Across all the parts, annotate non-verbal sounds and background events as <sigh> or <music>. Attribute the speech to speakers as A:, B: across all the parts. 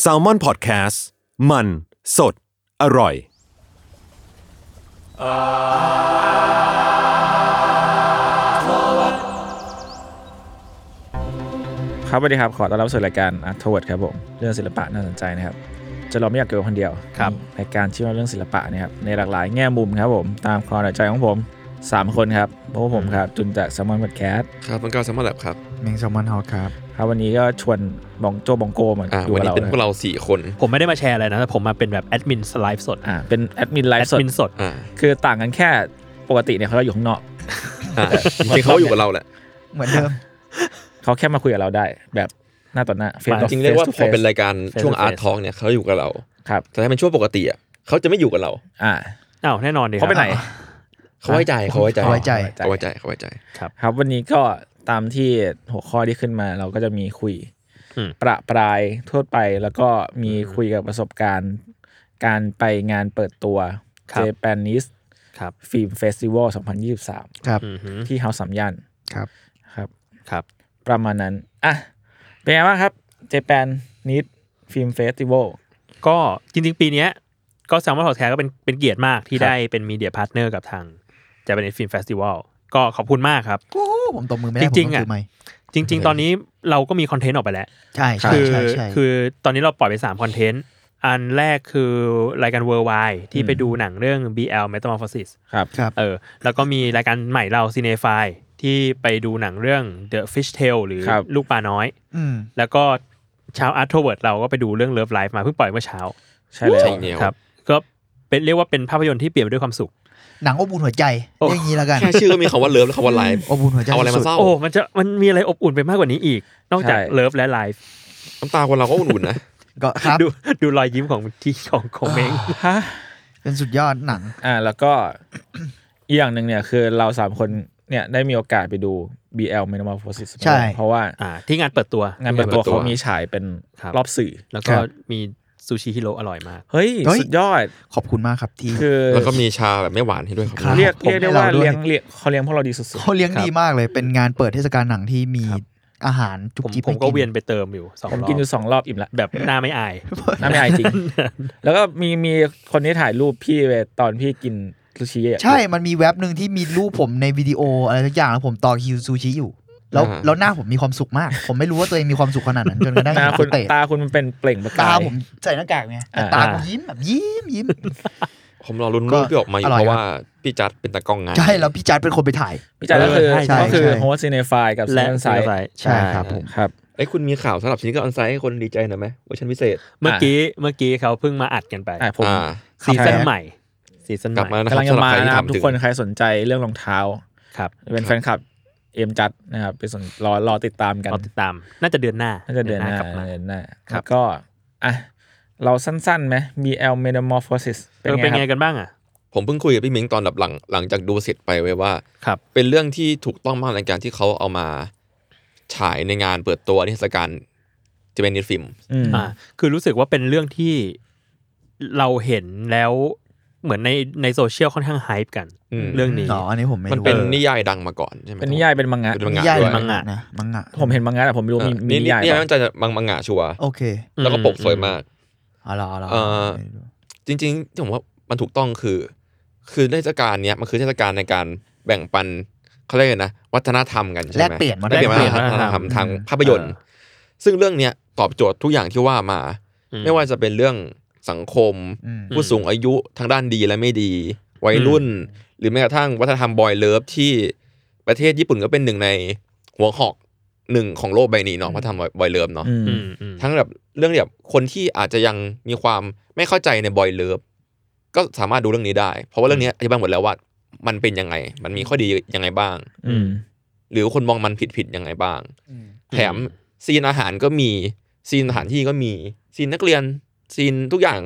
A: แซลมอนพอดแคสต์มันสดอร่อย
B: ครับสวัสดีครับ ขอต้อนรับสู่รายการอาร์ทเวิร์ดครับผมเรื่องศิลปะน่าสนใจนะครับ จะเราไม่อยากเกี่ยวคนเดียว
C: ครับ
B: รายการชื่อว่าเรื่องศิลปะเนะครับในหลากหลายแง่มุมครับผมตามความสนใจของผม 3 คนครับพวกผมครับจุนจาก s ซมมอนบัตแคส
D: ครับมันก็สมมติแบบครับ
C: แมงแซลมอนฮอตครับ
B: ครับวันนี้ก็ชวนบองโจบองโกมา
D: อ่า
B: ดู
D: วันนี้
B: เรา
D: เป็นพวก
B: เลย
D: เราสี่คน
C: ผมไม่ได้มาแชร์อะไรนะแต่ผมมาเป็นแบบแอดมินไลฟ์สด
B: อ่าเป็นแอดมินไล
C: แอ
B: ฟ์
C: ด
B: สด
C: มินสด
D: อ่า
B: คือต่างกันแค่ปกติเนี่ยเขาก็อยู่ข้างนอก
D: อ่าจริงๆเขาอยู่กับเราแหละ
E: เหมือนเดิม
B: เขาแค่มาคุยกับเราได้ แบบหน้าต่อหน้า face
D: จ
B: to
D: ริงๆเรียกว่า
B: face to
D: พอ
B: face
D: เป็นรายการช่วงอาร์ททองเนี่ยเขาอยู่กับเรา
B: ครับ
D: แต่ถ้าเป็นช่วงปกติอ่ะเขาจะไม่อยู่กับเรา
B: อ่า
C: อ้าวแน่นอนดีครั
B: เขาไปไหน
D: เขาไว้ใจเขาไว้ใจ
E: เขาไว้ใจ
D: เขาไว้ใจเขาไว้ใจ
B: ครับวันนี้ก็ตามที่หัวข้อที่ขึ้นมาเราก็จะมีคุย
C: อืม
B: ประปรายทั่วไปแล้วก็มีคุยกับประสบการณ์ การไปงานเปิดตัว
C: ครับ
B: Japanese
C: ครับ
B: Film Festival 2023
E: ครับ
C: อือหือ
B: ที่เฮาสามย่าน
E: ครับ
B: ครับ
C: ครับ
B: ประมาณนั้น อ่ะ เป็นไงบ้างครับ Japanese Film Festival
C: ก็จริงๆ ปีเนี้ยก็แซลมอนพอดแคสก็เป็นเป็นเกียรติมากที่
B: ครับ
C: ได้เป็นมีเดียพาร์ทเนอร์กับทางจะเป็นฟิล์มเฟสติวัลก็ขอบคุณมากครับ
E: โอ้โหผมตบมือไม่ได้ผม
C: จริง
E: ต้อง
C: ๆอะ
E: ถือไมค์
C: จริง ๆ ตอนนี้เราก็มีคอนเทนต์ออกไปแล้ว
E: ใช่ใช่
C: คือ
E: ใช่ใช่
C: คือตอนนี้เราปล่อยไป3คอนเทนต์ อันแรกคือรายการ Worldwide ที่ไปดูหนังเรื่อง BL Metamorphosis
B: ครับ
E: ครับ
C: เออแล้วก็มีรายการใหม่เรา Cinefy ที่ไปดูหนังเรื่อง The Fish Tale หรือ
B: ครับ
C: ลูกปลาน้อย
E: อืม
C: แล้วก็เช้า Art Toward เราก็ไปดูเรื่อง Love Live มาเพิ่งปล่อยเมื่อเช้า
B: ใช่แล้ว
D: ใช่เนี่ย
C: ครับก็เป็นเรียกว่าเป็นภาพยนตร์ที่เปลี่ยนไปด้วยความสุข
E: หนังอบอุ่นหัวใจ
C: โอ้
E: เรียกอย่างนี้แล้วกัน
D: แค่ชื่อก็มีคำว่าเลิฟและคำว่าไลฟ์
E: อบอุ่นหัวใจ
D: เอาอะไรมา
E: สุด
D: เศร้า
C: โอ้มันจะมันมีอะไรอบอุ่นไปมากกว่านี้อีก นอกจาก
B: ใช่
C: เลิฟและ Live
D: น้ำตาคนเราก็อุ่นๆนะ
E: ๆก็ครับ
C: ดูดูรอยยิ้มของที่ของของเม้ง
B: ฮะ
E: เป็นสุดยอดหนัง
B: อ่าแล้วก็ อีกอย่างหนึ่งเนี่ยคือเราสามคนเนี่ยได้มีโอกาสไปดู BL Metamorphosis
E: ใช่
B: เพราะว่า
C: อ่าที่งานเปิดตัว
B: งานเปิดตัว
D: งานเปิดตัว
B: เขามีฉายเป็น
C: ครับ
B: รอบสื่อ
C: แล้ว
E: ค
C: ก็
E: รับ
C: มีซูชิฮิโร่อร่อยมาก
B: เฮ้ย
E: เฮ้ย
B: สุดยอด
E: ขอบคุณมากครับที่
B: คือ
D: แล้วก็มีชาแบบไม่หวานให้ด้วยครับ
E: ครับ
B: เรียก
E: ผม
B: เรียกได้
E: ให้
B: ว่า
E: เราด้วย
B: เลี้ยงเลี้ยงเขาเลี้ยงพวกเราดีสุด
E: เขาเลี้ยง
C: ครับ
E: ดีมากเลย เป็นงานเปิดเทศกาลหนังที่มี
C: ครับ
E: อาหารจุก
C: ผม
E: จิบ
C: ผม
E: ให้
C: ก็เวียนไปเติมอยู่สอง
B: ๆ ผม
C: รอบ
B: กินอยู่สองรอบอิ่มละ
C: แบบหน้าไม่อาย
B: น้ำไม่อายจริง แล้วก็มีมีคนที่ถ่ายรูปพี่เว้ยตอนพี่กินซูชิอะ
E: ใช่ มันมีเว็บหนึ่งที่มีรูปผมในวิดีโออะไรทุกอย่างแล้วผมต่อคิวซูชิอยู่ แล้ว
D: อ่า
E: แล้วหน้าผมมีความสุขมาก ผมไม่รู้ว่าตัวเองมีความสุขขนาดนั้นจนกระทั่ง
B: ตาคุณ
E: เตะ
B: ตาคุณมันเป็นเปล่งประกา
E: ตาย ผมใส่หน้ากากไงแต่
B: อ่า
E: ตา
C: อ่า
E: ผมยิ้มแบบยิ้มยิ้ม
D: ผมรอรุ้นรูปที่ออกมาอยู่
E: อร่อย
D: เพราะว่าพี่จัดเป็นตากล้องงาน
E: ใช่แล้วพี่จัดเป็นคนไปถ่าย
B: พี่จ๋าก็คือ
C: ใช่ใช่
B: ก็คือ
E: ใช่
B: โฮสต์ซีเนฟายกับซี
C: และ
B: เนนไซ
C: ซี
B: ด์
C: ไซ
E: ใช่ครับผม
B: ครับ
D: ไอ้ยคุณมีข่าวสำหรับชิ้นก็ออนไซต์ให้คนดีใจหน่อยไหมเวอร์ชันพิเศษ
C: เมื่อกี้เมื่อกี้เขาเพิ่งมาอัดกันไป
B: อ่ะผม
D: อ่า
C: ซีซั่น
E: ครับ
C: ใหม่ซีซั่นให
D: กลับ
C: ม่
D: มานะค
B: กำ
D: รั
B: ลัง
D: บสำ
B: จะมานะ
D: หรับใครที่
B: ครับ
D: ทำ
B: ทุ
D: ถึ
B: ก
D: ง
B: คนใครสนใจเรื่องรองเท้า
C: ครับ
B: เป็นแฟนคลับเอ็มจัดนะครับไปสนรอรอติดตามกัน
C: รอติดตามน่าจะเดือนหน้า
B: น่าจะเดือนหน้าก
C: ลับมา
B: เดือนหน้า
C: ครับ
B: แล้วก็อ่ะเราสั้นๆไหม BL Metamorphosis เป็น
C: เออ
B: ไง
C: เป็น
B: ค
C: ไง
B: รับ
C: กันบ้างอ่ะ
D: ผมเพิ่งคุยกับพี่มิงตอนแบบหลังหลังจากดูเสร็จไปไว้ว่า
C: ครับ
D: เป็นเรื่องที่ถูกต้องมากในการที่เขาเอามาฉายในงานเปิดตัวนิทรรศการจะเป็นนิฟิล์ม
B: อืม
C: อ่าคือรู้สึกว่าเป็นเรื่องที่เราเห็นแล้วเหมือนในในโซเชียลค่อนข้างไฮป์กัน
D: อืม
C: เรื่องนี้
E: อ๋ออันนี้ผมไม่รู้
D: มันเป็น
E: ออ
D: นิยายดังมาก่อนใช่ไหม
B: เป็นนิยายเป็นมังงะ
D: เป็นมัง
E: นิ
D: งะ
E: ยาย
D: ด้
E: ห
D: ว
E: รื
D: ย
E: อมังงะ
C: ด้วย
E: นะมังงะ
B: ผมเห็นมังงะแต่ผมไม่รู้
D: เออ
B: มีมี
D: นี่
B: นิยาย
D: นี่
B: ปะ
D: มันจะมังมังงะชัวร์
E: โอเค
D: แล้วก็ปกสวยมาก
E: เอาล่ะเอาล่ะ
D: เอ่อ จริงๆที่ผมว่ามันถูกต้องคือ คือเทศกาลเนี้ยมันคือเทศกาลในการแบ่งปันเขาเรียกอะไรนะวัฒนธรรมกันใช่ไหม
E: แลกเปลี่ยนมา
D: แลกเปลี่ยนวัฒนธรรมทางภาพยนตร์ ซึ่งเรื่องเนี้ย ตอบโจทย์ทุกอย่างที่ว่ามา
C: อืม
D: ไม่ว่าจะเป็นเรื่องสังคม
E: อืม
D: ผู้สูงอายุทั้งด้านดีและไม่ดี วัยรุ่น หรือแม้กระทั่งวัฒนธรรมบอยเลิฟที่ประเทศญี่ปุ่นก็เป็นหนึ่งในหัวหอกหนึ่งของโลกใบนี้เนาะวัฒนธรรมบอยเลิฟเนาะ
B: อืม
C: อืมอืม
D: ทั้งแบบเรื่องแบบคนที่อาจจะยังมีความไม่เข้าใจในบอยเลิฟก็สามารถดูเรื่องนี้ได้ เพราะว่าเรื่องนี้อธิบายหมดแล้วว่ามันเป็นยังไง มันมีข้อดียังไงบ้าง
B: อืม
D: หรือคนมองมันผิดผิดๆยังไงบ้าง แถมซีนอาหารก็มีซีนสถานที่ก็มีซีนนักเรียนซีนทุกอย่าง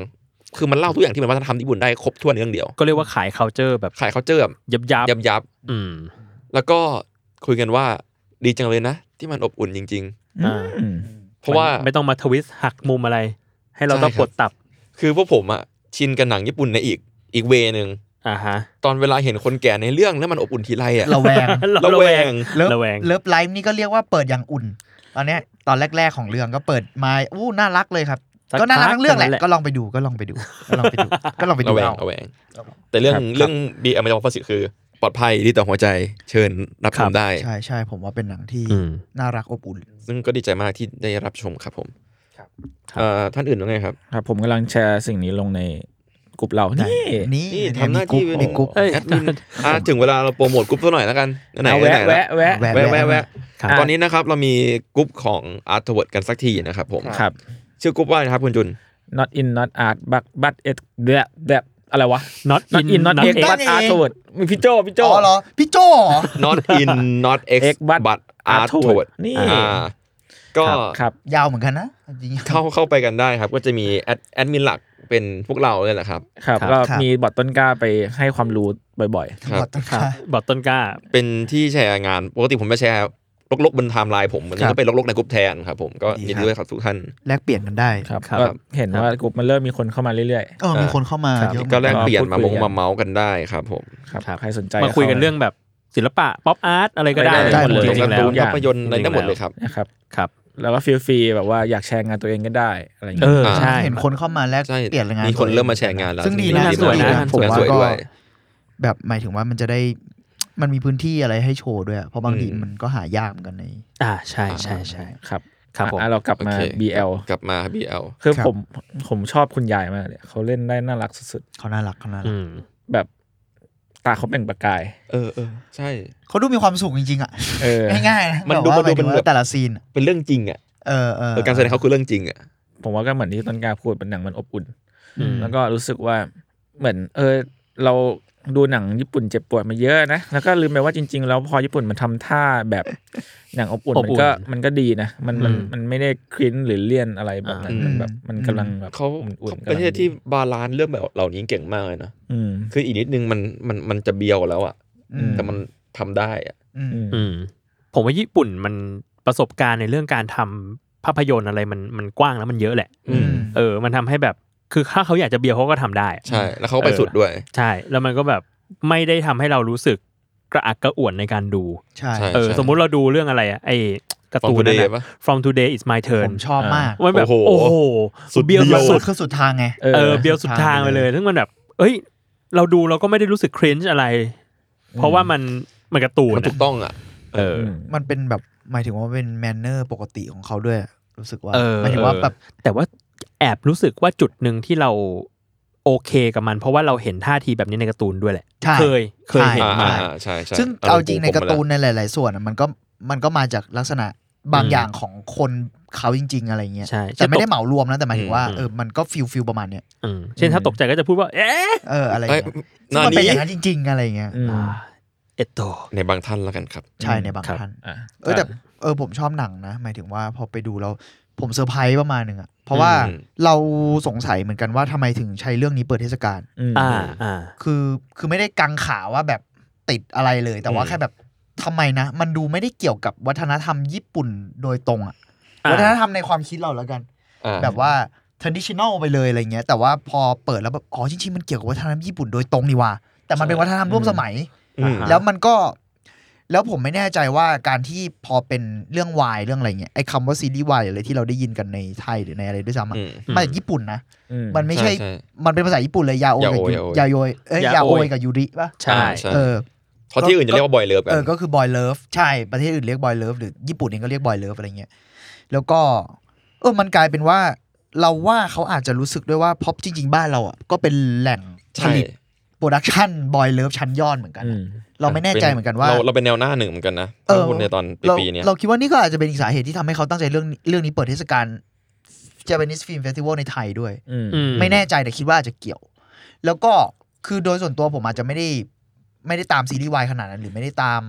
D: คือมันเล่าทุกอย่างที่มันวัฒนธรรมญี่ปุ่นได้ครบถ้วนในเรื่องเดียว
C: ก็เรียกว่าขาย culture แบบ
D: ขายเขาเจอแบบ
C: ยับยับ
D: ยับยับ
C: อืม
D: แล้วก็คุยกันว่าดีจังเลยนะ ที่มันอบอุ่นจริง
C: อ่า
B: อืม
D: ๆ เพราะว่า
C: ไม่ต้องมาทวิสต์หักมุมอะไร ให้เราต้อง
D: ใช่
C: ป
D: ครับ
C: วดตับ
D: คือพวกผมอะชินกับหนังญี่ปุ่นในอีกอีกเวนึง
C: อ่าฮะ
D: ตอนเวลาเห็นคนแก่ในเรื่องแล้วมันอบอุ่นทีไรอะ
E: ระแวง
D: <laughs> ระแวง
E: เลิฟ
C: ระแวง
E: เลิฟไลฟ์นี่ก็เรียกว่าเปิดอย่างอุ่น ตอนเนี้ยตอนแรกๆของเรื่องก็เปิดมาอู้น่ารักเลยครับ
C: สัก
E: ก็น่ารักทั้งเรื่องแห
C: พัก
E: ละ
C: เท่านั้นแหละ
E: ก็ลองไปดูก็ลองไปดู ก็ลองไปดูก็ลองไประ ดู
D: แวง
E: เอา
D: ระแวง แต่เรื่อง
B: ครับ
D: เรื่องบีเอ็มจอมประสิทธิ์คือ ปลอดภัยดีต่อหัวใจเชิญรับช
C: ครั
D: ม
C: บ
D: ได้
E: ใช่ใช่ผมว่าเป็นหนังที่
C: อืม
E: น่ารักอบอุ่น
D: ซึ่งก็ดีใจมากที่ได้รับชมครับผม
C: ครับ
D: เอ่อท่านอื่นว่าไงครับ
B: ครับผมกำลังแชร์สิ่งนี้ลงในกลุ่มเรานี่
E: นี่
D: นี่ทำหน้าที่เป็น
E: ในกรุ๊ป
C: เอ้ย
D: แอดมินอ่ะถึงเวลาเราโปรโมทกรุ๊ปตัวหน่อยแล้วกันไหน
B: เอา
D: ๆไหน
B: แวะ
D: ๆแล้ว
B: แวะแวะ
E: แวะ
D: แวะแวะ
E: แวะ
D: แวะ
C: ครับ
D: ตอนนี้นะครับเรามีกรุ๊ปของ Art t o w a r d กันสักทีนะครับผม
B: ครับ
D: ชื่อกรุ๊ปว่าอะไรนะครับคุณจุน
B: not in not art but but it แบบแบบอะไรวะ
C: not
B: not in not x
C: egg
B: but art toward มีพี่โจพี่โจ
E: อ๋อเหรอ พี่โจเหรอ
D: not in not x
B: X but
D: but Art
B: Art
D: t o w a r
B: Toward
D: d
B: นี่
D: ก็
B: ครับครับ
E: ยาวเหมือนกันนะจริง
D: เข้าเข้าไปกันได้ครับ ก็จะมีแอดแอดมินหลักเป็นพวกเราเลยแหละครับ
B: ครับ
C: ครับ
B: ก็
E: ครับ
B: มีบอทต้นกล้าไปให้ความรู้บ่อย
D: ครับ
E: บอดต้อง
C: ครั
E: กา
C: บ
E: ร
C: บอทต้นกล้า
D: เป็นที่แชร์งานปกติผมจะแชร์ลกๆบนไทม์ไลน์ผมวันนี้ก็เป็นลกๆในกลุ่มแทนครับผมก็ยินดีด้วยครับทุกท่าน
E: แลกเปลี่ยนกันได้
B: ๆ ครับ
C: ครับ
B: ก็เห็นว่ากลุ่มมันเริ่มมีคนเข้ามาเรื่อย
E: เออมีคนเข้ามา
B: ครับ
E: เยอะเหมื
D: ก็
E: อน
D: แล
E: กัน
D: กเปลี่ยนมา
B: พูด
D: มง
B: คุยกัน
D: มาเมาส์กันได้ครับผม
B: ๆครับ
C: ครับ
B: ใครสนใจ
C: มาคุยกันเรื่องแบบศิลปะ ป๊อปอาร์ต อะไรก็ได้
B: ป
D: ได้
B: หมดเลย
D: จ
C: จ
D: ริ
C: ริ
D: งๆ
C: งๆแล้
D: แล้ว
C: ว
D: ภาพยนตร์อะไรได้หมดเลยครับ
B: นะครับ
C: ครับ
B: แล้วก็ฟีลฟรีแบบว่าอยากแชร์งานตัวเองก็ได้อะไรอย่าง
C: เอ
B: เงี้ย
C: อ
D: อ่า
C: ใช่
E: เห็นคนเข้ามาแลก
D: ใช่
E: เปลี่ยนงาน
D: มีคนเริ่มมาแชร์งานแล้ว
E: ซึ่งดี
C: งา
E: นะ
C: นสวยนะ
E: ดี
C: งานส
E: ผ
C: วย
E: ม
D: งาน
E: ว่า
D: สวย
E: ก็
D: ด้วย
E: แบบหมายถึงว่ามันจะได้มันมีพื้นที่อะไรให้โชว์ด้วย เพราะบางที
D: อืม
E: มันก็หายากเหมือนกันใน
C: อ่า ใช่ใช่ใช่
B: ครับ
C: ครับผม
B: อ่ะเรากลับ
D: โอ
B: มา
D: เค
B: BL
D: กลับมาครับ BL
B: คือ
E: ครับ
B: ผมผมชอบคุณยายมากเลยเขาเล่นได้น่ารักสุด
E: เขาน่ารักเขาน่ารัก
C: อืม
B: ๆแบบตาเขาเป็นประกาย
D: เออเออใช่
E: เขาดูมีความสุขจริงๆอ่ะ
B: เออ
E: ง่ายๆนะ
D: มันดู
E: แบบว่า
D: มันดู
E: หายถึง
D: เป็นแบบ
E: ว่าแต่ละซีนอะ
D: เป็นเรื่องจริงอ่ะ
E: เออเออ
D: เออการแสดงเขาคือเรื่องจริงอ่ะ
B: ผมว่าก็เหมือนที่ต้นกล้าพูดเป็นหนังมันอบอุ่น
C: อืม
B: แล้วก็รู้สึกว่าเหมือน เออ เราดูหนังญี่ปุ่นเจ็บปวดมาเยอะนะ แล้วก็ลืมไปว่าจริง ๆ แล้วพอญี่ปุ่นมันทำท่าแบบหนังอบอุ่น
C: อบ
B: มั
C: อุ่
B: น
C: น
B: ก็มันก็ดีนะ มันมัน
C: อืม
B: มันไม่ได้คลิ้นหรือเลี่ยนอะไรแบบนั้น
D: อ่ามั
B: มันแบบมันกำลังแบบ
D: เขา
B: อุ่นๆ
D: เขาประเทศที่
B: กำลังดี
D: บาลานซ์เรื่องแบบเหล่านี้เก่งมากเลยนะ
B: อืม
D: คืออีกนิดนึงมันมันมันจะเบียวแล้วอ่ะ
E: อืม
D: แต่มันทำได้อ่ะ
E: อืม
B: อืม
C: อืม ผมว่าญี่ปุ่นมันประสบการณ์ในเรื่องการทำภาพยนตร์อะไรมันมันกว้างแล้วมันเยอะแหละ
D: อืม
C: เออ มันทำให้แบบ คือถ้าเขาอยากจะเบียร์เขาก็ทำได้
D: ใช่แล้วเขาก็ไป
C: เออ
D: สุดด้วย
C: ใช่ แล้วมันก็แบบไม่ได้ทำให้เรารู้สึกกระอักกระอ่วนในการดู
E: ใช่
D: ใช่
C: เออ สมมุติเราดูเรื่องอะไรอะไอ้การ์ตูนนั่น
D: From Today
C: นะ
D: ปะ
C: From Today is my
E: ผ
C: turn
E: มชอบมาก
C: มันแบบ
D: โอ้โห
C: โอ้โห
D: สุด
C: เบียว
D: เบียว
E: สุ
C: สุ
E: ด
C: ด
E: คือสุดทางไง
B: เออ
C: เออเบียวสุดทางไปเลยซึ่งมันแบบ เอ้ย เราดูเราก็ไม่ได้รู้สึกคร n น e อะไร เพราะว่ามันมันการะตูน
D: มัน
C: อะ
D: ถูกต้องอ่ะ
C: เออ
B: อืม
E: มันเป็นแบบหมายถึงว่าเป็นแมนเนอร์ปกติของเขาด้วย รู้สึกว่า
C: เออ
E: หมายถึงว่า
C: เออ
E: แบบ
C: แต่ว่าแอบรู้สึกว่าจุดหนึ่งที่เราโอเคกับมัน เพราะว่าเราเห็นท่าทีแบบนี้ในการ์ตูนด้วยแหละ
E: ใช่
C: เคยเคย
E: ใช่
C: เห็น
D: อ่า
C: มา
D: อ่าอ่าใช่ใช่
E: ซึ่งเอาจริงในการ์ตูนในหลาย ๆ ส่วนอะมันก็มันก็มาจากลักษณะบาง
C: อืม
E: อย่างของคนเขาจริง ๆ อะไรเงี้ย
C: ใช่
E: แต่ไม่ได้เหมารวมนะแต่หมายถึงว่า
C: อืม
E: เออมันก็ฟิลฟิลประมาณเนี้ย
C: อืมเช่นถ้าตกใจก็จะพูดว่า เอ๊ะ
E: เอออะไร
D: เอ้ย
E: เงี้
D: ห
E: ย
D: น้า
E: ซึ่งมันเป็น
D: นี้
E: อย่างนั้นจริง ๆ อะไรเงี้ย
B: อืม
C: เอดโต
D: ในบางท่านแล้วกันครับ
E: ใช่ในบาง
C: ครับ
E: ท่าน
B: อ่ะ
E: เออแต่เออผมชอบหนังนะ หมายถึงว่าพอไปดูแล้วผมเซอร์ไพรส์ประมาณหนึ่งอะเพราะว่า
D: อืม
E: เราสงสัยเหมือนกันว่าทำไมถึงใช้เรื่องนี้เปิดเทศกาล
B: อืม
C: อ่าอ่า
E: คือคือไม่ได้กังขาว่าแบบติดอะไรเลย แต่ว่า
D: อืม
E: แค่แบบทำไมนะ มันดูไม่ได้เกี่ยวกับวัฒนธรรมญี่ปุ่นโดยตรงอะ
C: อ่า
E: วัฒนธรรมในความคิดเราแล้วกัน
D: อ่า
E: แบบว่า traditional ไปเลยอะไรเงี้ย แต่ว่าพอเปิดแล้วแบบอ๋อจริงๆมันเกี่ยวกับวัฒนธรรมญี่ปุ่นโดยตรงนี่ว่า แต่มันเป็นวัฒนธรรมร่วมสมัย
D: อืม
C: อ่า
E: แล้วมันก็ แล้วผมไม่แน่ใจว่าการที่พอเป็นเรื่องวายเรื่องอะไรเงี้ยไอ้คำว่าซีรีส์วายอะไรที่เราได้ยินกันในไทยหรือในอะไรด้วยซ้ำอะ
D: อืม
E: มาจากญี่ปุ่นนะ
B: อืม
E: มันไม่ใช่
D: ใช่ใช่
E: มันเป็นภาษาญี่ปุ่นเลยยาโอย
D: า
E: กับ
D: โอย
E: ยูยาโอยเอ้ย
C: ยาโอย
E: ยาโอยกับยูริปะ
C: ใช่
D: อ่าใช่
E: เออ
D: เพราะที่อื่นจะเรียกว่าบอยเลิฟกั
E: เอน อ ก็คือบอยเลิฟใช่ ประเทศอื่นเรียกบอยเลิฟหรือญี่ปุ่นเองก็เรียกบอยเลิฟอะไรเงี้ย แล้วก็ เออมันกลายเป็นว่า เราว่าเขาอาจจะรู้สึกด้วยว่าพอปจริง ๆ บ้านเราอ่ะก็เป็นแหล่งผ
D: ใช่
E: ลิตโปรดักชันบอยเลิฟชั้นยอดเหมือนกัน
B: อืม
E: เราไม่แน่ใจเหมือนกันว่า
D: เราเราเป็นแนวหน้าหนึ่งเหมือนกันนะ
E: เออ
D: ถ้าพูดในตอนปี
E: เรา
D: ปีเนี้ย
E: เราคิดว่านี่ก็อาจจะเป็นอีกสาเหตุที่ทำให้เขาตั้งใจเรื่องนี้เรื่องนี้เปิดเทศกาล Japanese Film Festival ในไทยด้วย
B: อืม
C: อืม
E: ไม่แน่ใจแต่คิดว่าอาจจะเกี่ยว แล้วก็คือโดยส่วนตัวผมอาจจะไม่ได้ไม่ได้ตามซีรีส์วายขนาดนั้น หรือไม่ได้ตาม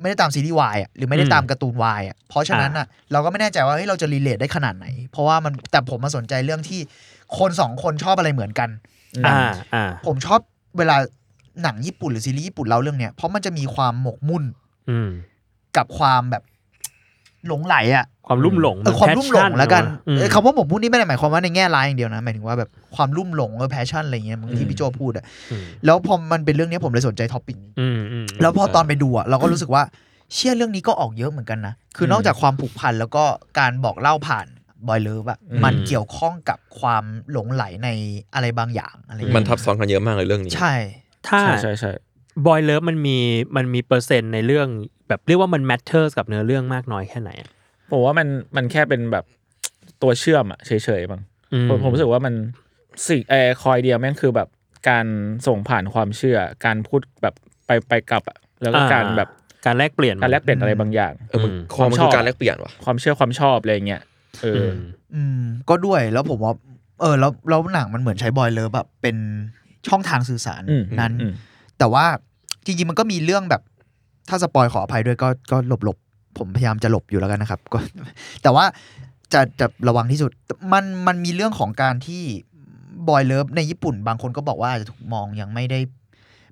E: ไม่ได้ตามซีรีส์วายอ่ะหรือไม่ได้ตามการ์ตูนวายอ่ะเพราะฉะนั้นอ่ะเราก็ไม่แน่ใจว่าเฮ้ยเราจะรีเลทได้ขนาดไหน เพราะว่ามันแต่ผมมาสนใจเรื่องที่คนสองคนชอบอะไรเหมือนกัน
C: อ่าอ่า
E: ผมชอบเวลาหนังญี่ปุ่นหรือซีรีส์ญี่ปุ่นเล่าเรื่องเนี้ยเพราะมันจะมีความหมกมุ่น
C: อืม
E: กับความแบบหลงไหลอ่ะ
C: ความลุ่มหลง
E: เออความลุ่มหลงแล้วกัน
C: อืม
E: เออคำว่าหมกมุ่นนี่ไม่ได้หมายความว่าในแง่ร้ายอย่างเดียวนะหมายถึงว่าแบบความลุ่มหลงเออแพชชั่นอะไรเงี้ยเหมึง
B: อื
E: ที่
B: ม
E: พี่โจพูดอะ
C: อืม
E: แล้วพอมันเป็นเรื่องเนี้ยผมเลยสนใจท็อปปิ้ง
C: อืมอืม
E: แล้วพอตอนไปดูอะเราก็รู้สึกว่าเชื่อเรื่องนี้ก็ออกเยอะเหมือนกันนะ คือนอกจากความผูกพันแล้วก็การบอกเล่าผ่านบอยเลิฟอะมันเกี่ยวข้องกับความหลงไหลในอะไรบางอย่างอะไรเงี้ย
D: มันทับซ้อนกันเยอะมากเลยเรื่องนี้
E: ใช่
C: ถ้า
B: ใช่ใช่ใช่
C: บอยเลิฟมันมีมันมีเปอร์เซ็นต์ในเรื่อง แบบเรียกว่ามันแมทเทอร์กับเนื้อเรื่องมากน้อยแค่ไหนอะ
B: ผมว่ามันมันแค่เป็นแบบตัวเชื่อมอะเฉยๆบาง
C: อื
B: ผมผมรู้สึกว่ามันสิ่งเออคอยเดียวแม่งคือแบบการส่งผ่านความเชื่อ การพูดแบบไปไปกลับอะแล้วก็
C: อ่
B: การแบบ
C: การแลกเปลี่ยน
B: การแลกเปลี่ยนอะไรบางอย่าง
D: เออมัน
C: ม
D: คอมัน
B: ความช
D: คื
B: อบ
D: อการแลกเปลี่ยนว่ะ
B: ความเชื่อความชอบอะไรเงี้ยเอออ
C: อืม
E: อืมก็ด้วยแล้วผมว่าเออแล้วแล้วหนังมันเหมือนใช้บอยเลิฟแบบเป็นช่องทางสื่อสาร
B: อืม
E: นั้น
B: อืม
E: แต่ว่าจริงๆ มันก็มีเรื่องแบบ ถ้าสปอยขออภัยด้วยก็ก็หลบหลบๆ ผมพยายามจะหลบอยู่แล้วกันนะครับ <laughs> ก็ แต่ว่าจะจะระวังที่สุดมันมันมีเรื่องของการที่บอยเลิฟในญี่ปุ่น บางคนก็บอกว่าอาจจะถูกมองยังไม่ได้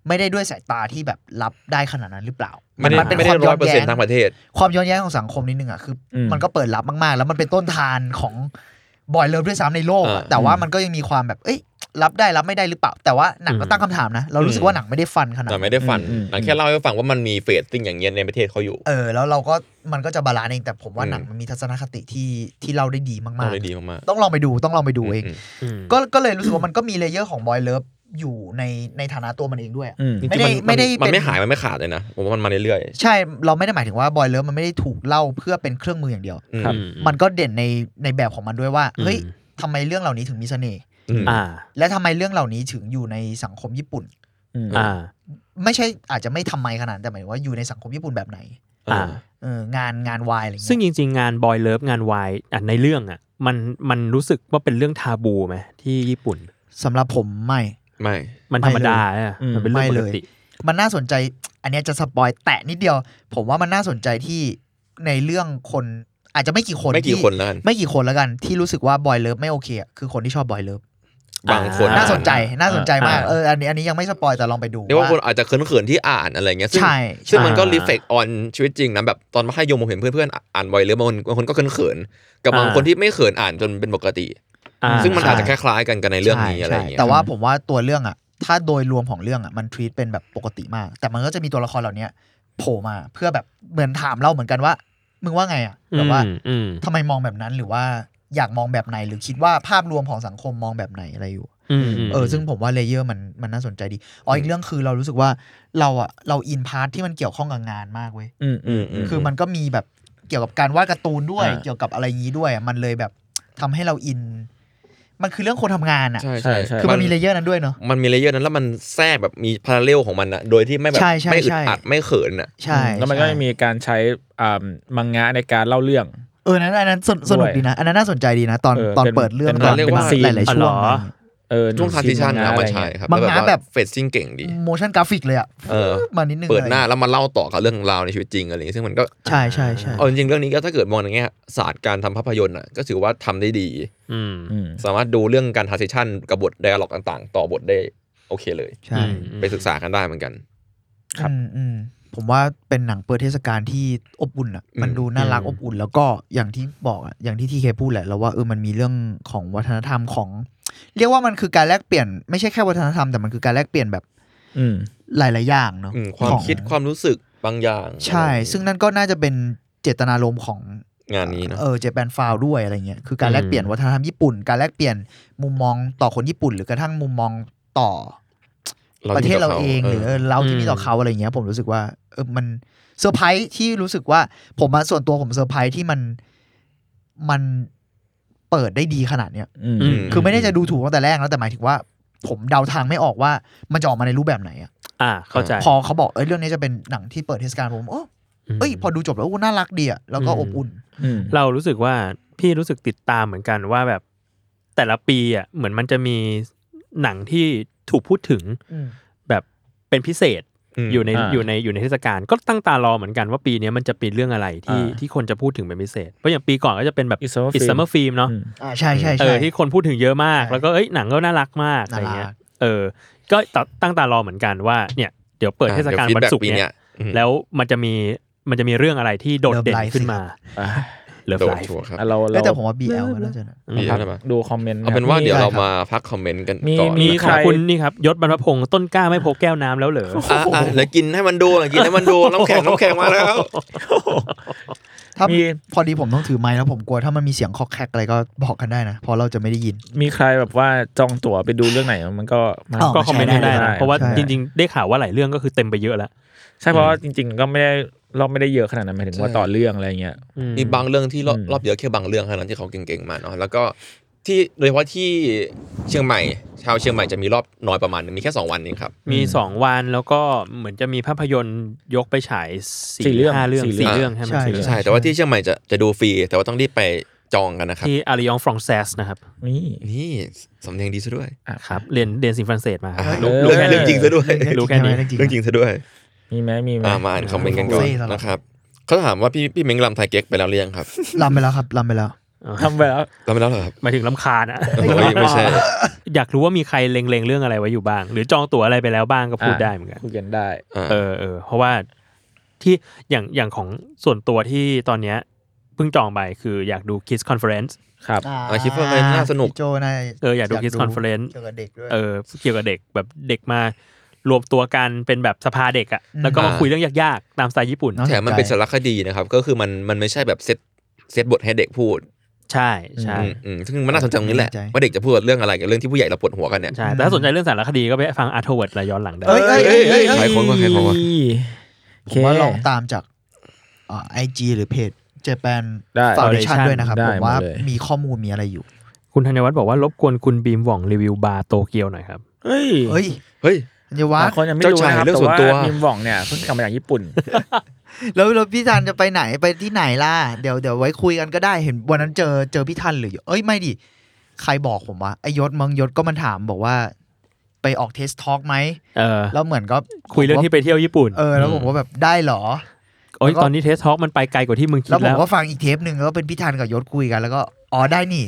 E: ไม่ได้ด้วยสายตาที่แบบรับได้ขนาดนั้นหรือเปล่า
D: ไม่ได้
E: มันเป็น
D: ไม่
E: ค
D: ได้
E: วาม
D: ร้
E: ย้
D: อ
E: อย น
D: เปอร์
E: แย้
D: เซ็น
E: ง
D: ต์ทั้งประเทศ
E: ความย้อนแย้งของสังคมนิดนึงอ่ะคืออ
B: ม
E: มันก็เปิดรับมากๆ แล้วมันเป็นต้นทานของบอยเลิฟด้วยซ้ำในโลกอะ
D: อ่า
E: แต่ว่ามันก็ยังมีความแบบเอ้ย รับได้รับไม่ได้หรือเปล่า แต่ว่าหนังก็ตั้งคำถามนะ เรารู้สึกว่าหนังไม่ได้ฟันขนาด
D: แต่
E: นั้น
D: ไม่ได้ฟัน
B: อืม
D: หนังแค่เล่าให้ฟังว่ามันมีเฟสติ้งอย่างเงี้ยในประเทศเขาอยู่
E: เออแล้วเราก็มันก็จะบาลานซ์เองแต่ผมว่า
D: อืม
E: หนังมันมีทัศนคติที่ที่เราได้ดีมาก
D: ทำได้ดีมาก
E: ๆ ต้องลองไปดูต้องลองไป
D: ๆ
E: ดูเอง
D: ม
C: อืม
E: ก็ก็เลยรู้สึกว่ามันก็มีเลเยอร์ของบอยเลิฟอยู่ในในฐานะตัวมันเองด้วยอะ
B: อืม
D: จริงๆ
E: ไม่ได้
D: น
E: ไม่ได้
D: มัน
E: เป็
D: ไม่
E: น
D: หายมันไม่ขาดเลยนะผมว่ามันมาเรื่อย
E: ใช่เราไม่ได้หมายถึงว่าบอยเลิฟมันไม่ได้ถูกเล่าเพื่อเป็นเครื่องมืออย่างเดียว
D: ๆอืม
B: ครับ
E: มันก็เด่นในในแบบของมันด้วยว่าเฮ้ย
C: อืม
E: ทำไมเรื่องเหล่านี้ถึงมีเสน่ห์
D: อืม
C: อ่า
E: และทำไมเรื่องเหล่านี้ถึงอยู่ในสังคมญี่ปุ่น
B: อืม
C: อ่า
E: ไม่ใช่อาจจะไม่ทำไมขนาดนั้นแต่หมายถึงว่าอยู่ในสังคมญี่ปุ่นแบบไหน
C: อ่า
E: เอองานงานวายอะไรเงี้ย
C: ซึ่งจริง ๆ งานบอยเลิฟงานวายอ่ะในเรื่องอ่ะ มันมันรู้สึกว่าเป็นเรื่องทาบูไหมที่ญี่ปุ่น
E: สำหรับผมไม่
D: ไม่
C: มันธรรมดาอะ
B: อืม
C: มันเป็นเรื่องปกติ
E: มันน่าสนใจ อันเนี้ยจะสปอยแตะนิดเดียว ผมว่ามันน่าสนใจที่ในเรื่องคนอาจจะไม่กี่คน
D: ไม่กี่
E: ที่
D: คนแล้วกัน
E: ไม่กี่คนแล้วกัน ที่รู้สึกว่าบอยเลิฟไม่โอเคอะคือคนที่ชอบบอยเลิฟ
D: บางคน
C: อ่า
E: น่าสนใจน่าสนใจมาก
C: อ่า
E: เอออันนี้อันนี้ยังไม่สปอยแต่ลองไปดู
D: เรียกว่าคนอาจจะเขินๆที่อ่านอะไรเงี้ยซึ่ง
E: ใช่
D: ซึ่งมันก็
C: อ่า
D: รีเฟกออนชีวิตจริงนะแบบตอนมัธยมผมเห็นเพื่อนๆอ่านบ่อยเรือบางคนบางคนก็เขินๆกับบาง
C: อ่า
D: คนที่ไม่เขินอ่านจนเป็นปกติ
C: อ่า
D: ซึ่งมัน
E: ใช่
D: อาจจะคล้ายๆกันกันในเรื่องนี้
E: ใช่
D: อะไรอย่างเงี้ย
E: ใช่แต่ว่าผมว่าตัวเรื่องอะถ้าโดยรวมของเรื่องอะมันทวีตเป็นแบบปกติมาก แต่มันก็จะมีตัวละครเหล่าเนี้ยโผล่มาเพื่อแบบเหมือนถามเราเหมือนกันว่า มึงว่าไงอะแบบว่า
C: อืมอืม
E: ทำไมมองแบบนั้นหรือว่าอยากมองแบบไหนหรือคิดว่าภาพรวมของสังคมมองแบบไหนอะไรอยู่
C: อืมม
E: เออซึ่งผมว่าเลเยอร์มันมันน่าสนใจดีอ๋ออีกเรื่องคือเรารู้สึกว่าเราอะเราอินพาร์ทที่มันเกี่ยวข้องกับงานมากเว้ย
B: อืมอื
D: อื
B: ม
D: มๆ
E: คือมันก็มีแบบเกี่ยวกับการวาดการ์ตูนด้วย
B: อ่า
E: เกี่ยวกับอะไรอย่างนี้ด้วยอะมันเลยแบบทำให้เราอิน มันคือเรื่องคนทำงานอะ
D: ใช่
B: ใช่
D: ใช่
B: ใช่
E: คือมันมีเลเยอร์นั้นด้วยเนาะ
D: มันมีเลเยอร์นั้นแล้วมันแทรกแบบมีพาราเรลของมันอะโดยที่ไม่แบบ
E: ใช่ใช่
D: ไม่อึด
E: ใช่
D: อัดไม่เขินอะ
E: ใช่
B: แล้วมันก็
E: ใช่
B: มีการใช้อ่ามังงะในการเล่าเรื่อง
E: เออนั้นอันนั้นสนสนุกดีนะอันนั้นน่าสนใจดีนะ ตอน
B: เออ
E: ตอน
B: เป็น
E: เปิดเรื่อง
B: เป็น
E: ตอน
B: เรียก
E: เป็น
B: ว่า
E: หลายๆช่วง
C: อ๋อเหรอ
B: เออ
D: ช่วงทาร์ติชันนะมันใช่ครับ
E: บาง
D: ล้ว
E: นะแบบ
D: เฟซซิ่งเก่งดี
E: โมชั่นกราฟิกเลยอะ
D: เออ
E: มานิดนึง
D: เปิดหน้า
E: ลย
D: แล้วมาเล่าต่อกับเรื่องราวในชีวิตจริงอะไรอย่างเงี้ยซึ่งมันก็
E: ใช่ใช่ใช่
D: เอาจริงๆเรื่องนี้ก็ถ้าเกิดมองในแง่ศาสตร์การทำภาพยนตร์อ่ะก็ถือว่าทำได้ดี
C: อืม
B: อืม
D: สามารถดูเรื่องการทาร์เซชันกับบทไดอะล็อกต่าง ๆ ต่อบทได้โอเคเลย
E: ใช่
C: อืมอืม
D: ไปศึกษากันได้เหมือนกัน
B: ครับ
E: อืมอืมผมว่าเป็นหนังเปิดเทศกาลที่อบอุ่นอ่ะ
D: อืม
E: มันดูน่ารัก
C: อืม
E: อบอุ่น แล้วก็อย่างที่บอกอ่ะ อย่างที่ทีเคพูดแหละแล้วว่าเออ มันมีเรื่องของวัฒนธรรมของ เรียกว่ามันคือการแลกเปลี่ยน ไม่ใช่แค่วัฒนธรรมแต่มันคือการแลกเปลี่ยนแบบ
B: อืม
E: หลาย ๆ อย่างเนาะ
D: อืมความ
E: ของ
D: คิดความรู้สึกบางอย่าง
E: ใช่
D: อะไรอย่างเงี้ย
E: ซึ่งนั่นก็น่าจะเป็นเจตนารมณ์ของ
D: งานนี้เนอะ
E: เออเจแปนฟาวด้วยอะไรเงี้ยคือการแลกเปลี่ยนวัฒนธรรมญี่ปุ่น การแลกเปลี่ยนมุมมองต่อคนญี่ปุ่น หรือกระทั่งมุมมองต่อ ประเทศเราเองหรือเราที่มีต่อเขาอะไรอย่างเงี้ย ผมรู้สึกว่าเออมันเซอร์ไพรส์ที่รู้สึกว่า ผมมาส่วนตัวผมเซอร์ไพรส์ที่มันมัน เปิดได้ดีขนาดเนี้ย
B: อืม
D: อืม
E: คือไม่ได้จะดูถูกตั้งแต่แรกแล้วแต่หมายถึงว่า ผมเดาทางไม่ออกว่ามันจะออกมาในรูปแบบไหนอะ
C: อ่าเข้าใจ
E: พอเขาบอกเอ้ยเรื่องนี้จะเป็นหนังที่เปิดเทศกาลผมโอ้
C: ม
E: เอ้ยพอดูจบแล้วโอ้น่ารักดีอะแล้วก็อบอุ่น
B: อืม
C: เรารู้สึกว่าพี่รู้สึกติดตามเหมือนกันว่าแบบแต่ละปีอ่ะเหมือนมันจะมีหนังที่ถูกพูดถึงแบบเป็นพิเศษ
D: ม
C: อยู่ใน
B: อ่า
C: อยู่ในอยู่ในเทศกาลก็ตั้งตารอเหมือนกันว่าปีเนี้ยมันจะเป็นเรื่องอะไรที่
B: อ่า
C: ที่คนจะพูดถึงเป็นพิเศษ เพราะอย่างปีก่อนก็จะเป็นแบบ
B: It's Summer
C: It's
B: Film
C: Summer Film เนาะ
B: อืม
E: อ่าใช่ใช่
C: เอ
E: ใช่
C: อที่คนพูดถึงเยอะมาก
E: ใช่
C: แล้วก็เอ้ยหนังก็น่ารักมากอะไรเงี้ย
E: น่ารัก
C: เออ ก็ตั้งตารอเหมือนกันว่าเนี่ยเดี๋ยวเปิดเทศกาล
D: อ่ะดี๋ย
C: วัน
D: feedback
C: ศุกร์
D: ปี
C: เนี้
D: เนี้
C: ย
D: ยอืม
C: แล้วมันจะมีมันจะมีเรื่องอะไรที่โดดเด่นขึ้นมา
B: อ่ะ
C: เลิฟ
D: โด
C: ไล
D: น
C: ฟ์
D: ชัวร์ครับ
B: อ่ะเรา
E: เอ้
B: เรา
E: ยแต่ผมว่า BL มันน่าจะนะ
D: มี
B: ครับ
D: อะไรบ้าง
B: ดูคอมเมนต์
D: เอาเป็นว่าเดี๋ยว
E: มีอะไร
D: เรามาพักคอมเมนต์กัน
B: มี
D: ก่อน
B: มี
C: มี
D: นะ
C: ข
D: ค
C: อ
D: รั
C: ง
D: บ
C: คุณนี่ครับยศบรรพพงศ์ต้นกล้าไม่พกแก้วน้ำแล้วเหรอ
D: อ่ะอ่ะเดี๋ยวกินให้มันดูหน่อยกินให้มันดูน้ำแข็งน้ำแข็งมาแล้ว
E: ถ้า
B: มี
E: พอดีผมต้องถือไม้แล้วผมกลัวถ้ามันมีเสียงคอกแคกอะไรก็บอกกันได้นะเพอเราจะไม่ได้ยิน
B: มีใครแบบว่าจองตั๋วไปดูเรื่องไหนมันก็มา
E: อ๋อ
C: ก็คอมเมนต์ให้ได้นะ เพราะว่า
E: ใช่
C: จริงๆ ได้ข่าวว่าหลายเรื่องก็คือเต็มไปเยอะแล้ว
B: ใช่เพราะว่าจริง ๆ ก็ไม่ได้เราไม่ได้เยอะขนาดนั้นหมายถึงว่าต่อเรื่องอะไรเงี้ย
D: มีบางเรื่องที่รอบ
B: อืม
D: รอบเดียวแค่บางเรื่องเท่านั้นที่เขาเก่งๆมาเนาะแล้วก็ที่โดยเฉพาะที่เชียงใหม่ ชาวเชียงใหม่จะมีรอบน้อยประมาณหนึงมีแค่ 2 วันเองครับ
C: มี 2 วันแล้วก็เหมือนจะมีภาพยนตร์ยกไปฉาย
B: สี่
C: สี่
B: เรื่อง
C: ห้าเรื่อง
B: สี่
C: สี่
D: เรื่
C: เรื่อ
D: อง ง
C: ใช่ไหม
E: ใช่
C: สี่เรื่อง
D: ใช่แต่ว่าที่เชียงใหม่จะจะดูฟรี แต่ว่าต้องรีบไปจองกันนะครับ
C: ที่อาริยองฟรองเซสนะครับ
B: นี่
D: นี่สำเนียงดีซะด้วย
B: อ่ะ
C: ครับเรียนเรียนสิงฝรั่งเศสมา
D: อ่ะ
B: รู้รู้
D: รู้รู้
B: แค่นี้
D: เรื่องจริงซะด้วย
C: รู้แค่นี้
E: ใช่ไหมเรื่องจริง
D: เรื่องจริงซะด้วย
B: มีไหมมีไหม
D: อ่ะมาอ่านคอมเมนต์กันก่อน
E: เรื่องจริง
D: นะครับเขาถามว่าพี่พี่เม้งลำไทยเก๊กไปแล้วหรือยังครับ
E: ลำไปแล้วครับลำไปแล้ว
B: ทำไปแล้ว
D: ลำไปแล้ว <laughs> เหรอครับ
C: หมายถึงลำคาญอะ
D: โอ้ยไม่ใช่
C: อยากรู้ว่ามีใครเล็งๆเรื่องอะไรไว้อยู่บ้าง หรือจองตั๋วอะไรไปแล้วบ้างก็พูดได้เหมือนกัน
B: คุยกันได้
D: อ่ะ
C: เออเออเพราะว่าที่อย่างอย่างของส่วนตัวที่ตอนเนี้ยเพิ่งจองไปคืออยากดู Kids Conference
B: ครับ
D: าคิดว่ามันน่าสนุก
E: พี่โจนาย
C: เอออยากดู Kids Conference
E: เกี่ยวกับเด็กด้วย
C: เออเกี่ยวกับเด็กแบบเด็กมารวมตัวกันเป็นแบบสภาเด็กอะ
E: อืม
C: แล้วก็มาคุยเรื่องยากๆ ตามสไตล์ญี่ปุ่น
E: เาะ
D: แถมมันเป็นสารคดีนะครับ ก็คือมันมันไม่ใช่แบบเซตเซตบทให้เด็กพูด
C: ใช่ใช่
D: อืมอืมซึ่งมันน่าสนใจตรงนี้แหละ
E: น่าสนใจ
D: ว่าเด็กจะพูดเรื่องอะไรกับเรื่องที่ผู้ใหญ่เราปวดหัวกันเนี่ย
C: ใช่แต่ถ้าสนใจเรื่องสารคดีก็ไปฟังอาร์ทเวิร์ดรายย้อนหลังได้
E: เอ้ยเอ้ยเอ้ยเอ้ย
D: ใครคนวะใครคนวะ
B: โอ
E: ผ
B: เค
E: มว่าลองตามจากไอจีหรือเพจเจแปน
B: ได้
E: ฟาวเดชั่น
C: Foundation
E: ด้วยนะครับ
B: ได้
E: ผมว่า
B: หมดเลย
E: มีข้อมูลมีอะไรอยู่
C: คุณธัญวัฒน์บอกว่ารบกวนคุณบีมหว่องรีวิวบาร์โตเกียวหน่อยครับ
B: เฮ้ย
E: เฮ้ย
D: เฮ้ย
E: อัญญวัฒ
B: บาง
E: น์
B: คนยังไม่
D: เจ้า
B: รู้
D: ชาย
B: นะครับ
D: เรื่อง
B: แต่
D: ส่วน
B: ว่า
D: ตัว
B: มิมหว่องเนี่ยเพิ่งกลับมาจากญี่ปุ่น
E: แล้วแล้วพี่ธันจะไปไหนไปที่ไหนล่ะ เดี๋ยวเดี๋ยวไว้คุยกันก็ได้เห็นวันนั้นเจอเจอพี่ธันหรือ เอ้ยไม่ดิ ใครบอกผมว่าไอยศมังยศก็มันถามบอกว่า ไปออกเทสทอล์กไหม
C: เออ
E: แล้วเหมือนก็
C: คุยเรื่องที่ไปเที่ยวญี่ปุ่น
E: เออแล้วผมก็แบบได้เหรอ
C: โอ้ย
E: แล้วก็
C: ตอนนี้เทสท็อกมันไปไกลกว่าที่มึงคิด
E: แล้วผ
C: แล้
E: ม
C: ว
E: ก็ฟังอีกเทปหนึ่งแล้วก็เป็นพี่ธันกับยศคุยกันแล้วก็อ๋อได้ <laughs> นี่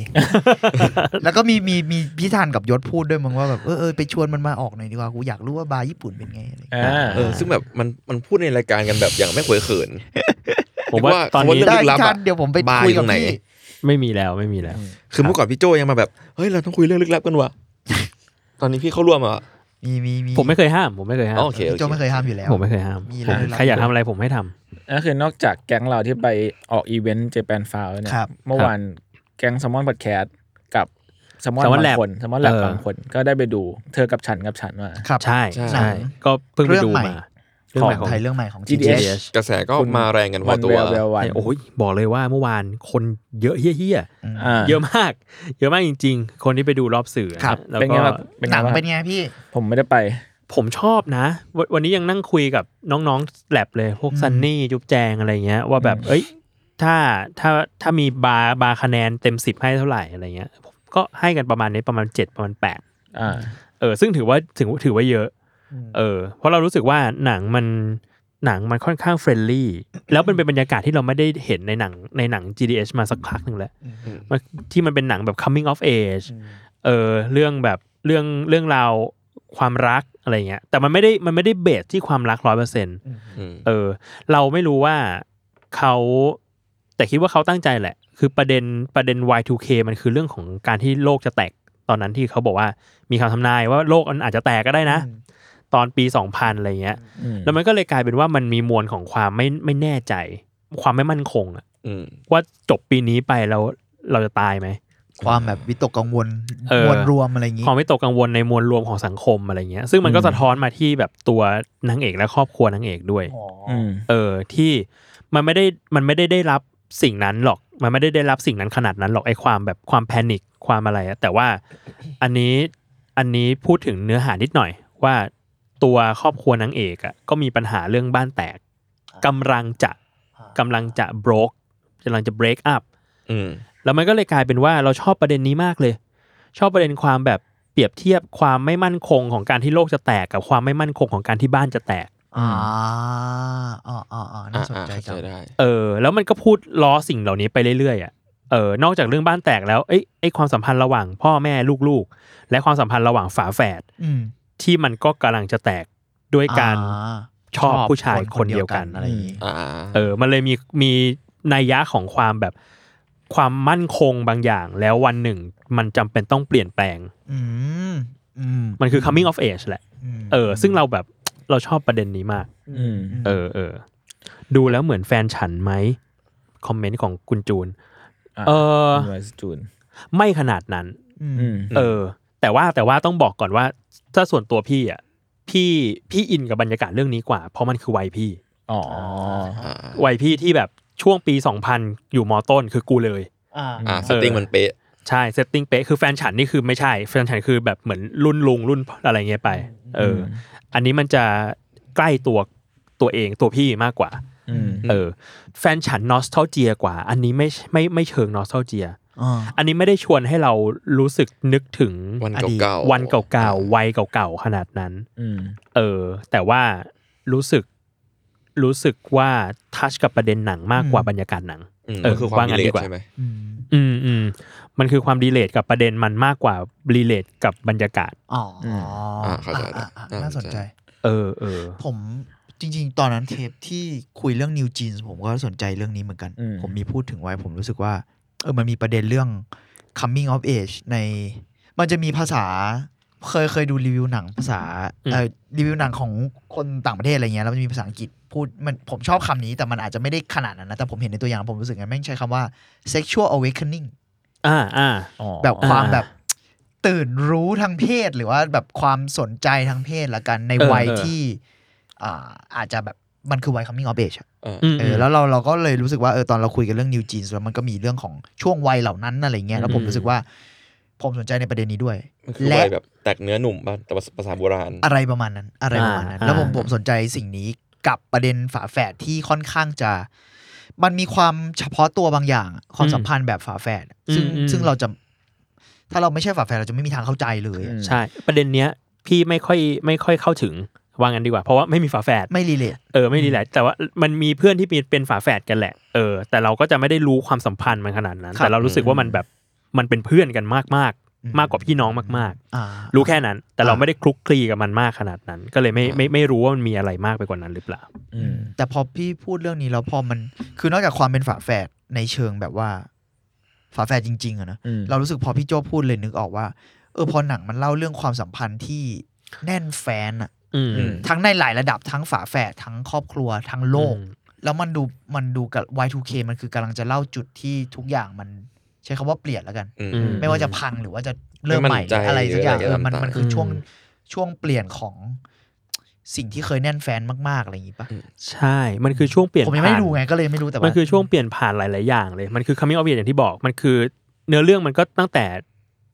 E: แล้วก็มีมีมีพี่ธันกับยศพูดด้วยมึงว่าแบบเออเออไปชวนมันมาออกหน่อยดีกว่ากูอยากรู้ว่าบาร์ญี่ปุ่นเป็นไงอะไรอย่างเงี้ย
B: อ่า
D: เออ ซึ่งแบบมันมันพูดในรายการกันแบบอย่างไม่เขวยเขิน
C: ผมว่าตอนนี้
D: เรื่
E: ได้
D: องลึกลับอะ
E: พี่ธันเดี๋ยวผมไป
D: บาร์
E: คุย
D: อยู่
E: กับ
D: ไหน
E: พี่
C: ไม่มีแล้วไม่มีแล้ว
D: คือเมื่อก่อนพี่โจยังมาแบบ เฮ้ย เราต้องคุยเรื่องลึกลับกันวะ <laughs> ตอนนี้พี่เข้าร่วมอ่ะ
E: มีมีมี
C: ผมไม่เคยห้าม ผมไม่เคยห้าม
D: โอเคโอ
E: พี่
D: เค
E: โจไม่เคยห้ามอยู่แล้ว
C: ผมไม่เคยห้าม
E: มี
C: ผ
E: เรื่
C: ม
E: อง
C: ใครอยาก
E: ลับ
C: ทำอะไรผมให้ทำ
B: ก็คือนอกจากแก๊งเราที่ไปออกอีเวนต์เจแปนฟาวเนี่ย
E: ครับ
B: เมื่อวานแก๊ง s ซ l มอนพอดแคสต์กับแซลมอน
C: Salmon
B: บาง
C: Lab
B: คนแซลมอนแลบ
C: เออ
B: บางคนก็ได้ไปดู เธอกับฉันกับฉันมา
E: ครับ
C: ใช่
D: ใช่
C: ใช่ก็เพิ่งไป
E: เรื่อง
C: ดู
E: ใหม่
C: มา
E: เรื่องใหม่ขอ
C: ขอ
E: ง งไทยเรื่องใหม่ของ
B: GDS
D: กระแสก็มาแรงกันพอตัว
B: แวววัน
C: โอ้ยบอกเลยว่าเมื่อวานคนเยอะเฮี้ย
B: อ่า
C: ๆเยอะมาก เยอะมากจริง ๆ คนที่ไปดูรอบสื่อ
E: ครับ
C: แล้ว
B: เป็นไง
C: ก็
B: บ้างเป็น
E: ห
B: ไง
E: นัง
B: บ้าง
E: เป็นไงพี่
B: ผมไม่ได้ไป
C: ผมชอบนะวันวันนี้ยังนั่งคุยกับน้องๆแลบเลย พวก
E: อืม
C: ซันนี่จุ๊บแจงอะไรเงี้ย ว่าแบบ เอ้ย ถ้าถ้าถ้ามีบาร์บาร์คะแนนเต็มสิบให้เท่าไหร่อะไรเงี้ยผมก็ให้กันประมาณนี้ประมาณเจ็ดประมาณแปด
B: อ่า
C: เออซึ่งถือว่าถือถือว่าเยอะ เออ เพราะเรารู้สึกว่าหนังมันหนังมันค่อนข้างเฟรนลี่ แล้วมันเป็นบรรยากาศที่เราไม่ได้เห็นในหนังในหนัง GDH มาสักพักหนึ่งแล้วมันที่มันเป็นหนังแบบ coming of age เออเรื่องแบบเรื่องเรื่องราวความรักอะไรเงี้ยแต่มันไม่ได้มันไม่ได้เบสที่ความรักร้อยเปอร์เซ็นต์
D: อืม
C: เออ เราไม่รู้ว่าเขาแต่คิดว่าเขาตั้งใจแหละ คือประเด็นประเด็น Y2K มันคือเรื่องของการที่โลกจะแตกตอนนั้นที่เขาบอกว่ามีคำทำนายว่าโลกมันอาจจะแตกก็ได้นะ ตอนปี 2000 อะไรเงี้ย
B: อืม
C: แล้วมันก็เลยกลายเป็นว่ามันมีมวลของความไม่ไม่แน่ใจ ความไม่มั่นคงอะ
D: อืม
C: ว่าจบปีนี้ไปเราเราจะตายไหม
E: ความแบบวิตกกังวล
C: เออ
E: มวลรวมอะไรอย่างงี้
C: ความไม่ตกกังวลในมวลรวมของสังคมอะไรเงี้ย ซึ่งมันก็
B: อืม
C: สะท้อนมาที่แบบตัวนางเอกและครอบครัวนางเอกด้วย
B: อืม
C: เออที่มันไม่ได้มันไม่ได้ได้รับสิ่งนั้นหรอก มันไม่ได้ได้รับสิ่งนั้นขนาดนั้นหรอกไอ้ความแบบความแพนิคความอะไรอะแต่ว่าอันนี้อันนี้พูดถึงเนื้อหานิดหน่อย ว่าตัวครอบครัวนางเอกอะก็มีปัญหาเรื่องบ้านแตกกำลังจะกำลังจะ broke กำลังจะ break up
D: อืม
C: แล้วมันก็เลยกลายเป็นว่าเราชอบประเด็นนี้มากเลย ชอบประเด็นความแบบเปรียบเทียบความไม่มั่นคงของการที่โลกจะแตกกับความไม่มั่นคงของการที่บ้านจะแตก
E: อ่าอ๋ออ๋ออ๋อน่า
D: อ่า
E: สน
D: อ่า
E: ใจ
D: เข้าใจ
E: จัง
D: ได้
C: เออ แล้วมันก็พูดล้อสิ่งเหล่านี้ไปเรื่อยๆอ่ะเออนอกจากเรื่องบ้านแตกแล้วเอ้ยไอความสัมพันธ์ระหว่างพ่อแม่ลูกๆ และความสัมพันธ์ระหว่างฝาแฝด
E: อืม
C: ที่มันก็กำลังจะแตกด้วยการ
E: อ่
C: ชอบผู้ชายคนเดียวกัน
E: อะไรอย่างงี้
D: อ่า
C: เออ มันเลยมีมีนัยยะของความแบบความมั่นคงบางอย่าง แล้ววันหนึ่งมันจำเป็นต้องเปลี่ยนแปลง
E: อืมอืม
C: มันคือ coming of age แหละ
E: ม
C: เออ ซึ่งเราแบบ เราชอบประเด็นนี้มาก
B: อืม
C: เออเออ ดูแล้วเหมือนแฟนฉันไหม คอมเมนต์ของคุณจูน
B: อ่ะ
C: เออ
B: หน่วยสจูน
C: ไม่ขนาดนั้น
E: อืม
B: อืม
C: เออ แต่ว่าแต่ว่าต้องบอกก่อนว่า ถ้าส่วนตัวพี่อ่ะ พี่พี่อินกับบรรยากาศเรื่องนี้กว่า เพราะมันคือวัยพี่
B: อ๋อ
D: อ่า
C: วัยพี่ที่แบบช่วงปี 2000 อยู่มอต้นคือกูเลย
E: อ่า
D: อ่าสติงมันเป๊ะ
C: ใช่เซตติ้งเป๊ะคือแฟนฉันนี่คือไม่ใช่ แฟนฉันคือแบบเหมือนรุ่นลุงรุ่นอะไรเงี้ยไป เอออ อันนี้มันจะใกล้ตัวตัวเองตัวพี่มากกว่า
B: อืม
C: เออ แฟนฉันนอสเทลเจียกว่า อันนี้ไม่ไม่ไม่เชิงนอสเทลเจีย
E: อ่า
C: อันนี้ไม่ได้ชวนให้เรารู้สึกนึกถึง
D: วัน
E: อดีต
D: เก่าๆ
C: วันเก่าๆวัยเก่าๆขนาดนั้น
B: อืม
C: เออ แต่ว่ารู้สึกรู้สึกว่าทัชกับประเด็นหนังมากกว่าบรรยากาศหนัง
D: อืม
C: เออ
D: มันคือความ
C: ว่างั้น
D: ดีเล
C: ดี
D: ท
C: กว่า
D: ใช่ไหม
E: อืม
C: อืมอืมมันคือความรีเลทกับประเด็นมันมากกว่ารีเลทกับบรรยากาศ
E: อ๋ออา
D: เข้าใจ
E: อ่อ่อ่น่าสนใจ
D: น่าสนใจ
C: เออเออ
E: ผมจริง ๆ ตอนนั้นเทปที่คุยเรื่อง New Jeans ผมก็สนใจเรื่องนี้เหมือนกัน
B: อืม
E: ผมมีพูดถึงไว้ ผมรู้สึกว่า เออ มันมีประเด็นเรื่อง coming of age ใน มันจะมีภาษา เคยเคยดูรีวิวหนังภาษา
C: อืม
E: เออรีวิวหนังของคนต่างประเทศอะไรเงี้ย แล้วมันจะมีภาษาอังกฤษพูด มัน ผมชอบคำนี้ แต่มันอาจจะไม่ได้ขนาดนั้นนะ แต่ผมเห็นในตัวอย่างผมรู้สึกไงแม่งใช้คำว่า sexual awakening
C: อ่าอ่า
B: อ๋อ
E: แบบความ
C: อ่า
E: แบบตื่นรู้ทางเพศหรือว่าแบบความสนใจทางเพศละกันใน
C: เออ
E: วัย
C: เออ
E: ที่อ่าอาจจะแบบมันคือวัย coming of age อะ
D: เออ
C: อืม
E: เออ
C: ม
E: แล้วเราเราก็เลยรู้สึกว่าเออตอนเราคุยกันเรื่อง new jeans แล้วมันก็มีเรื่องของช่วงวัยเหล่านั้นอะไรเงี้ยแล้วผม
C: อืม
E: รู้สึกว่า ผมสนใจในประเด็นนี้ด้วย
D: มันคือ
E: และ
D: วัยแบบแตกเนื้อหนุ่มบ้านแต่ว่าภาษาโบราณ
E: อะไรประมาณนั้นอะไรประมาณนั้น
C: อ่า
E: แล้วผม
C: อ่า
E: ผมสนใจสิ่งนี้กับประเด็นฝาแฝดที่ค่อนข้างจะ มันมีความเฉพาะตัวบางอย่างอะความสัมพันธ์แบบฝาแฝดอะซึ่ง
C: อืมอืม
E: ซึ่งเราจะ ถ้าเราไม่ใช่ฝาแฝดเราจะไม่มีทางเข้าใจเลยอะ
C: ใช่ ประเด็นเนี้ย พี่ไม่ค่อยไม่ค่อยเข้าถึงว่างั้นดีกว่า เพราะว่าไม่มีฝาแฝด
E: ไม่รีเลท
C: เออไม่ดีแหละแต่ว่ามันมีเพื่อนที่มีเป็นฝาแฝดกันแหละเออแต่เราก็จะไม่ได้รู้ความสัมพันธ์มันขนาดนั้น
E: ครับ
C: แต่เรารู้สึกว่ามันแบบมันเป็นเพื่อนกันมากมากๆมากกว่าพี่น้องมาก
E: อ่า
C: ๆ รู้แค่นั้น แต่เราไม่ได้คลุกคลีกับมันมากขนาดนั้น ก็เลยไม่ไม่ไม่รู้ว่ามันมีอะไรมากไปกว่านั้นหรือเปล่า
B: อืม
E: แต่พอพี่พูดเรื่องนี้แล้วพอมัน คือนอกจากความเป็นฝาแฝดในเชิงแบบว่า ฝาแฝดจริง ๆอะนะ
B: อืม
E: เรารู้สึกพอพี่โจ้พูดเลยนึกออกว่า เออพอหนังมันเล่าเรื่องความสัมพันธ์ที่แน่นแฟนอะ
C: อืม
E: ทั้งในหลายระดับทั้งฝาแฝดทั้งครอบครัวทั้งโลก
C: อืม
E: แล้วมันดูมันดูกับ Y2K มันคือกำลังจะเล่าจุดที่ทุกอย่างมันใช้คำว่าเปลี่ยนแล้วกัน
D: อืม
C: อื
E: ไม่ว่าจะพังหรือว่าจะเริ่ม
D: ไม่มั่น
E: ใหม่
D: ใจ
E: อะไรสักอย่าง
D: หรือ
E: เอ
D: อะไร
E: อมัน
D: ต่างๆ
E: มันคืออ
C: ม
E: ช่วงช่วงเปลี่ยนของสิ่งที่เคยแน่นแฟนมากๆอะไรอย่างงี้ปะ
D: อืม
C: ใช่มันคือช่วงเปลี่ยน
E: ผมยังไม่
C: ผ่า
E: ได้
C: น
E: ดูไงก็เลยไม่รู้แต่ว่า
C: มันคือช่วงเปลี่ยนผ่านหลาย ๆ อย่างเลย มันคือ coming of age อย่างที่บอก มันคือเนื้อเรื่องมันก็ตั้งแต่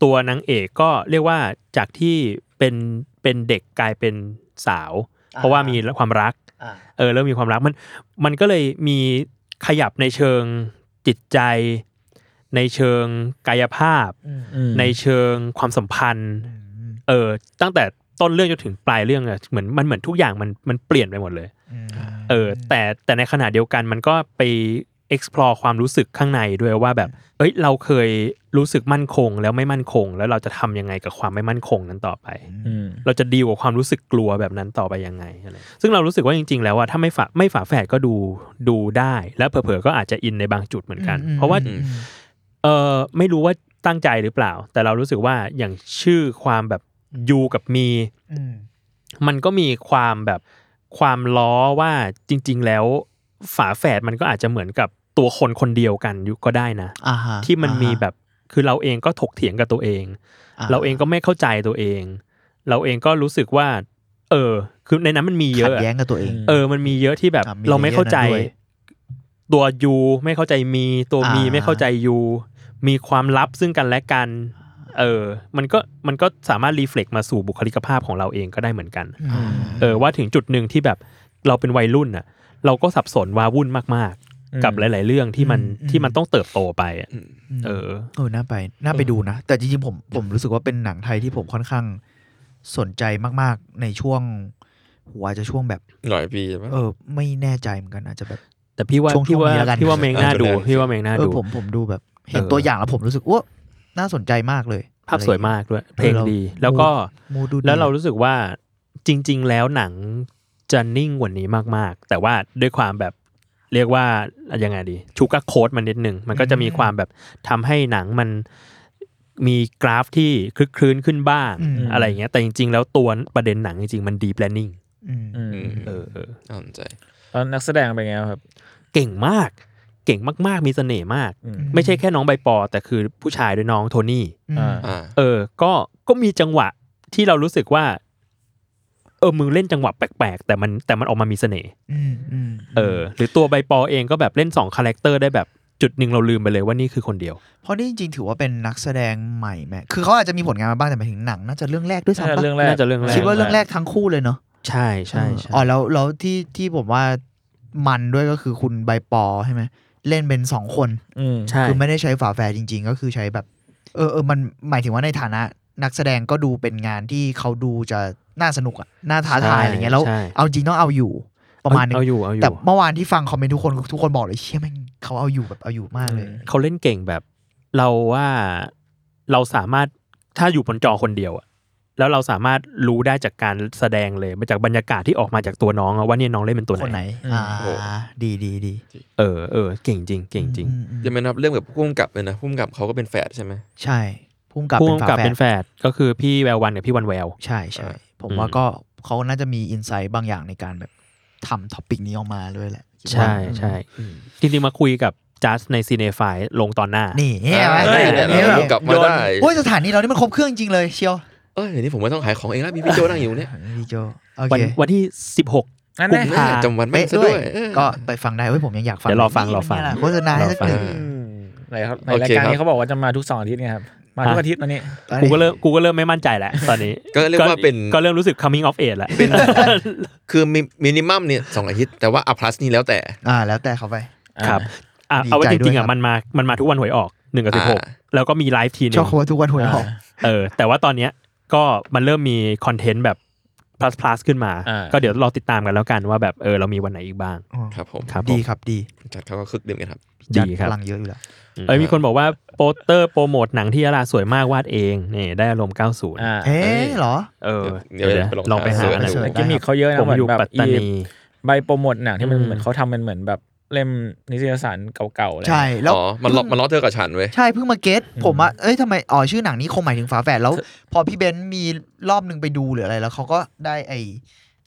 C: ตัวนางเอกก็เรียกว่าจากที่เป็นเป็นเด็กกลายเป็นสาว เพราะว่ามีความรัก
E: อ่า
C: เออเริ่มมีความรักมันมันก็เลยมีขยับในเชิงจิตใจ ในเชิงกายภาพ
E: อืม
B: อืม
C: ในเชิงความสัมพันธ์
E: อืม
C: เออตั้งแต่ต้นเรื่องจนถึงปลายเรื่องอะเหมือนมันเหมือนทุกอย่างมันมันเปลี่ยนไปหมดเลย
E: อืม
C: เออแต่แต่ในขณะเดียวกันมันก็ไป explore ความรู้สึกข้างในด้วยว่าแบบ เอ้ยเราเคยรู้สึกมั่นคงแล้วไม่มั่นคง แล้วเราจะทำยังไงกับความไม่มั่นคงนั้นต่อไป
B: อืม
C: เราจะดีลกับความรู้สึกกลัวแบบนั้นต่อไปยังไงอะไรซึ่งเรารู้สึกว่าจริง ๆ แล้วว่าถ้าไม่ฝาไม่ฝาแฝดก็ดูดูได้ และเผลอๆก็อาจจะอินในบางจุดเหมือนกัน
E: อืม
C: เพราะว่า
E: อืม
C: เออไม่รู้ว่าตั้งใจหรือเปล่า แต่เรารู้สึกว่าอย่างชื่อความแบบยูกับมี
E: อืม
C: มันก็มีความแบบความล้อว่าจริง ๆ แล้วฝาแฝดมันก็อาจจะเหมือนกับตัวคนคนเดียวกันอยู่ก็ได้นะ
E: อ่าฮะ
C: ที่มัน
E: อ่าฮะ
C: มีแบบคือเราเองก็ถกเถียงกับตัวเอง เราเองก็ไม่เข้าใจตัวเอง เราเองก็รู้สึกว่า เออ คือในนั้นมันมีเย
E: ขั
C: อะ
E: ดแย้งกับตัวเอง
C: เออมันมีเยอะที่แบบ
E: อ่ะมี
C: เราไม่เข้าใจ
E: เยอะนะด้วย
C: ตัวยูไม่เข้าใจมีตัวมี
E: อ่า
C: ไม่เข้าใจยูมีความลับซึ่งกันและกัน เออ มันก็มันก็สามารถรีเฟล็กมาสู่บุคลิกภาพของเราเองก็ได้เหมือนกัน
E: อืม
C: เออว่าถึงจุดหนึ่งที่แบบเราเป็นวัยรุ่นน่ะ เราก็สับสนว้าวุ่นมาก
B: อืม
C: ๆ กับหลาย ๆ เรื่องที่มันที่มันต้องเติบโตไปอะเออ
E: เออน่าไปน่าไปดูนะ แต่จริงๆผมผมรู้สึกว่าเป็นหนังไทยที่ผมค่อนข้างสนใจมากๆในช่วงหัวจะช่วงแบบ
D: หลายปีใช่ไหม
E: เออ ไม่แน่ใจเหมือนกันอาจจะแบบ
C: แต่พี่ว่า
E: ช่วง
C: พี่ว่า
E: ช่วงนี้แล้วกัน
C: พี่ว่าเมงน่าดู
D: เออ
C: พี่ว่าเมงน่า
E: เออ
C: ดู
E: ผมผมดูแบบ เห็น
C: เออ
E: ตัวอย่างแล้วผมรู้สึกว่าน่าสนใจมากเลย
C: ภาพสวยมากด้วย เพลง
E: ออ
C: ดี แล้วก็
E: มูดูดี
C: แล้วเรารู้สึกว่าจริง ๆ แล้วหนังจะนิ่งกว่านี้มากๆ แต่ว่าด้วยความแบบเรียกว่ายังไงดีชูการ์โค้ดมันนิดนึง มันก็จะมีความแบบทำให้หนังมันมีกราฟที่คลึกคลื้นขึ้นบ้าง
E: ม
C: อะไรอย่างเงี้ยแต่จริง ๆ แล้วตัวประเด็นหนังจริง ๆ มันดีแ a นนิ่ง
E: อืม
B: อืม
D: อืม
C: เออเออ
D: น่าสนใจ
B: ตอนนักแสดงเป็นไงครับ
C: เก่งมาก เก่งมาก ๆ มีเสน่ห์มาก
B: อืม
C: ไม่ใช่แค่น้องใบปอ แต่คือผู้ชายด้วยน้องโทนี่
B: อ่า
D: อ่า
C: เออ ก็ก็มีจังหวะที่เรารู้สึกว่า เออมึงเล่นจังหวะแปลกๆ แต่มันแต่มันออกมามีเสน่ห์
E: อืมอืม
C: เออหรือตัวใบปอเองก็แบบเล่นสองคาแรคเตอร์ได้แบบจุดหนึ่งเราลืมไปเลยว่านี่คือคนเดียว
E: เพราะนี่จริงๆ ถือว่าเป็นนักแสดงใหม่แม่คือเขาอาจจะมีผลงานมาบ้างแต่หมายถึงหนังน่าจะเรื่องแรกด้วยซ้ำปะ
B: เรื่องแรก
C: น่าจะเรื่องแรก
E: คิดว่าเรื่องแรกทั้งคู่เลยเนาะ
C: ใช่ใช่ใช่
E: อ๋อแล้วแล้วที่ที่ผมว่ามันด้วยก็คือคุณใบปอใช่ไหมเล่นเป็นสองคน
B: อืม
C: ใช่
E: คือไม่ได้ใช้ฝาแฝดจริง ๆ ก็คือใช้แบบ เออเออมันหมายถึงว่าในฐานะ นักแสดงก็ดูเป็นงานที่เขาดูจะน่าสนุกอะน่าท้าทาย
C: ใช่
E: อะไรเงี้ยแล้ว
C: ใช่
E: เอาจริงต้องเอาอยู่ประมาณนึง
C: เอาอยู่เอาอยู่
E: แต่เมื่อวานที่ฟังคอมเมนต์ทุกคนทุกคนบอกเลยเชี่ยแม่งเขาเอาอยู่แบบเอาอยู่มากเลย
C: เขาเล่นเก่งแบบ เราว่าเราสามารถถ้าอยู่บนจอคนเดียวอะแล้วเราสามารถรู้ได้จากการแสดงเลยมาจากบรรยากาศที่ออกมาจากตัวน้องอะว่าเนี่ยน้องเล่นเป็นตัว
E: คน
C: ไห
E: ไห
C: น
E: น
B: อืม
E: อ่า
D: โอ้
E: ดีดีดี
C: เออเออเก่งจริงเก่งจริง
E: อืมอืม
D: ยังไม่นับเรื่องแบบพุ่มกับเลยนะพุ่มกับเขาก็เป็นแฝดใช่ไหม
E: ใช่พุ่มกับ
C: พ่
E: เป็
C: วน ง
E: ฝา
C: กับ
E: แฝ
C: เป็
E: ด
C: นแฝดก็คือพี่แวววันกับพี่วันแวว
E: ใช่ใช่
D: อ่า
E: ผม
C: อืม
E: ว่าก็เขาน่าจะมีอินไซต์บางอย่างในการแบบทำท็อปิกนี้ออกมาด้วยแหละคิดว่า
C: ใช่ใช่จริงๆมาคุยกับจัสในซีเนฟายลงตอนหน้า
E: นี่เห็นไหม
D: เอ้ย
E: เห็นไหม
D: เดี๋ยว
E: เห็นไหม
D: เรากลับมาได้
E: โอ้ยสถานีเรานี่มันครบเครื่องจริงเลยเชียว
D: เอ้ยเดี๋ยวนี้ผมไม่ต้องขายของเองแล้วมีพี่โจนั่งอยู่เนี่ย
E: ดีโจโอ
C: วัน
E: เค
C: วันที่ 16
B: นั่น
C: กลุ่
B: แน่
C: มห้า
D: จำวันไม่
E: เป๊ะ
D: ซะ
E: ด้
D: ด้
E: ว
D: วย
E: ย
D: เออ
E: ก็ไปฟังได้เว้ยผมยังอยากฟัง
C: เดี๋ยวรอฟังรอฟัง
E: นี่ไล่ะโฆษณาให้สักหนึ่ง
D: รอฟัง
B: อืมไหนครับใน
D: โอ
B: ราย
D: เค
B: การ
D: ครับ
B: นี้เขาบอกว่าจะมาทุกสองอาทิตย์ไงครับ มาทุกอาทิตย์ตอนนี้
C: กูก็เริ่มกูก็เริ่มไม่มั่นใจ
E: <laughs>
C: แล้วตอนนี้
D: ก็เรียกว่าเป็น
C: ก็เริ่มรู้สึก coming of age แล้ว
D: เป็น คือมิมินิมัมเนี่ยสองอาทิตย์แต่ว่าอัพลัสนี่แล้วแต่
E: อ่า แล้วแต่เขาไป
C: ครับอ่ะ
E: ดีใจ
C: เอาว่าจริงๆ
E: ด้วยครั
C: อ่ะ
E: บ
C: มันมา มันมาทุกวันหวยออกหนึ่งกับสิบหก
D: อ่า
C: แล้วก็มีไลฟ์ทีนึ
E: ชอบ
C: ง
E: คำว่าทุกวันหวยออก
C: เออ แต่ว่าตอนเนี้ยก็มันเริ่มมีคอนเทนต์แบบ plus plus ขึ้นมา
B: อ่า
C: ก็เดี๋ยวรอติดตามกันแล้วกันว่าแบบเออเรามีวันไหนอีกบ้าง
D: ครับผม
C: ครับผ
E: ดี
C: ม
E: ครับดี
D: จัดเขาก็คึกดื่มกันครับ
C: ดีครับ
E: พลังเยอะอยู่แล้ว
C: เอ้ยมีคนบอกว่าโปสเตอร์โปรโมทหนังที่ยาลาสวยมากวาดเองนี่ได้อารมณ์ 90
B: อ่า
E: เอ๊ะเหรอ
C: เออ
D: เดี๋ยว
C: นะ
D: ไปลอง
C: ลองไปหา
D: หา
C: หน่อย
E: เสิร์ช
B: แต่กิมมิคเขาเยอะนะ
C: ผม
B: เหมือ
C: อยู่
B: นแบบ
C: ปัตตานี
B: อีใบโปรโมทหนังที่มัน
C: อืม
B: เหมือนเขาทำมันเหมือนแบบเล่มนิตยสารเก่าๆเลย
E: ใช่แล้ว
D: อ๋อมันล้อมันล้อเธอกับฉันเว้ย
E: ใช่เพิ่งมาเก็ตผมว่าเอ้ยทำไมอ๋อชื่อหนังนี้คงหมายถึงฝาแฝดแล้ว พอพี่เบนซ์มีรอบหนึ่งไปดูหรืออะไรแล้วเขาก็ได้ไอ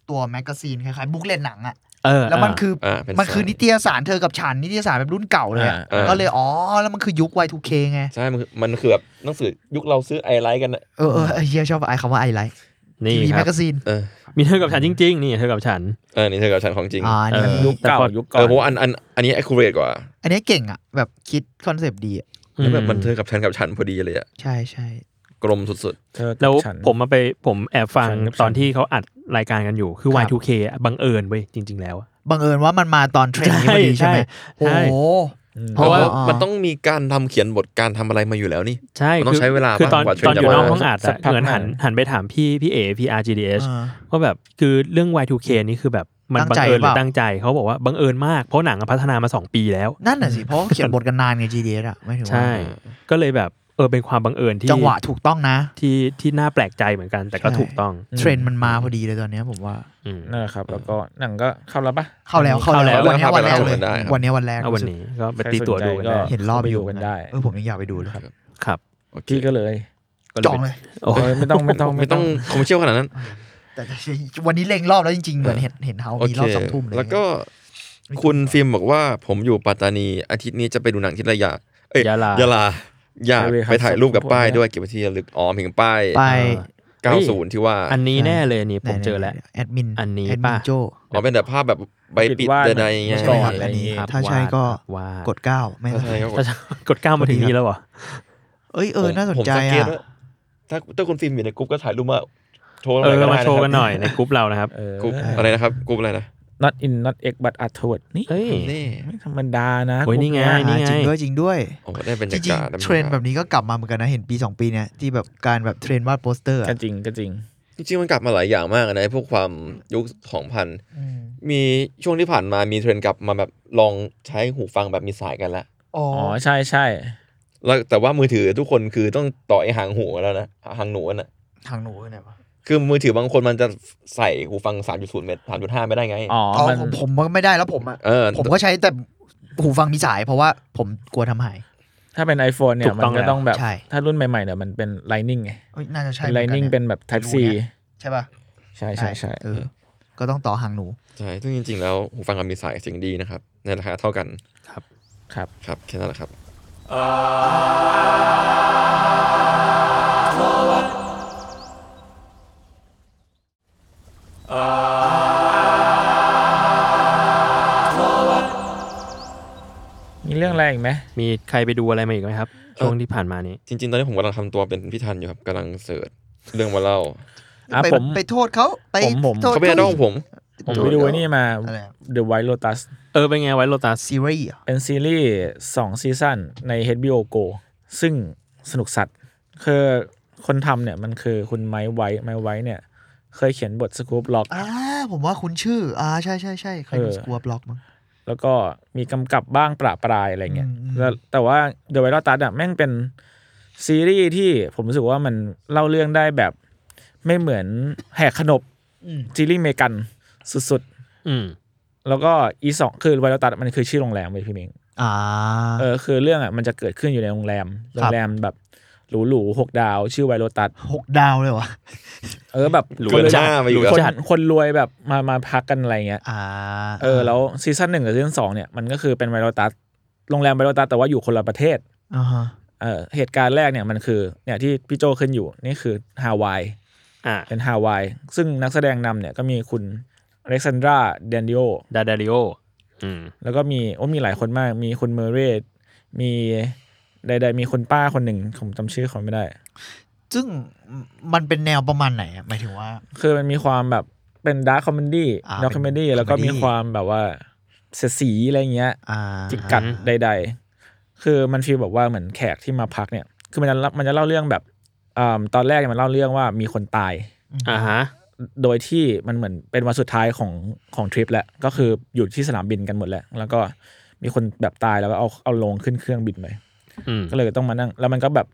E: ตัวแมกกาซีนคล้ายๆบุ๊กเลตหนังอะ
C: เออ
E: แล้วมัน
C: เออ
E: คือ
D: อ่าเป็
E: มันคือ
D: สาย
E: นิตยสารเธอกับฉันนิตยสารแบบรุ่นเก่าเลยอะ
B: อ่า
D: เออ
E: ก็เลยอ๋อแล้วมันคือยุค Y2K ไง
D: ใช่มันคือมันคือแบบหนังสือยุคเราซื้อไอไลท์กันอะ
E: เออเออไอเฮียชอบไอคำว่าไอไลท์
C: นี่
E: ทีวี
C: ค
E: แม
C: รั
E: ก
C: บ
E: กาซีน
D: เออ
C: มีเธอกับฉันจริง ๆ นี่เธอกับฉัน
D: เออนี่เธอกับฉันของจริง
E: อ่าอัน
C: เอ
E: นี้
C: อ
B: ยุคเก่ายุคก่อ
D: เออน เพราะว่าอันอันอันนี้ accurate กว่า
E: อันนี้เก่งอ่ะ แบบคิดคอนเซปต์ดีอะ
D: แล้วแบบมันเธอกับฉันกับฉันพอดีเลยอะ
E: ใช่ใช่
D: กลมสุด
B: เธอกับ
C: แล้ว
B: ฉัน
C: ผมมาไปผมแอบฟัง
B: ฉันกับฉัน
C: ตอนที่เขาอัดรายการกันอยู่คือ Y2K อะบังเอิญเว้ยจริง ๆ แล้วอะ
E: บังเอิญว่ามันมาตอนเทรนด์นี้พอดี
C: ใช่
E: ใช่ไหม
C: ใช่
E: โอ้โห
B: อืม
D: ๆ
C: เพราะว่า
D: ออมันต้องมีการทำเขียนบทการทำอะไรมาอยู่แล้วนี่
C: ใช่
D: มันต้อง
C: คื
D: ใช้เวลา
C: คือ
D: บ้างก
C: ตอน
D: ว่าเทรน
C: ตอน
D: จะ
C: อยู่นอก
D: มา
C: ห้องอัด
B: สั
C: อะ
B: กพัก
C: เหมือนหัน
B: หนึ่ง
C: หันไปถามพี่พี่เอพี่ RGDH
E: อ่า
C: ว่าแบบคือเรื่อง Y2K นี่คือแบบมัน
E: ตั้
C: บั
E: ง
C: ง
E: ใจ
C: เอิญห
E: หรื
C: รื
E: อ
C: อ
E: เปล่า
C: ตั้งใจเขาบอกว่าบังเอิญมากเพราะหนังอะพัฒนามาสองปีแล้ว
E: นั่นน่ะสิ เพราะเขียนบทกันนานไง GDS อ่ะไม่ถึงว่า
C: ใช่ ก็เลยแบบเออเป็นความบังเอิญที่
E: จังหวะถูกต้องนะ
C: ที่ที่น่าแปลกใจเหมือนกัน แต่ก็
E: ใช่
C: ถูกต้อง
E: เทรนด์มันมาพอดีเลยตอนเนี้ยผมว่า
C: อืม
B: นั่นแหละครับ แล้วก็หนังก็เข้าแล้วปะ
E: เข้าแล้วเข้าแล้ว
D: เข้าแล้วเข้าแล้
E: วันเนี้ยวันแร
D: ว
E: กเลย
D: ได้ครับ
E: วันเนี้ยวันแรก
C: เอาวันนี้ก็ไปตีตั๋วดูกัน
B: ใครส
C: ได้
B: ใจ
E: เห็นรอบ
B: ไปอยู่กันได้
E: เออผมยังอยากไปดูเลย
D: ครับ
C: ครับ
D: โอเค
B: พี่ก็เลย
C: ก็
E: จองเลย
C: โอ้
B: เออไม่ต้องไม่ต้อง
D: ไม่ต้องคอมเมอร์เชียลขนาดนั้น
E: แต่วันนี้เล็งรอบแล้วจริงๆเหมือนเห็นเห็นเฮา
D: โอ
E: มี
D: เค
E: รอบสองทุ่มเลย
D: แล้วก็คุณฟิล์มบอกว่าผมอยู่ปัตตานีอาทิตย์นี้จะไปดูหนังที่ระยะเอ้ย
C: ยาลาย
D: ะลาอยากไปถ่ายรูปกับป้ายด้วยเก็บไว้ที่ระลึกอ๋อถึงป้าย
E: ไป
C: เฮ้ย
D: 90 ที่ว่า
C: อันนี้แน่เลยอันนี้
E: ไหน
C: ผมเจอแล้ว
E: แอดมิน
C: อันนี้
E: แอดมิน
C: ป่ะ
E: โจ
D: อ๋อเป็นแบบภาพแบบใบปิด
B: ปิดวาด
D: ใดๆ
B: มั
D: ไง
E: ใช่
B: ก่
E: ค
B: อ
E: รั
B: น
E: บ
B: อะไร
E: อันนี้
B: อย่างงี้
E: ถ้าใช่ก็
C: ว่าก
E: กดเก้าไม่
D: ใช่ครับผม
C: ถ้าจะกดก้าวมาถึงนี้แล้วเหรอ
E: เอ้ยเออน่าสน
D: ผม
E: ใจ
D: สังเกต
E: อ่ะ
D: ว่าถ้าถ้าคุณฟิล์มอยู่ในกลุ่มก็ถ่ายรูปมาโชว์
C: เออ
D: หน่ย
C: มา
D: ได้ะครับ
C: โชว์กันหน่อยในกรุ๊ปเรานะครับ
B: เออ
D: กลุ่มอะไรนะครับกลุ่มอะไรนะ
B: not in not ex but a t w o r d นี่
C: เฮ้ย
D: นี่
B: ไม่ธรรมดานะ
C: โอ้ยนี่ไง
B: กลุ่มเย
E: อ่าจริงด้วยจริงด้วย
D: โอ้ได้บรร
E: จ
D: ยา
E: ริง
D: กาศ
E: ๆเทรนด์แบบนี้ก็กลับมาเหมือนกันนะ เห็นปี 2 ปีเนี่ยที่แบบการแบบเทรนด์วาดโปสเตอร์อะ
B: ก็จริงก็จริง
D: จริงๆมันกลับมาหลายอย่างมากนะไอ้พวกความยุคของพัน
E: อืม
D: มีช่วงที่ผ่านมามีเทรนด์กลับมาแบบลองใช้หูฟังแบบมีสายกันละ
E: อ๋อ
B: อ๋อ
E: อ
B: ใช่ใช่
D: แล้วแต่ว่ามือถือทุกคนคือต้องต่อไอหางหูแล้วนะหางหนูน่ะ
E: ทางหนูเนี่ยปะ
D: คือมือถือบางคนมันจะใส่หูฟัง 3.0 เมตร3.5 ไม่ได้ไง
B: อ๋อ
E: อ๋อ
B: มัน
E: ผมผมว่าไม่ได้แล้วผมอ่ะ
D: เออ
E: ผมก็ใช้แต่หูฟังมีสายเพราะว่าผมกลัวทำหาย
B: ถ้าเป็น iPhone เนี่
C: ถู
B: ย
C: ก
B: มั
C: ต้อง
B: นก็ต้องแบบ
E: ใช่
B: ถ้ารุ่นใหม่ๆเนี่ยมันเป็น Lightning ไง
E: เอ้ยน่าจะใช่
B: เป็น
E: หมือกัะ
B: Lightning เป็นแบบ Type
E: รู้
B: C
E: เนี่ย ใช่ป่ะ
B: ใช่ใช่ใช่
E: เออ ก็ต้องต่อหางหนู
D: ใช่ซึ่งจริงๆแล้วหูฟังกับมีสายเสิ่งดีนะครับ ในราคาเท่ากัน
B: ครับ
D: ครับแค่นั้นแหละครับ
B: มีเรื่องอะไรอีกไหม
C: มีใครไปดูอะไรมาอีกไหมครับ ช่วงที่ผ่านมานี้
D: จริง ๆ ตอนนี้ผมกำลังทำตัวเป็นพี่ทันอยู่ครับกำลังเสิร์ชเรื่องมาเล่า
B: อ่ะ
E: ไป
B: ผม
E: ไปโทษเขาไป
B: ผมผม
E: โทษ
D: เขาเป็นไอดอลของผม
B: ผมไปดูไอ้นี่มา
E: อะไรอะ
B: The White Lotus
C: เออเป็นไงไว้โลตัส
E: ซีรีส์เหรอ
B: เป็นซีรีส์สองซีซั่นใน HBO Go ซึ่งสนุกสัตว์คือคนทำเนี่ยมันคือคุณไมค์ไวท์ไมค์ไวท์เนี่ย เคยเขียนบทสกู๊ปล็อก
E: อ่าผมว่าคุณชื่อ อ่าใช่ใช่ใช่ใครดู
B: เออ
E: สกัวบล็อกมั้ง
B: แล้วก็มีกำกับบ้างปราปรายอะไรเงี้ย
E: อืมอืม
B: แล้วแต่ว่า The White Lotus อ่ะแม่งเป็นซีรีส์ที่ผมรู้สึกว่ามันเล่าเรื่องได้แบบไม่เหมือนแหกขนบซีรีส์เมกันสุด
C: อืม
B: ๆ แล้วก็อีสองคือไวโรตัสมันคือชื่อโรงแรมเว้ยพี่เมง
E: อ่า
B: เออคือเรื่องอ่ะมันจะเกิดขึ้นอยู่ในโรงแรม
E: ครับ
B: โรงแรมแบบหรูๆหกดาวชื่อไวโรตัส
E: หกดาวเลยวะ
B: เออแบบ
D: หรู
B: คนรวย
D: จ้ามาอยู่
B: คน
D: จัด
B: คนรวยแบบมามาพักกันอะไรเงี้ย
E: อ่า
B: เออแล้วซีซั่นหนึ่งกับซีซั่นสองเนี่ยมันก็คือเป็นไวโรตัสโรงแรมไวโรตัสแต่ว่าอยู่คนละประเทศ
E: อ่าฮะ
B: เออเหตุการณ์แรกเนี่ยมันคือเนี่ยที่พี่โจขึ้นอยู่นี่คือฮาวาย
C: อ่ะ
B: เป็นฮาวายซึ่งนักแสดงนำเนี่ยก็มีคุณอเล็กซานดราเดนดิโอ
C: ดาดาริโออืม
B: แล้วก็มีโอ้มีหลายคนมากมีคุณเมอร์เรดมีใดๆมีคนป้าคนหนึ่งผมจำชื่อเขาไม่ได้
E: ซึ่งมันเป็นแนวประมาณไหนอะหมายถึงว่า
B: คือมันมีความแบบเป็นดาร์คคอมเมดี้
E: อ่า
B: ดาร์คคอมเมดี้
E: เป็น
B: แล้วก็มี
E: comedy
B: ความแบบว่าเสียดสีอะไรเงี้ย
E: อ่า
B: จิกกัด
C: อ่า
B: ใด ๆ คือมันฟีลแบบว่าเหมือนแขกที่มาพักเนี่ย คือมันจะเล่ามันจะเล่าเรื่องแบบอ่าตอนแรกเนี่ยมันเล่าเรื่องว่ามีคนตาย
C: อ่าฮะ
B: โดยที่มันเหมือนเป็นวันสุดท้ายของของทริปแหละก็คืออยู่ที่สนามบินกันหมดแหละแล้วก็มีคนแบบตายแล้วก็เอาเอาลงขึ้นเครื่องบินไป
C: อืม
B: ก็เลยต้องมานั่ง แล้วมันก็แบบ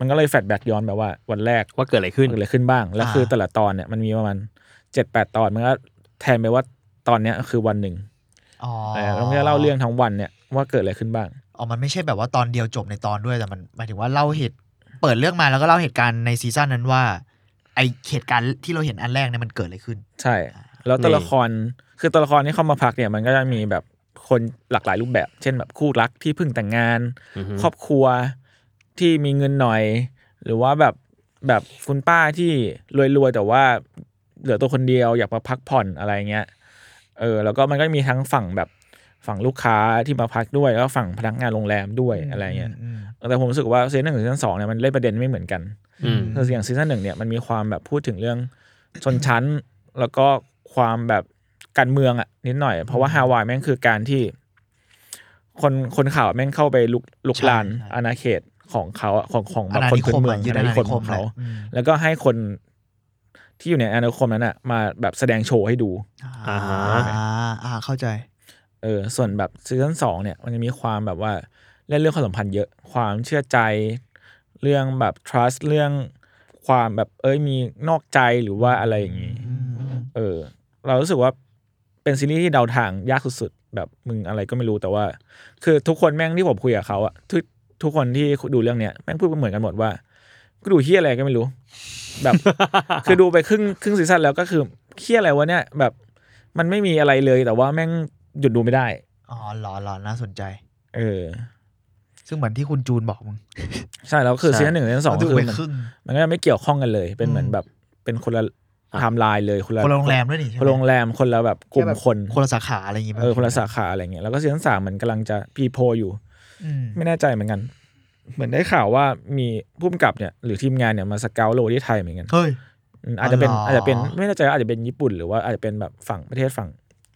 B: มันก็เลยแฟลชแบ็กย้อนแบบว่าวันแรก
C: ว่าเกิดอะไรขึ้น
B: เกิดอะไรขึ้นบ้าง แล้วคือแต่ละตอนเนี่ยมันมีประมาณเจ็ดแปดตอน มันก็แทนไปว่าตอนเนี้ยคือวันหนึ่ง
E: อ๋อ
B: เออแล้วมันจะเล่าเรื่องทั้งวันเนี่ยว่าเกิดอะไรขึ้นบ้าง
E: อ๋อมันไม่ใช่แบบว่าตอนเดียวจบในตอนด้วยแต่มันหมายถึงว่าเล่าเหตุเปิดเรื่องมาแล้วก็เล่าเหตุการณ์ในซีซั่นนั้นว่า ไอเหตุการณ์ที่เราเห็นอันแรกเนี่ยมันเกิดอะไรขึ้น
B: ใช่ แล้วตัว
C: นี่
B: ละคร คือตัวละครที่เข้ามาพักเนี่ยมันก็จะมีแบบคนหลากหลายรูปแบบ เช่นแบบคู่รักที่เพิ่งแต่งงาน ครอบครัวที่มีเงินหน่อย หรือว่าแบบแบบคุณป้าที่รวยๆแต่ว่าเหลือตัวคนเดียวอยากมาพักผ่อนอะไรเงี้ยเออแล้วก็มันก็มีทั้งฝั่งแบบฝั่งลูกค้าที่มาพักด้วย แล้วก็ฝั่งพนักงานโรงแรมด้วยอะไรเงี้ยแต่ผมรู้สึกว่าซีซั่นหนึ่งกับซีซั่นสองเนี่ยมันเล่นประเด็นไม่เหมือนกัน
C: อืม
B: คืออย่างซีซั่นหนึ่งเนี่ยมันมีความแบบพูดถึงเรื่องชนชั้น แล้วก็ความแบบการเมืองอะนิดหน่อย เพราะว่าฮาวายแม่งคือการที่ คนคนข่าวแม่งเข้าไปลุกลุกลาน
E: ใช่ใช่
B: อาณาเขตของเขาอะของของแบ
E: อา
B: บ
E: ณา
B: คน
E: นิค
B: พื้น
E: ม
B: เมือง
E: อะยึด
B: อาณา
E: อาณา
B: นิค
E: นิ
B: ม
E: ค
B: ขอ
E: ม
B: ง
E: เล
B: เขา
E: ยอืม
B: แล้วก็ให้คนที่อยู่ในอาณานิคมนั้นอะมาแบบแสดงโชว์ให้ดู
C: อ่าฮะ
E: อ่าอ่าเข้าใจ
B: เออส่วนแบบซีซั่นสองเนี่ยมันจะมีความแบบว่าเล่นเรื่องความสัมพันธ์เยอะ ความเชื่อใจ เรื่องแบบ trust เรื่องความแบบเอ้ยมีนอกใจหรือว่าอะไรอย่างนี้ เออ เรารู้สึกว่าเป็นซีรีส์ที่เดาทางยากสุดๆ แบบมึงอะไรก็ไม่รู้แต่ว่า คือทุกคนแม่งที่ผมคุยกับเขาอะทุกทุกคนที่ดูเรื่องเนี้ยแม่งพูดเหมือนกันหมดว่ากูดูเฮี้ยอะไรก็ไม่รู้ แบบ คือดูไปครึ่งครึ่งซีซั่นแล้วก็คือเฮี้ยอะไรวะเนี่ยแบบมันไม่มีอะไรเลยแต่ว่าแม่งหยุดดูไม่ได้
E: อ๋อเหรอเหรอน่าสนใจ
B: เออ
E: ซึ่งเหมือนที่คุณจูนบอกมึง
B: ใช่แล้วคือซีซั่นหนึ่งซีซั่นสอง
E: ดู
B: คือ
E: ไป
B: มัน
E: ครึ่ง
B: มันก็ไม่เกี่ยวข้องกันเลย เป็นเหมือน
E: อืม
B: แบบ เป็นคนละไทม์ไลน์เลยคนละ
E: คนละโรงแรมด้วยนี่ใช่ไหม
B: คนละโรงแรมคนละแบบกลุ่ม
E: แแบบ
B: คน
E: คนละสาขาอะไรอย่างงี้ป
B: เออคนละสาขาอะไรเงี้ยแล้วก็ซีซั่นสามเหมือนกำลังจะพีโพอยู่
E: อืม
B: ไม่แน่ใจเหมือนกัน เหมือนได้ข่าวว่ามีผู้กำกับเนี่ย หรือทีมงานเนี่ยมาสเกาโลที่ไทยเหมือนกัน
E: เฮ้ย
B: อืมอาจจะเป็น
E: อ๋อเห
B: อาจ
E: รออ
B: จะเป็นไม่แน่ใจว่าอาจจะเป็นญี่ปุ่น หรือว่าอาจจะเป็นแบบฝั่งประเทศฝั่ง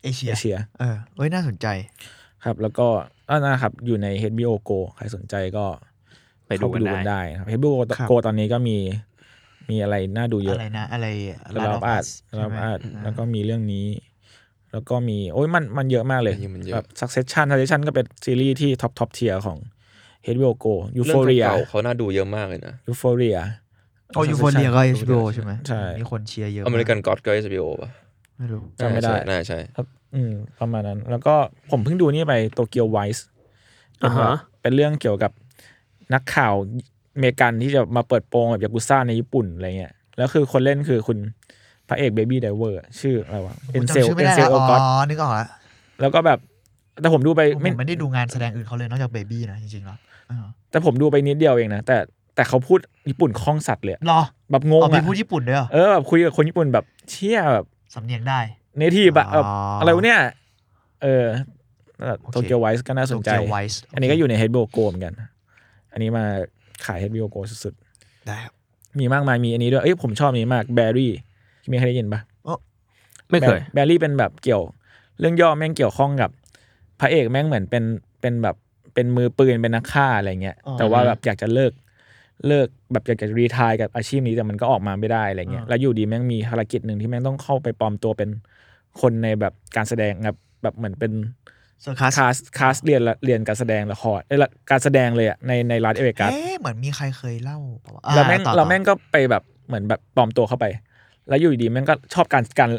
E: เอเชีย
B: เอเชีย
E: เออเอ้ยน่าสนใจ
B: ครับ แล้วก็อ่านะครับอยู่ใน HBO Go ใครสนใจก็
C: ไปดู
B: เข้า
C: กันได้
B: ได้นะครับ HBO
E: ครับ
B: Go ตอนนี้ก็มีมีอะไรน่าดูเย
E: อะ
B: อะไร
E: ไรนะ อะไร
B: ระ
E: Last
B: ดับ
E: of
B: อา
E: Us
B: ดระดับ
E: ใช่ไหม
B: อาด
E: อ่า
B: แล้วก็มีเรื่องนี้ แล้วก็มี โอ้ยมันมันเยอะมากเลย
D: เยอะมันเยอะ
B: แบบ Succession Succession ก็เป็นซีรีส์ที่ท็อปท็อปเทียร์ของ HBO Go
D: เรื่อง
B: Euphoria
D: เก่าๆเขาน่าดูเยอะมากเลยนะ
B: Euphoria
E: โอ้ยูโฟเรียก็
B: Succession
E: HBO ใช่ไหม
B: ใช่
E: มีคนเชียร์เยอะ
D: อเมริกันก็อดก็ HBO ป่ะ
E: ไม่รู้
B: จำไม่ได้
D: น่าใช่
B: อืมประมาณนั้น แล้วก็ผมเพิ่งดูนี่ไปโตเกียวไวส์
C: อ่าฮะ
B: เป็นเรื่องเกี่ยวกับนักข่าวอเมริกันที่จะมาเปิดโปงแบบยากุซ่าในญี่ปุ่นอะไรเงี้ย แล้วคือคนเล่นคือคุณพระเอกเบบี้ไดเวอร์ชื่ออะไรวะ
E: ผ
B: เอ็
E: ม
B: นเซ
E: จำ
B: ล
E: ชื่อไม่
B: เอ็น
E: ได้
B: เซล
E: ละ
B: โอ
E: อ๋
B: กอต
E: อ นึกออกละ
B: แล้วก็แบบ แต่ผมดูไป
E: ผม
B: ไม่
E: ไม่ได้ดูงานแสดงอื่นเขาเลยนอกจากเบบี้นะจริงๆแล้วเออ
B: แต่ผมดูไปนิดเดียวเองนะ แต่แต่เขาพูดญี่ปุ่นคล่องสัตว์เลยอะ
E: หรอ
B: แบบงง
E: เอาไป
B: อะ
E: พูดญี่ปุ่นด้วยเหรอ
B: เออแบบคุยกับคนญี่ปุ่นแบบเชี่ยแบบ
E: สำเนียงได้
B: เนทีฟอะแบบ
E: อ๋ออ
B: อะไรวะเนี่ย เออโตเกียวไวส์ก็น่าสนใจ
E: Tokyo Vice
B: อันนี้ก็อยู่ใน HBO Go เหมือนกัน อันนี้มาขาย HBO Go สุด
E: ได้ครับ
B: ๆ มีมากมายมีอันนี้ด้วย เอ้ยผมชอบอันนี้มากแบรี่มีใครได้ยินปะ
C: ไม่เคย
B: แบรี่เป็นแบบเกี่ยว เรื่องย่อแม่งเกี่ยวข้องกับ พระเอกแม่งเหมือนเป็นเป็นแบบเป็นมือปืนเป็นนักฆ่าอะไรเงี้ย
E: อ๋อ
B: แต่ว่าแบบอยากจะเลิกเลิกแบบอยากจะรีทายกับอาชีพนี้แต่มันก็ออกมาไม่ได้อะไรเงี้ย
E: อ่า
B: แล้วอยู่ดีแม่งมีภารกิจหนึ่งที่แม่งต้องเข้าไปปลอมตัวเป็นคนในแบบการแสดงแบบแบบเหมือนเป็น
E: เซอร์คัส
B: คลาสคลาสเรียนละเรียนการแสดงละครเอ้ยละการแสดงเลยอะในในรัฐเอเมริกา
E: เอ๊ะเหมือนมีใครเคยเล่าปะวะอ่
B: เราแม่ง
E: ต่อต่อ
B: เราแม่งก็ไปแบบเหมือนแบบปลอมตัวเข้าไป แล้วอยู่ดีแม่งก็ชอบการการ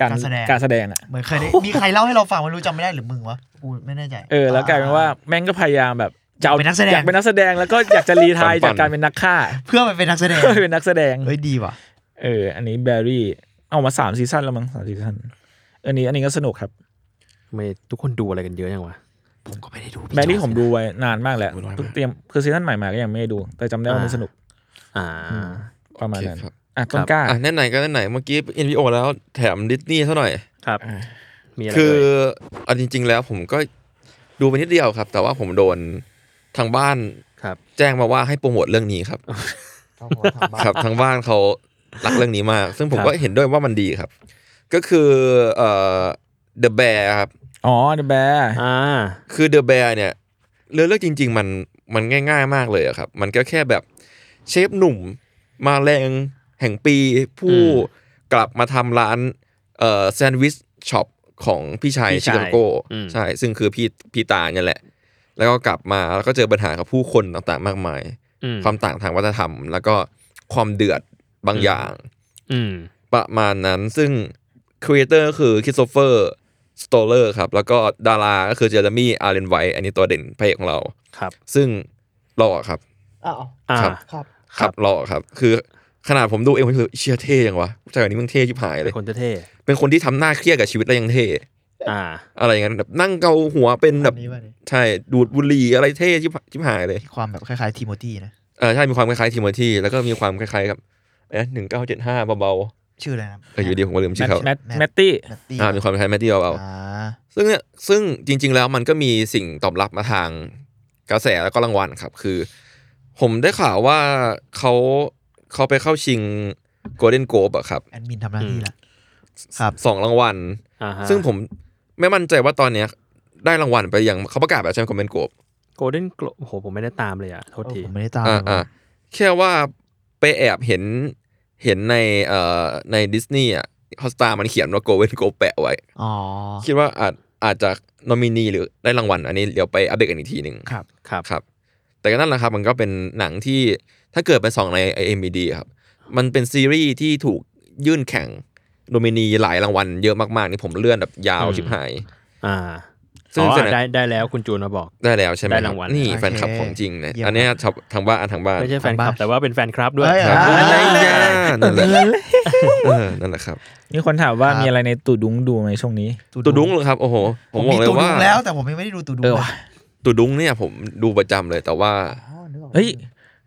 B: การ
E: การแสดง
B: การแสดงอะ
E: เหมือนเคยได้
B: <laughs>
E: มีใครเล่าให้เราฟังไม่รู้จำไม่ได้หรือมึงวะกูไม่แน่ใจ
B: เออแล้วกลายเป็นว่าแม่งก็พยายามแบบจะ
E: อยากเป็นนักแสดง
B: อยากเป็นนักแสดงแล้วก็อยากจะรีไทาย
D: ปั่
B: จาน ก
D: ๆ
B: การเป็นนักฆ่า
E: เพื่อไปเป็นนักแสดง
B: เพื่อเป็นนักแสดง
E: เฮ้ยดีว่ะ
B: เอออันนี้แบรี่เอามาสามซีซั่นแล้วมั้งสามซีซั่นอันนี้อันนี้ก็สนุกครับ
C: ไม่ทุกคนดูอะไรกันเยอะยังวะ ผมก็ไม่ได้ดูพี่
B: แบรี่
C: จอย
B: ผมดูไว้นานมากแล้ว
D: ดูน้อยมาก
B: เพิ่งเตรียมคือซีซั่นใหม่มาก็ยังไม่ได้ดู แต่จำได้ว่ามันสนุก
C: อ่า
B: ประมาณนั้น
D: โอเคครับ
B: อ่ะต้นกล้า
D: อ่ะแน่ไหนก็แน่ไหนเมื่อกี้ NPO แล้วแถมดิสนีย์ซะหน่อย
C: ครับ มีอะไร
D: คือ
C: เย
D: เอาจริง ๆ แล้วผมก็ดูไปนิดเดียวครับ แต่ว่าผมโดนทางบ้าน
C: ครับ
D: แจ้งมาว่าให้โปรโมทเรื่องนี้ครับ ครับทางบ้านเขารักเรื่องนี้มาก ซึ่งผม
C: ครับ
D: ก็เห็นด้วยว่ามันดีครับ ก็คือเอ่อ The Bear ครับ
B: อ๋อ The Bear
C: อ่า
D: คือ The Bear เนี่ยเรื่องเรื่องจริง ๆ มันมันง่าย ๆ มากเลยอะครับ มันก็แค่แบบเชฟหนุ่มมาแรงแห่งปีผู้
C: อืม
D: กลับมาทำร้านเอ่อแซนด์วิชช็อปของพี่ชาย
C: พี่
D: ชิ
C: ชาย
D: คาโก
C: อืม
D: ใช่ซึ่งคือพี่พี่ตาเนี่ยแหละ แล้วก็กลับมาแล้วก็เจอปัญหากับผู้คนต่างๆ มากมาย
C: อืม
D: ความต่างทางวัฒนธรรม แล้วก็ความเดือดบางอย่าง
C: อืม
D: ประมาณนั้นซึ่งครีเอเตอร์คือคริสโตเฟอร์สโตเลอร์ครับ แล้วก็ดาราก็คือเจอร์มี่อาร์เรนไวท์อันนี้ตัวเด่นพระเอกของเรา
C: ครับ
D: ซึ่งหล่อครับ
E: อ้าว
C: อ่า
D: ครับ
E: ครับ
D: ขับหล่อครับ คือขนาดผมดูเองผมรู้สึกเชียเท่ยังวะผู้ชายคนนี้มึงเท่ชิบหายเล
C: เป็
D: ย
C: นคนเท่
D: เป็นคนที่ทำหน้าเครียดกับชีวิตแล้วยังเท่
C: ๆอ่า
D: อะไรอย่างนั้นแบบนั่งเกาหัวเป็นแบบ
E: อันนี้ป่ะเนี่ย
D: ใช่ดูดบุหรี่อะไรเท่ชิบชิบหายเลย
E: มีความแบบคล้ายๆทีโมตีนะ
D: เออใช่มีความคล้ายๆทีมทีแล้วก็มีความคล้ายๆกับเอ๊ะหนึ่งเก้าเจ็ดห้าเบา
E: ชื่ออะไรนะ
D: ๆเอออยู่ดีผมก็ลืมชื่อเขา
B: แมต
E: Matt
B: แมตตี้
E: นัตตี้
D: อ่ามีความคล้ายแมตตี้เบาๆ
E: อ่า
D: ซึ่งเนี่ยซึ่งจริง ๆ แล้วมันก็มีสิ่งตอบรับมาทางกระแสแล้วก็รางวัลครับ คือ ผมได้ข่าวว่าเขาเขาไปเข้าชิง Golden Globe อะครับ
E: แอดมินทำหน้าที่ละครับ
D: สองรางวัล
C: อ่าฮะ
D: ซึ่งผมไม่มั่นใจว่าตอนเนี้ยได้รางวัลไปอย่างเขาประกาศไปแล้วใช่ไหม Golden Globe
C: โกลเด้นโกลโหผมไม่ได้ตามเลยอ่ะ โทษที
E: ผมไม่ได้ตาม
D: อ่าอ่าแค่ว่าไปแอบเห็นเห็นในเอ่อในดิสนีย์อะฮอสตามันเขียนว่า Golden Globe แปะไว้
E: อ๋อ
D: คิดว่าอาจอาจจะนอมินีหรือได้รางวัล อันนี้เดี๋ยวไปอัปเดตกันอีกทีหนึ่ง
E: ครับ
C: ครับ
D: ครับแต่ก็นั่นแหละครับมันก็เป็นหนังที่ถ้าเกิดไปส่องใน IMDb ครับ มันเป็นซีรีส์ที่ถูกยื่นแข่งโดมินีหลายรางวัลเยอะมากๆ นี่ผมเลื่อนแบบยาว
C: อืม
D: ชิบหาย
C: อ่า
D: ซึ่
C: อ๋
D: ง
C: อ
D: แสดง
C: ได้ได้แล้วคุณจูนมาบอก
D: ได้แล้วใช่ไหมค
C: ได้รา
D: รับ
C: งวัล
D: นี่
E: โอเค
D: แฟนคลับของจริงนะ
E: เยี่ยม
D: อันเนี้ยชาวทางบ้านอันทางบ้าน
C: ไม่ใช่แฟนคลับ
E: บ้าน
C: แต่ว่าเป็นแฟนคลับด้วย
E: เอ้ย
D: ครับ
E: อ่า
D: อะไรเนี่ยนั่นแหละเออนั่นแหละครับ
B: มีคนถามว่า
E: ครับ
B: มีอะไรในตูดุ้งดูไหมช่วงนี้
D: ตูดุ้งเหรอครับโอ้โหผ
E: ผม ม
D: บอ
E: มี
D: กเลย
E: ตูดุ
D: ว่าง
E: แล้วแต่ผมยังไม่ได้ดูตูดุง
B: เออว่ะ
D: ตูดุ้งเนี่ยผมดูประจำเลยแต่ว่า
E: อ๋อนึกออก
B: เฮ้ย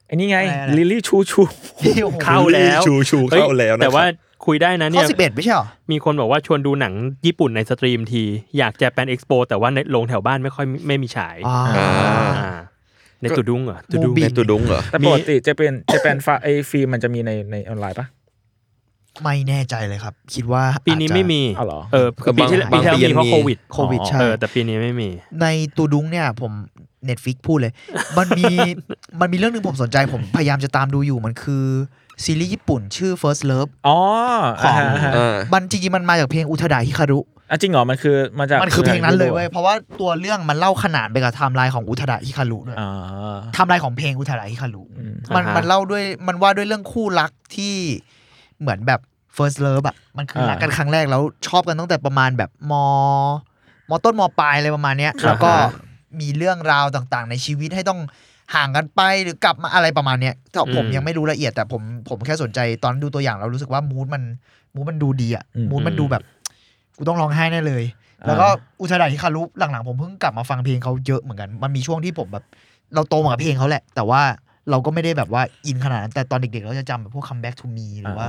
B: ไอ้นี่ไง
E: อะไรอะไร
B: ลิลลี่ชู
E: <laughs>
B: ชู
E: โอ้โห
C: เข้าแล้ว
D: ชูชู
C: ฮ้ย
D: เข้าแล้วนะครับ
C: แต่ว่าคุยได้นะ
E: ข้
C: เนี่
E: อย สิบเอ็ดไม่ใช่เหรอ
C: มีคนบอกว่าชวนดูหนังญี่ปุ่นในสตรีมที อยากจะเป็นเอ็กซ์โปแต่ว่าในลงแถวบ้านไม่ค่อยไม่มีฉาย
E: อ่า
C: อ่าในตุดุ้งเหรอตุดุ้ง
E: Mubi
D: ในตัวดุ้งเหรอ
B: แต่ปกติจะเป็นจะเป็นฟ้าไอฟิล์มมันจะมีในในออนไลน์ปะ
E: ไม่แน่ใจเลยครับ คิดว่า
C: ปีนี้
E: อาจจะ
C: ไม่มี
B: อ้าวเหรอ
C: เออคือปีที่แล้วปี
D: บาง
C: ที่
D: ปี
C: แล้วมีเพ
D: มี
C: ราะโควิด
E: โควิดใช่
C: เออแต่ปีนี้ไม่มี
E: ในตูดุ้งเนี่ยผมเน็ตฟิกพูดเลย มันมี มันมีเรื่องหนึ่งผมสนใจผมพยายามจะตามดูอยู่มันคือซีรีส์ญี่ปุ่นชื่อ First Love
B: อ๋อ
E: ขอ
B: า
E: ง
B: ฮะาฮะ
D: อ่า
E: มันจริงๆมันมาจากเพลงอุทดาฮิคารุ
B: อ่ะจริงเหรอมันคือมาจาก
E: มันคือเพลงนั้นเลยเว้ยเพราะว่าตัวเรื่องมันเล่าขนานไปกับไทม์ไลน์ของอุทดาฮิคารุด้วย
B: อ๋อ
E: ไทม์ไลน์ของเพลงอุทดาฮิคารุ
B: อืม
E: มัน
C: อ่าฮะ
E: มันเล่าด้วยมันว่าด้วยเรื่องคู่รักที่เหมือนแบบ first love อะมันคืออา รักกันครั้งแรกแล้วชอบกันตั้งแต่ประมาณแบบมมต้นมปลายอะไรประมาณเนี้ยแล้วก็มีเรื่องราวต่างๆ ในชีวิตให้ต้องห่างกันไปหรือกลับมาอะไรประมาณเนี้ยแต่ผม
C: อืม
E: ยังไม่รู้ละเอียดแต่ผมผมแค่สนใจตอนดูตัวอย่างแล้วรู้สึกว่ามูดมันมูดมันดูดีอะ
B: อืม
E: มูดมันดูแบบ กูต้องร้องไห้แน่เลย แล้วก็อุทดาฮิคารุหลังๆ ผมเพิ่งกลับมาฟังเพลงเขาเยอะเหมือนกัน มันมีช่วงที่ผมแบบ เราโตมากับเพลงเขาแหละ แต่ว่าเราก็ไม่ได้แบบว่าอินขนาดนั้น แต่ตอนเด็กๆ เราจะจำแบบพวก Come Back to Me หรือว่า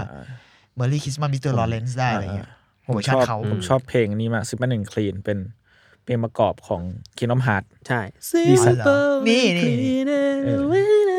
E: Merry Christmas Mr. Lawrence ได้อะไรเงี้ย
B: ผม
E: เวอร์
B: ช
E: ชั
B: อ
E: น
B: บ
E: เขา
B: ผมชอบเพลงนี้มากซิปหนึ่งคลีนเป็นเพลงประกอบของ Kingdom Hearts
C: ใช่
B: ดีสั
E: อ๋
B: ส
E: อเหรอนี่นี่
B: เอ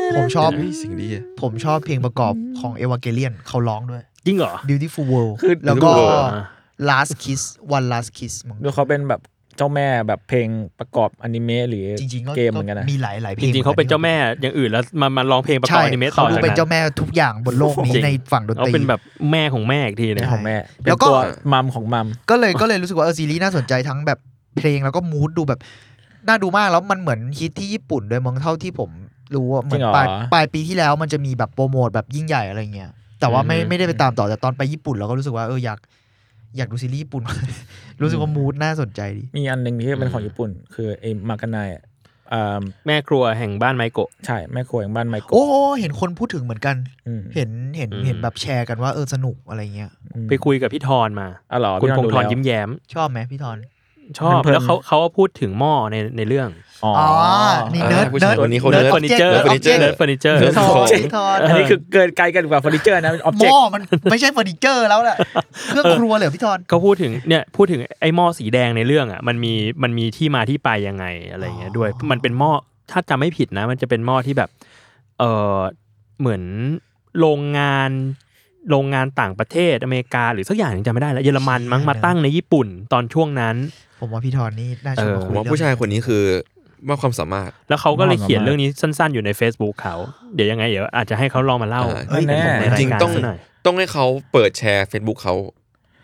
B: อ
E: ผมชอบ
D: เฮ้ยเสิ่งดีอะ
E: ผมชอบเพลงประกอบของ e v a n g e l i o n เขาร้องด้วย
C: จริงเหรอ
E: Beautiful World
B: คือ
E: แล้วก็
C: Beautiful World อ่ะ
E: Last Kiss One Last Kiss มั้ง
B: ดูเขาเป็นแบบเจ้าแม่แบบเพลงประกอบอนิเมะหรือ
E: จริงๆก็
B: เกมเหมือนกันนะ
E: มีหลายหลายๆเพ
C: จ
E: ลง
C: ริงๆเขาเป็นเจ้าแม่อย่างอื่นแล้วมามาร้องเพลงประกอบอนิเมะต่
E: เขา
C: อ
E: ดู
C: จาก
E: เป็น
C: นั้
E: เจ้าน แม่ทุกอย่างบนโลกนี้ในฝั่งดน
C: เขา
E: ตรี
C: เป็นแบบแม่ของแม่อีกทีนะ
B: ของแม่เป็
E: แล้
B: น
E: วก็
B: ตัวมัมของมัม
E: ก็เลยก็เลยรู้สึกว่าเออซีรีส์น่าสนใจทั้งแบบเพลงแล้วก็มูดดูแบบ น่าดูมากแล้วมันเหมือนฮิตที่ญี่ปุ่นด้วยมั้งเท่าที่ผมรู้ว่าเหมือน
B: จริงเหรอ
E: ปลายปลายปีที่แล้วมันจะมีแบบโปรโมทแบบยิ่งใหญ่อะไรเงี้ยแต่ว่าไม่
C: อืม
E: ไม่ได้ไปตามต่อแต่ตอนไปญี่ปุ่นเราก็รู้สึกว่าเอออยากอยากดูซีรีส์ญี่ปุ่น <laughs> รู้สึกว่ามูดน่าสนใจดี
B: มีอันหนึ่งที่เป็นของญี่ปุ่น คือไอ้มากานายอ่ะอ่า
C: แม่ครัวแห่งบ้านไมโกะ
B: ใช่แม่ครัวอย่างบ้านไมโกะ
E: โอ้โอ้เห็นคนพูดถึงเหมือนกัน
B: อืม
E: เห็นเห็น
C: อืม
E: เห็นแบบแชร์กันว่าเออสนุกอะไรเงี้ย
B: อืม
C: ไปคุยกับพี่ธรมา
B: อ๋อเหรอ
C: คุณ
B: พี่น้อ
C: พ
B: ง ดู
C: ษ์ธร
B: แล้
C: ยิ้
B: ว
C: มแย้ม
E: ชอบไหมพี่ทอน
C: ชอบ
B: เพลินๆ
C: แล้วเขาเขาพูดถึงหม้อในในเรื่อง
B: อ๋อ
E: อ๋อ
B: อ
E: นี่เนิร์ด
D: ผู้ชาย
E: เนิร์
D: ค
E: ด
D: นนี้เขา
C: เนิร์
D: Nerd
C: ดเฟอร์นิเจอร์
D: Nerd
C: เนิร์ด
D: Furniture
C: เฟอร์นิ
B: Nerd ข
E: ข
C: เจอร์
E: อ
B: อง ง
E: พี่ทอน
B: อันนี้คือเกินไกลกันกว่าเฟอร์นิเจอร์นะเป็นออบ
E: ห
B: เจก
E: ม้
B: <laughs> ต์
E: อมันไม่ใช่เฟอร์นิเจอร์แล้วแหละเครื่องครัวเหรอพี่ทอน
C: เขาพูดถึงเนี่ยพูดถึงไอ้หม้อสีแดงในเรื่องอ่ะมันมีมันมีที่มาที่ไปยังไงอะไรเงี้ยด้วย
E: อ๋อ
C: มันเป็นหม้อถ้าจำไม่ผิดนะ มันจะเป็นหม้อที่แบบเออเหมือนโรงงานโรงงานต่างประเทศอเมริกา หรือสักอย่างหนึ่งจำไม่ได้แล้วเยอรมันมั้งมาตั้งในญี่ปุ่นตอนช่วงนั้น
E: ผมว่าพี่ทอนนี่น่าชวนมา
C: เอ
D: ผ
C: อ
E: คุ
D: ม
E: ย
D: ว่า
E: เรื่อง
D: ผู้ชายคนนี้คือมากความสามารถ
C: แล้วเขาก็เลย
B: หม้อ
C: เขียน
B: มา
C: เรื่องนี้สั้นๆอยู่ใน Facebook เขา เดี๋ยวยังไงเดี๋ยวอาจจะให้เขาลองมาเล่า
D: อ่า
B: เอ้ยแน่
C: ใน
D: จ
C: ราย
D: ริง
C: การ
D: ๆต้อง
C: ซะหน่อย
D: ต้องให้เขาเปิดแชร์ Facebook เขา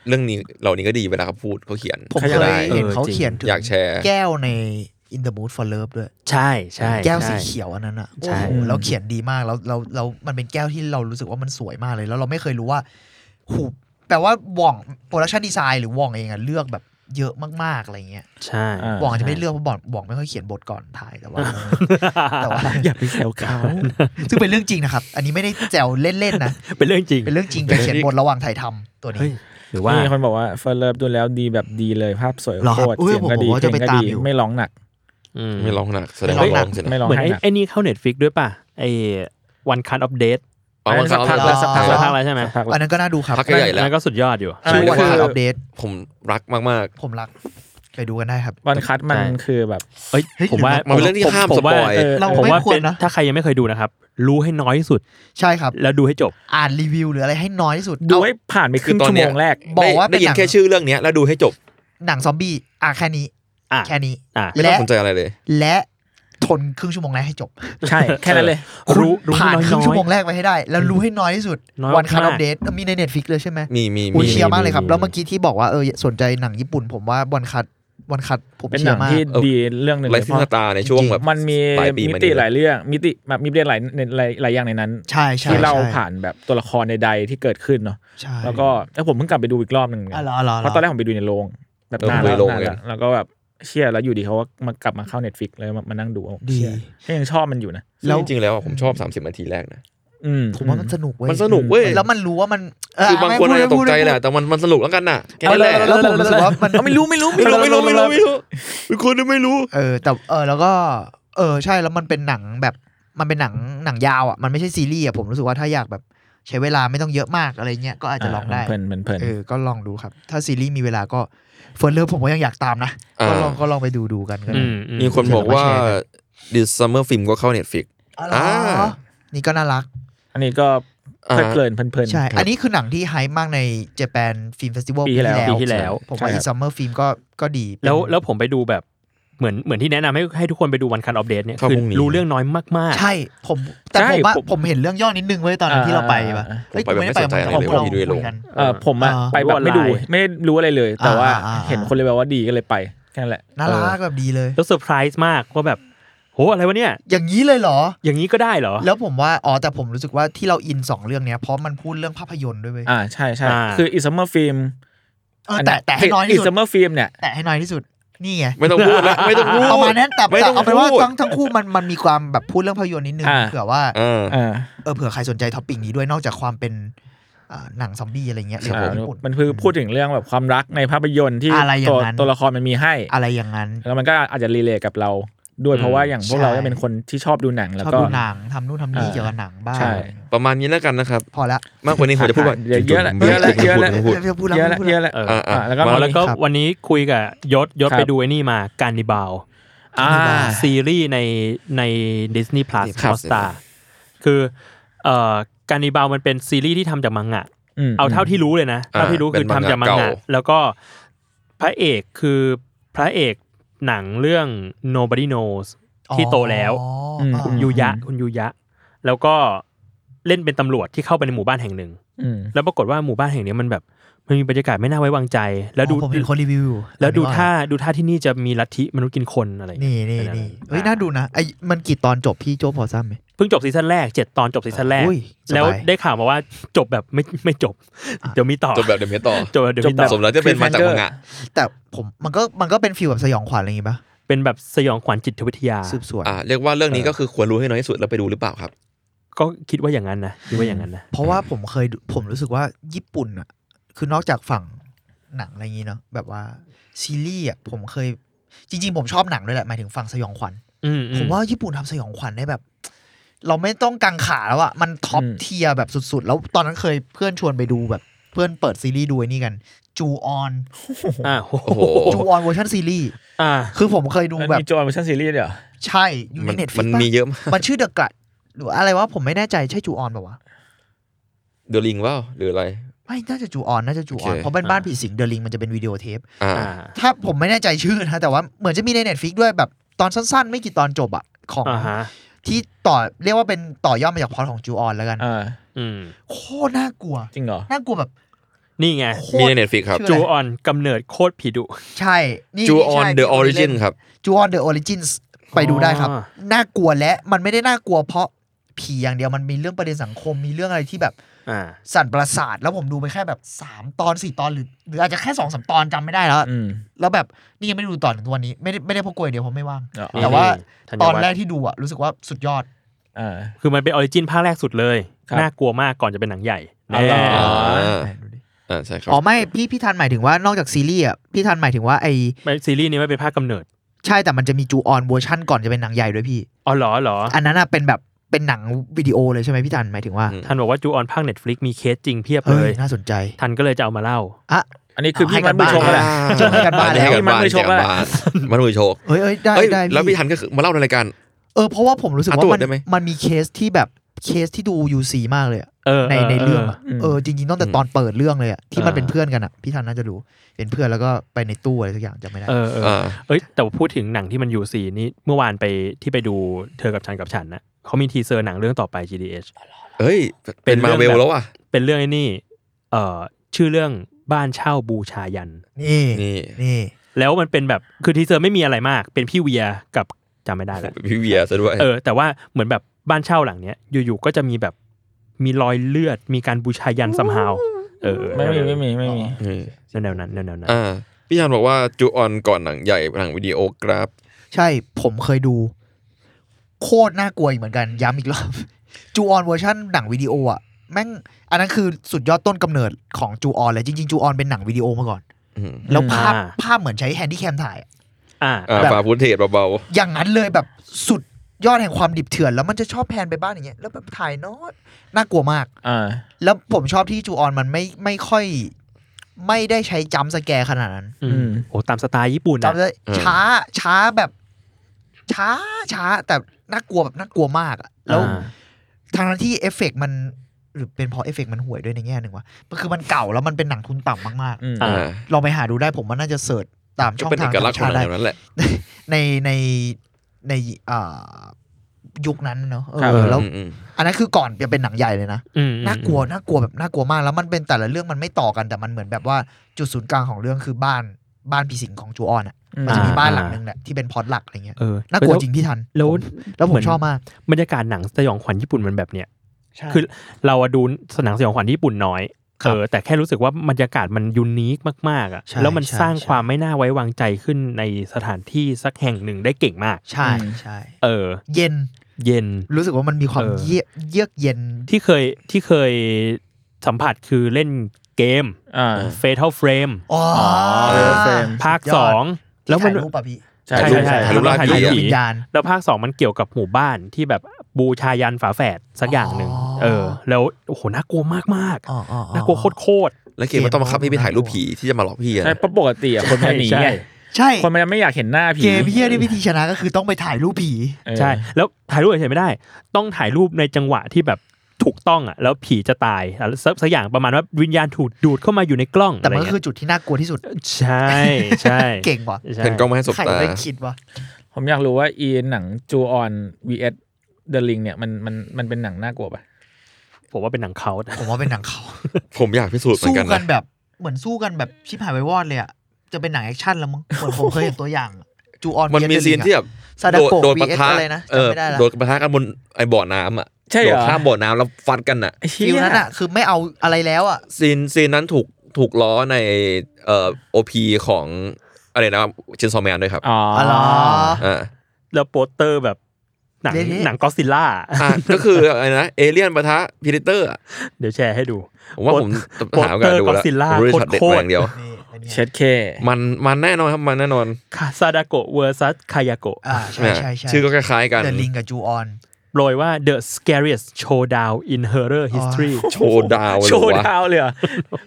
D: เรื่องนี้เหล่านี้ก็ดีเวลาเขาพูดเขาเขียน
E: ผม
B: ใช่
E: เค
D: จะ
E: ย
D: ได้
E: เห็น
C: เออ
E: เขา
C: จริง
E: เขียนถึง
D: อยากแชร์
E: แก้วใน In the Mood for Love ด้วย
C: ใช่ใช่
E: แก้วสี
C: ใช่
E: เขียวอันนั้นอ่ะ
C: ใช่
E: โอ้โหแล้วเขียนดีมากแล้วแล้วแล้วมันเป็นแก้วที่เรารู้สึกว่ามันสวยมากเลย แล้วเราไม่เคยรู้ว่าหูแปลว่าว่องโปรดักชันดีไซน์หรือว่องเองอะเลือกแบบเยอะมากๆอะไรเงี้ย
C: ใช่
B: อ่า
E: ว่องอาจจะไม่ได้เลือกเพราะบ่องว่องไม่ค่อยเขียนบทก่อนถ่ายแต่ว่า แต่ว่า
B: อย่าไปแซวเขา
E: ซึ่งเป็นเรื่องจริงนะครับ อันนี้ไม่ได้แจวเล่นๆนะ
C: เป็นเรื่องจริง
E: เป็นเรื่องจริงแกเขียนบทระหว่างถ่ายทำตัวนี้
C: เฮ้ยหรือว่า
B: มีคนบอกว่าเฟอร์เลิฟดูแล้วดีแบบดีเลยภาพสวย
E: หรอ
B: โค
E: ครับ
B: ตร
E: อุ้ย
B: เสียงก็
E: ผม
B: ดี
E: ว่า
B: เพล
E: จะ
B: ง
E: ไป
B: ก็
E: ตาม
B: ดี
E: อยู่
B: ไม่ร้องหนัก
D: ไม่ร้องหนักแสดงว่า
E: ไม่ร้
D: ร้
E: อ
D: อง ง
E: หนัก
D: ใช่ไหม
B: ไม่ร้อง
C: เหมือน
B: ให้ห
C: ไอ้
B: นัก
C: ไอ้นี่เข้า Netflix ด้วยป่ะไอ้ One Cut of Death
D: อ๋อมัน
B: สักพักแล้วสักพัก
E: แล้ว
C: สักพักแล้วใช่ไหม
B: พัก
E: อันนั้นก็น่าดูครับ
D: พักใหญ่ๆแล้ว
C: นั่นก็สุดยอดอยู่
E: ชื่อ
D: ชื่อ
E: ว่า
D: ว่า
E: ข่าวอัปเดต
D: ผมรักมาก
E: ผมรัก ไปดูกันได้ครับ
B: วันคัดมันคือแบบ
C: เอ้ย
E: เฮ้ย
C: ผมว่า
D: ๆ มันเป็นเรื่องที่ห้าม
C: ผ
D: ส
C: มว่า
D: ปอย
B: เออ
E: เรา
C: ผมว่า
E: ไม่ควร
C: เป็น
E: นะ
C: ถ้าใครยังไม่เคยดูนะครับ รู้ให้น้อยที่สุด
E: ใช่ครับ
C: แล้วดูให้จบ
E: อ่านรีวิวหรืออะไรให้น้อยที่สุด
B: ดู
E: เอา
B: ให้ผ่านไปค
D: คือ
B: รึ่ง
D: ตอน
B: ชั่วโม
D: เนี้ย
B: งแรก
E: บอกว่า
D: ได้ได้ยิ
E: เป็น
D: น
E: หนัง
D: แค่ชื่อเรื่องเนี้ยแล้วดูให้จบ
E: หนังซอมบี้อ่ะแค่นี้
C: อ่ะ
E: แค่นี้
C: อ่ะ
D: ไม่ต้อ
E: และ
D: งสนใจอะไรเลย
E: และทนครึ่งชั่วโมงแรกให้จบ
B: ใช่แค่นั้นเลย
C: รู้
E: คุณ
C: รู้
E: ผ่าน
C: ให้
E: ค
C: น้
E: รึ่
C: อง ย
E: ชั่วโมงแรกไปให้ได้ แล้วรู้ให้น้อยที่สุด
C: น้อย
E: วันคัน
C: มา
E: อั
C: ก
E: ปเดตมีในเน็ตฟิกเลยใช่ไหม
D: มีมี
E: อุ้
D: มี
E: ยเชียร์มากเลยครับ
C: มี
E: แล้วเมื่อกี้ที่บอกว่าเออสนใจหนังญี่ปุ่น ผมว่าวันคัดวันคัดผม
B: เป็นห
E: เชีย
B: นัง
E: ร์มาก
B: ที่
D: เออ
B: ดีเรื่องหนึ่ง
D: ไล
B: เลย
D: ฟ์
B: เพ
D: ซิง
B: ราะ
D: ตาในช่วงแบบ
B: มันมี
D: ปลายปี
B: มิ
D: มา
B: ติ
D: นี้
B: หลายเรื่องมิติแบบมีประเด็นหลายหลายหลายอย่างในนั้น
E: ใช่ใช่
B: ที่เรา
E: ใช่
B: ผ่านแบบตัวละครใดๆที่เกิดขึ้นเนาะ
E: ใช่
B: แล้วก็แล้วผมเพิ่งกลับไปดูอีกรอบหนึ่งเหมือน
E: อ๋
B: กั
E: อน เหรอเหรอ
B: เพราะตอนแรกผมไปดูในโรงแบ
D: เออน
B: บาน
D: ผมไป
B: แล้ว
D: โรง
B: นาน
D: เหมือนกั
B: แล้
D: น
B: วแล้วก็แบบเชียแล้วอยู่ดีเขาก็มากลับมาเข้าเน็ตฟิกเลยมามานั่งดูเอา
E: ดี
B: เชี่ยก็ยังชอบมันอยู่นะ
D: แล้
E: แล้ว ว
D: จริงๆแล้วอะผมชอบ 30นาทีแรกนะ
B: อืม
E: ผมว่ามันสนุกเว้ย
D: มันสนุกเว้ย
E: แล้วมันรู้ว่ามันเ
D: คือบางคนอาจจะตกใจแหละ แต่มันมันสนุกแล้วกันน่ะแค่นั้นแหละ
E: แล้วผมรู้สึกว่ามัน
B: ไม่รู้ไม่รู้
D: ไม่รู้ไม่รู้ไม่รู้ไม่รู้ไม่รู้ไม่รู้ไม่รู้ไม่รู้
E: เออแต่เออแล้วก็ เออใช่แล้วมันเป็นหนังแบบ มันเป็นหนังหนังยาวอ่ะมันไม่ใช่ซีรีส์อ่ะผมรู้สึกว่าถ้าอยากแบบใช้เวลาไม่ต้องเยอะมากอะไรเงี้ยก็อาจจะลองได้
B: เพลินเพลินเพลิน
E: เออก็ลองดูครับ ถ้าซีรีส์มีเวลาก็เฟิร์นเลิฟผมก็ยังอยากตามนะก็ลอง
D: อ่า
E: ก็ลองไปดูดูกันก็ได้
C: อืมอืม
D: มีคนบอกว่า
E: แชร์กัน
D: ดิสซัมเมอร์ฟิล์มก็เข้าเน็ตฟิก
E: อ๋อเหรอ
D: อ่า
E: นี่ก็น่ารัก
B: อันนี้ก็เพลิดเพลินเพลินเพลิน
E: ใช่ อันนี้คือหนังที่ไฮป์มากใน Japan Film Festival
B: ปีที่แล้ว
C: ปีที่แล้ว
E: ผมว่า
B: ใช่ครั
E: อี
B: บ
E: ซัมเมอร์ฟิล์มก็ก็ดีเป็น
C: แล้วแล้วผมไปดูแบบเหมือนเหมือนที่แนะนำให้ให้ทุกคนไปดูวันคันอัปเดตเนี่ย
D: เข้า
C: คื
D: พรุ่งนี้
C: รู้เรื่องน้อยมาก
E: ใช่ผมแต่
B: ใช่
E: ผมว่า
B: ผม
E: ผมเห็นเรื่องย่อนิดนึงเว้ยตอนนั้นที่เราไปปะ
B: อ่า
E: เฮ้ย
D: ผมไปแบบไม่สนใจอะไร
E: ผม
D: เลย
E: ม่
D: ผม
E: ด้ป
D: ไปดูในโรง
E: คุยกัน
B: เออผมอะ
E: อ่า
B: ไปแบบไม่ดู
C: ออนไลน์
B: ไม่ได้รู้อะไรเลย แต่ว่า
E: อ่าอ่าอ่า
B: เห็นคนเลยแบบว่าดีก็เลยไปแค่นั้นแหละ
E: น่ารักแบบดีเลย
C: ๆ แล้วเซอร์ไพรส์มากว่าแบบโหอะไรวะเนี่ย
E: อย่างนี้เลยเหรอ
C: อย่างนี้ก็ได้เหรอ
E: แล้วผมว่า อ๋อ แต่ผมรู้สึกว่าที่เราอินสองเรื่องเนี้ยเพราะมันพูดเรื่องภาพยนตร์ด้วยเว้ย
B: อ่าใช่ใช่
C: อ่า
B: คืออีซัมเมอร์ฟิล์ม
E: เออแต่แต่ให้น้อยที่
B: อี
E: สุ
B: ซั
E: ด
B: มเมอร์ฟิล์มเนี่ย
E: แต่ให้น้อยที่สุด นี่ไง
D: ไม่ต้องพูดละไม่ต้องพูด
E: ประมาณนั้นแต่
D: ไม่
E: แต่
D: ต้อง
E: เอาเป็นว่า
D: พูด
E: ทั้งทั้งคู่มันมันมีความแบบพูดเรื่องภาพยนตร์นิดนึง
B: อ่า
E: เผื่อว่า
D: เออ
B: อ่า
E: เออเผื่อใครสนใจท็อปปิกนี้ด้วยนอกจากความเป็นอ่าหนังซอมบี้อะไรเงี้ยหรือ
B: อ่า
E: ของญี่ปุ่น
B: มันคือพูดถึงเรื่องแบบความรักในภาพยนตร์ที่
E: อะไรอย่า
B: ตัว
E: งนั้น
B: ตัวละครมันมีให้
E: อะไรอย่างนั้น
B: แล้วมันก็อาจจะรีเลทกับเราด้วย
C: อืม
B: เพราะว่าอย่างพวกเรา
E: ใช่
B: ก็เป็นคนที่ชอบดูหนังแล้ว
E: ชอบ
B: ก็
E: ดูหนังทำนู่นทำนี่
B: อ่า
E: เกี่ยวกับหนังบ้าง
B: ใช่
D: ประมาณนี้แล้วกันนะครับ
E: พอละ
D: มากกว่านี้ผมจะพูดว่า
B: เดี๋ยวเยอะละเยอะละเยอะละ
D: ผมพูด
E: เดี๋ยวพูดละ
B: เยอะละ
E: พูดละ
B: เยอะละ
C: เออ
B: อ่าแล้วก็
D: มา
B: มี
C: แล้วก็
E: ครับ
C: วันนี้คุยกับยศยศ
B: ครับ
C: ไปดูไอ้นี่มาการนิบาล
B: อ่า
C: ซีรีส์ในใน Disney Plus
D: ครับ
C: Hotstar คือเอ่อการนิบาลมันเป็นซีรีส์ที่ทำจากมังงะ เอาเท่าที่รู้เลยนะ
D: อ่า
C: เท่าที่รู้คือทำจากมัง
D: เป็นมังงะ
C: งะ
D: เก่า
C: แล้วก็พระเอกคือพระเอกหนังเรื่อง nobody knows ที่โตแล้ว
E: อ๋อ
B: ม
E: อ่า
C: คุณยูยะคุณยูยะ แล้วก็เล่นเป็นตำรวจที่เข้าไปในหมู่บ้านแห่งหนึ่ง
B: อืม
C: แล้วปรากฏว่าหมู่บ้านแห่งเนี้ยมันแบบมันมีบรรยากาศไม่น่าไว้วางใจ แล้วดู
E: อ๋อผมเห็นคนรีวิวอยู่
C: แล้วดู
E: อันนี้
C: ท่าดูท่าที่นี่จะมีลัทธิมนุษย์กินคนอะไร
E: นี่นี่นี่เฮ้ยน่าดูนะไอ้มันกี่ตอนจบพี่โจพอทราบไหม
C: เพิ่งจบซีซั่นแรกเจ็ดตอนจบซีซั่นแรก
E: อุ้ยสบาย
C: แล้วได้ข่าวมาว่าจบแบบไม่ไม่จบเดี๋ยวมีต่อ
D: จบแบบเดี๋ยวเมียต่อ
C: จบแบบเดี๋ยวมีต่อ
D: สมแล้วจะเป็นมาจากมังงะ
E: แต่ผมมันก็มันก็เป็นฟีลแบบสยองขวัญอะไรอย่างงี้ปะ
C: เป็นแบบสยองขวัญจิตวิทยา
E: สืบสวน
D: อ่าเรียกว่าเรื่องนี้ก็คือควรรู้ให้น้อยที่สุดแล้วไปดูหรือเปล่าครับ
C: ก็คิดว่าอย่างนั้นนะคิดว่าอย่างนั้นนะ
E: เพราะว่าผมเคยดูผมรู้สึกว่าญี่ปุ่นอ่ะ คือนอกจากฝั่งหนังอะไรอย่างนี้เนาะแบบว่าซีรีส์อ่ะผมเคยจริง ๆ ผมชอบหนังด้วยแหละหมายถึงฝั่งสยองขวัญ
C: อืม
E: ผมว่าญี่ปุ่นทำสยองขวัญได้แบบ เราไม่ต้องกังขาแล้วอ่ะมันท็อปเทียแบบสุดๆ แล้วตอนนั้นเคยเพื่อนชวนไปดูแบบ เพื่อนเปิดซีรีส์ดูไอ้นี่กันจูออน
C: อ่า
D: โอ้โห
E: จูออนเวอร์ชันซีรีส์
C: อ่า
E: คือผมเคยดู
B: มัน
E: แบบ
B: มีจอห์นเวอร์ชันซีรีส์เดี๋ยว
E: ใช่อยู่
D: มั
E: ใน
D: น
E: เน็ตฟิ
D: มันมีเยอะมาก
E: มันชื่อเดอะกลัดหรืออะไรวะผมไม่แน่ใจใช่จูออนป่าวะ
D: เดลิงว่าหรืออะไร
E: ไม่น่าจะจูออนน่าจะจูออน
D: โอเค
E: เพราะเป็นบ้าน
C: อ่า
E: ผีสิงเดอะลิงมันจะเป็นวิดีโอเทป
D: อ่า
C: อ่า
E: ถ้าผมไม่แน่ใจชื่อนะ แต่ว่าเหมือนจะมีใน Netflix ด้วยแบบตอนสั้นๆ ไม่กี่ตอนจบอะของ
C: อ่าฮะ
E: ที่ต่อเรียกว่าเป็นต่อยอดมาจากพล็อตของจูออนแล้วกัน
B: อ่า
C: อืม
E: โคตรน่ากลัว
B: จริงเหรอ
E: น่ากลัวแบบ
C: นี่ไง
E: โค
D: มีใน
E: ตร
D: เน็ตฟิกครับ
E: ชื่
C: จูออนกำเนิดโคตรผีดุ
E: ใช่นี่
D: จูออ
E: ใช่
D: นเดอะออริจินครับ
E: จูออนเดอะออริจินไปดูได้ครับ
C: อ๋อ
E: น่ากลัวและมันไม่ได้น่ากลัวเพราะผีอย่างเดียวมันมีเรื่องประเด็นสังคมมีเรื่องอะไรที่แบบ
C: อ่า
E: สั่นประสาทแล้วผมดูไปแค่แบบสามตอนสี่ตอนหรือหรืออาจจะแค่สองสามตอนจำไม่ได้แล้ว
B: อืม
E: แล้วแบบนี่ยังไม่ได้ดูตอนถึงตัวนี้ไม่ได้ไม่ได้เพราะกลัวอย่างเดียวเพราะไม่ว่าง
B: อ๋อ
E: แต่ว่า
C: ธัญวัฒน์
E: ตอนแรกที่ดูอะรู้สึกว่าสุดยอด
B: อ่า
C: คือมันเป็นออริจินภาคแรกสุดเลย
B: ครับ
C: น่ากลัวมากก่อนจะเป็นหนังใหญ่
B: อ๋อเหรอ
C: แน่
D: า อ่าใช่ครับ
E: อ๋อไม่พี่พี่ทันหมายถึงว่านอกจากซีรีส์อะพี่ทันหมายถึงว่าไอ
C: ไม่ซีรีส์นี้ไม่เป็นภาคกำเนิด
E: ใช่แต่มันจะมีจูออนเวอร์ชั่นก่อนจะเป็นหนังใหญ่ด้วยพี่
C: อ๋อเหรอเหรอ
E: อันนั้นอะเป็นแบบเป็นหนังวิดีโอเลยใช่ไหมพี่ทันหมายถึงว่า
D: อืม
C: ท่านบอกว่าจูออนภาคเน็ตฟลิกมีเคสจริงเพียบเล
E: เฮ้
C: ย
E: ยน่าสนใจ
C: ท่านก็เลยจะเอามาเล่า
E: อ่ะ
B: อันนี้คือ
E: เอาให้
B: พี่มัน
E: กัน
B: มือช
E: บ้าง
B: กแล้วแหละ
E: จบให้กันบ้านแล้ว
D: ให้กันบ้าน
B: มันมือชกแล้ว
D: ให้นบ้านมันมือชก
E: เอ้ยเอ้ยได้
D: เอ้ย
E: ได้
D: แล้วพี่ทันก็คือมาเล่าในรายการ
E: เออเพราะว่าผมรู้สึก
D: อ่ะ
E: ว่า
D: ตรวจ
E: มัน
D: ได้ไหม
E: มันมีเคสที่แบบเคสที่ดูยูซีมากเลยอะ
C: เออ
E: ในในเรื่องอะ
B: เออ
E: เออจริงๆตั้งแต่ตอนเปิดเรื่องเลยอะที่มัน
C: อ่า
E: เป็นเพื่อนกันอะพี่ทันน่าจะรู้เป็นเพื่อนแล้วก็ไปในตู้อะไรสักอย่างจำไม่ได้
C: เออเออ
D: อ่า
C: เอ้ยแต่ว่าพูดถึงหนังที่มันอยู่ซีนี่เมื่อวานไปที่ไปดูเธอกับฉันกับฉันนะเขามีทีเซอร์หนังเรื่องต่อไป GDH
D: เอ้ย เป็นมาเวลแล้วอ่ะ
C: เป็นเรื่องไอ้นี่เอ่อชื่อเรื่องบ้านเช่าบูชายัน
E: นี่
D: นี่
E: นี่
C: แล้วมันเป็นแบบคือทีเซอร์ไม่มีอะไรมาก เป็นพี่เวียกับจำไม่ได้แล้ว
D: พี่เวียซะด้วย
C: เออแต่ว่าเหมือนแบบบ้านเช่าหลังเนี้ยอยู่ๆก็จะมีแบบมีรอยเลือดมีการบูชายันซัมฮาวเออ
B: ไม่มีไม่มีไม่มี
C: แนวๆนั้นแนวๆนั้น
D: อ่าพี่ชันบอกว่าจูออนก่อนหนังใหญ่หนังวิดีโอกราฟ
E: ใช่ผมเคยดู โคตรน่ากลัวอีกเหมือนกัน ย้ำอีกรอบ <laughs> จูออนเวอร์ชันหนังวิดีโออ่ะ แม่ง อันนั้นคือสุดยอดต้นกำเนิดของจูออนเลย จริง ๆ จูออนเป็นหนังวิดีโอมาก่อน
D: อืม
E: แล้วภาพภาพเหมือนใช้แฮนดี้แคมถ่ายอะ
C: อ่า
D: อ่า
E: แบบ
D: ฟาพูดเทศเบา
E: อย่างนั้นเลยแบบสุด ยอดแห่งความดิบเถื่อนแล้วมันจะชอบแพนไปบ้านอย่างเงี้ยแล้วแบบถ่ายโน้ตน่ากลัวมาก
B: อ่า
E: แล้วผมชอบที่จูออนมันไม่ไม่ค่อย ไม่ได้ใช้จัมป์สแกร์ขนาดนั้น
C: อืมโอ้ตามสไตล์ญี่ปุ่น
E: จั
C: นะ
E: มป์ได้
D: เออ
E: ช้าช้าแบบ ช้าช้าแต่น่ากลัวแบบน่ากลัวมากอะแล้ว
C: อ่า
E: ทางนั้นที่เอฟเฟกต์มันหรือเป็นเพราะเอฟเฟกต์มันห่วยด้วยในแง่หนึ่งวะมันคือมันเก่าแล้วมันเป็นหนังทุนต่ำมาก
B: อืม
C: อ่า
E: ๆลองไปหาดูได้ผมว่าน่าจะเสิร์ชตาม
D: ก็
E: ช่อง
D: เป็น
E: ทา
D: เองกลักษณ์ของหนัง
E: ได้
D: แบบนั้นแหละ
E: ในในในอ่ายุคนั้นเนอะเอ
B: ครับ
E: อแล้ว
D: อืมอืม
E: อันนั้นคือก่อนจะเป็นหนังใหญ่เลยนะ
C: อืม
E: น่ากลัวน่ากลัวแบบน่ากลัวมากแล้วมันเป็นแต่ละเรื่องมันไม่ต่อกันแต่มันเหมือนแบบว่าจุดศูนย์กลางของเรื่องคือบ้านบ้านผีสิงของจูออนอ่ะ
B: อืม
E: มันจะมีบ้านหลังหนึ่งแหละที่เป็นพล็อดหลักอะไรเงี้ย
C: เออ
E: น่ากลัวจริงที่ทัน
C: แล้ว
E: แล้วผมชอบ
C: เหน
E: มาก
C: บรรยากาศหนังสยองขวัญญี่ปุ่นมันแบบเนี้ย
B: ใช่
C: คือเราอะดูหนังสยองขวัญญี่ปุ่นน้อย
E: ครับ
C: เออ แต่แค่รู้สึกว่าบรรยากาศมันยูนิคมากๆอะ
E: ใช่
C: แล้วมัน
E: ใช่
C: สร้าง
E: ใช่
C: ความไม่น่าไว้วางใจขึ้นในสถานที่สักแห่งหนึ่งได้เก่งมาก
E: ใช่ใช่
C: เออ
E: เย็น
C: เย็น
E: รู้สึกว่ามันมีความ
C: เออ
E: เยือกเยือกเย็น
C: ที่เคยที่เคยสัมผัสคือเล่นเกม
B: อ่า
C: Fatal Frame
E: อ๋อ
B: เออเฟรม
C: ภาค
E: ยด
C: สอง
E: ที่
C: แล้วมัน
E: ถ่ายรูปป่ะพี่
B: ใช่
C: ใช่
B: ใช่
C: ใช่
B: ใช่
D: ถ่ายรูปลาก
C: ถ่ายรูป
D: ผี
E: ถ่าย
D: อะ
E: รูปวิญญาณ
C: แล้วภาคสองมันเกี่ยวกับหมู่บ้านที่แบบบูชายันฝาแฝดสักอย่างหนึ่ง
E: อ๋อ
C: เออ แล้วโอ้โหน่ากลัวมากมากๆ
E: อ๋ออ๋ออ๋อ
C: น่ากลัวโคตรโคตร
D: แล้วเกมมันต้องมาคับให้พี่ถ่ายรูปผีที่จะมาหลอกพี่อะ
B: ใช่เพราะปกติอะคน
C: ๆ
B: มันหนี
C: ใช่
B: ไง
E: ใช่
B: คนมันจะไม่อยากเห็นหน้าผี
E: เกมเฮียได้วิธีชนะก็คือต้องไปถ่ายรูปผี
B: เออ
C: ใช่ แล้วถ่ายรูปเฉยๆไม่ได้ ต้องถ่ายรูปในจังหวะที่แบบถูกต้องอ่ะ แล้วผีจะตายอ่ะสักสักอย่างประมาณว่าวิญญาณถูกดูดเข้ามาอยู่ในกล้อง
E: แต่มันก็
C: ะไร
E: คือ
C: เงี้ย
E: จุดที่น่ากลัวที่สุด
C: ใช่ใช่
E: เก่งว่ะ
C: ใช่
D: เห็นกล้องไม่ให้สบ
E: ใคร
D: ตา
E: ไม่คิดว่ะ
B: ผมอยากรู้ว่าอีหนังจูออน vs The Ring เนี่ยมันมันมันเป็นหนังน่ากลัวป่ะ
C: ผมว่าเป็นหนังเขา
E: ผมว่าเป็นหนังเขา
D: ผมอยากพิสูจน์เหมือ
E: สู้
D: นกัน
E: กั
D: นะ
E: นแบบเหมือนสู้กันแบบชิบหายไววอดเลยอ่ะจะเป็นหนังแอคชั่นแล้วมั้งเหมือนผมเคยเห็นตัวอย่างอะจูออน
D: มัน
E: VS
D: มีซีนที่แบบ
E: ซาดา
D: โดน
E: โกะ
D: โดนปะ
E: VS
D: ทะ
E: อะไรนะ
D: เออ
E: จำไม่ได้ละ
D: โดนปะทะกันบนไอ้บ่อน้ำอะ
B: ใช่เหรอ
D: โดดข้ามบ่อน้ำแล้วฟัดกันอะ
E: ฟิลนั้นอ่ะคือไม่เอาอะไรแล้วอ่ะ
D: ซีนซีนนั้นถูกถูกล้อในเอ่อโอพีของอะไรนะเชนซอแมนด้วยครับ
B: อ๋อ
E: อ๋อเหรอ
D: อ่า
C: แล้วโปสเตอร์แบบหนัง
E: เละๆ
C: หนังก็ซิลล่า
D: อ่ะก็คืออะไรนะเอเลี่ยนปะทะพีเดเตอร์
C: <laughs> เดี๋ยวแชร์ให้ดู
D: ผมว่าผม
C: โปส
D: หาโอ
C: เต
D: กา
C: อ
D: ส
C: ร์
D: ดูแล้ว
C: Godzilla
D: ผมรู้ช็อตเด็ด
C: โคตร
D: มาอย่างเดียว
E: นี่เป็นไง
B: เช็ดเค
D: มันมันแน่นอนครับมันแน่นอน
C: คาซาดาโกะเวอร์ซัสคายาโกะ
E: อ่าใช่ใช่ใช่
D: ชื่อก็คล้ายๆกัน
E: เดอะลิงกับจูออน
C: โรยว่า the scariest showdown in horror history
D: โชว์ดาวน์
B: โชว์
D: เลยววะ
B: ดาวเลยเหรอ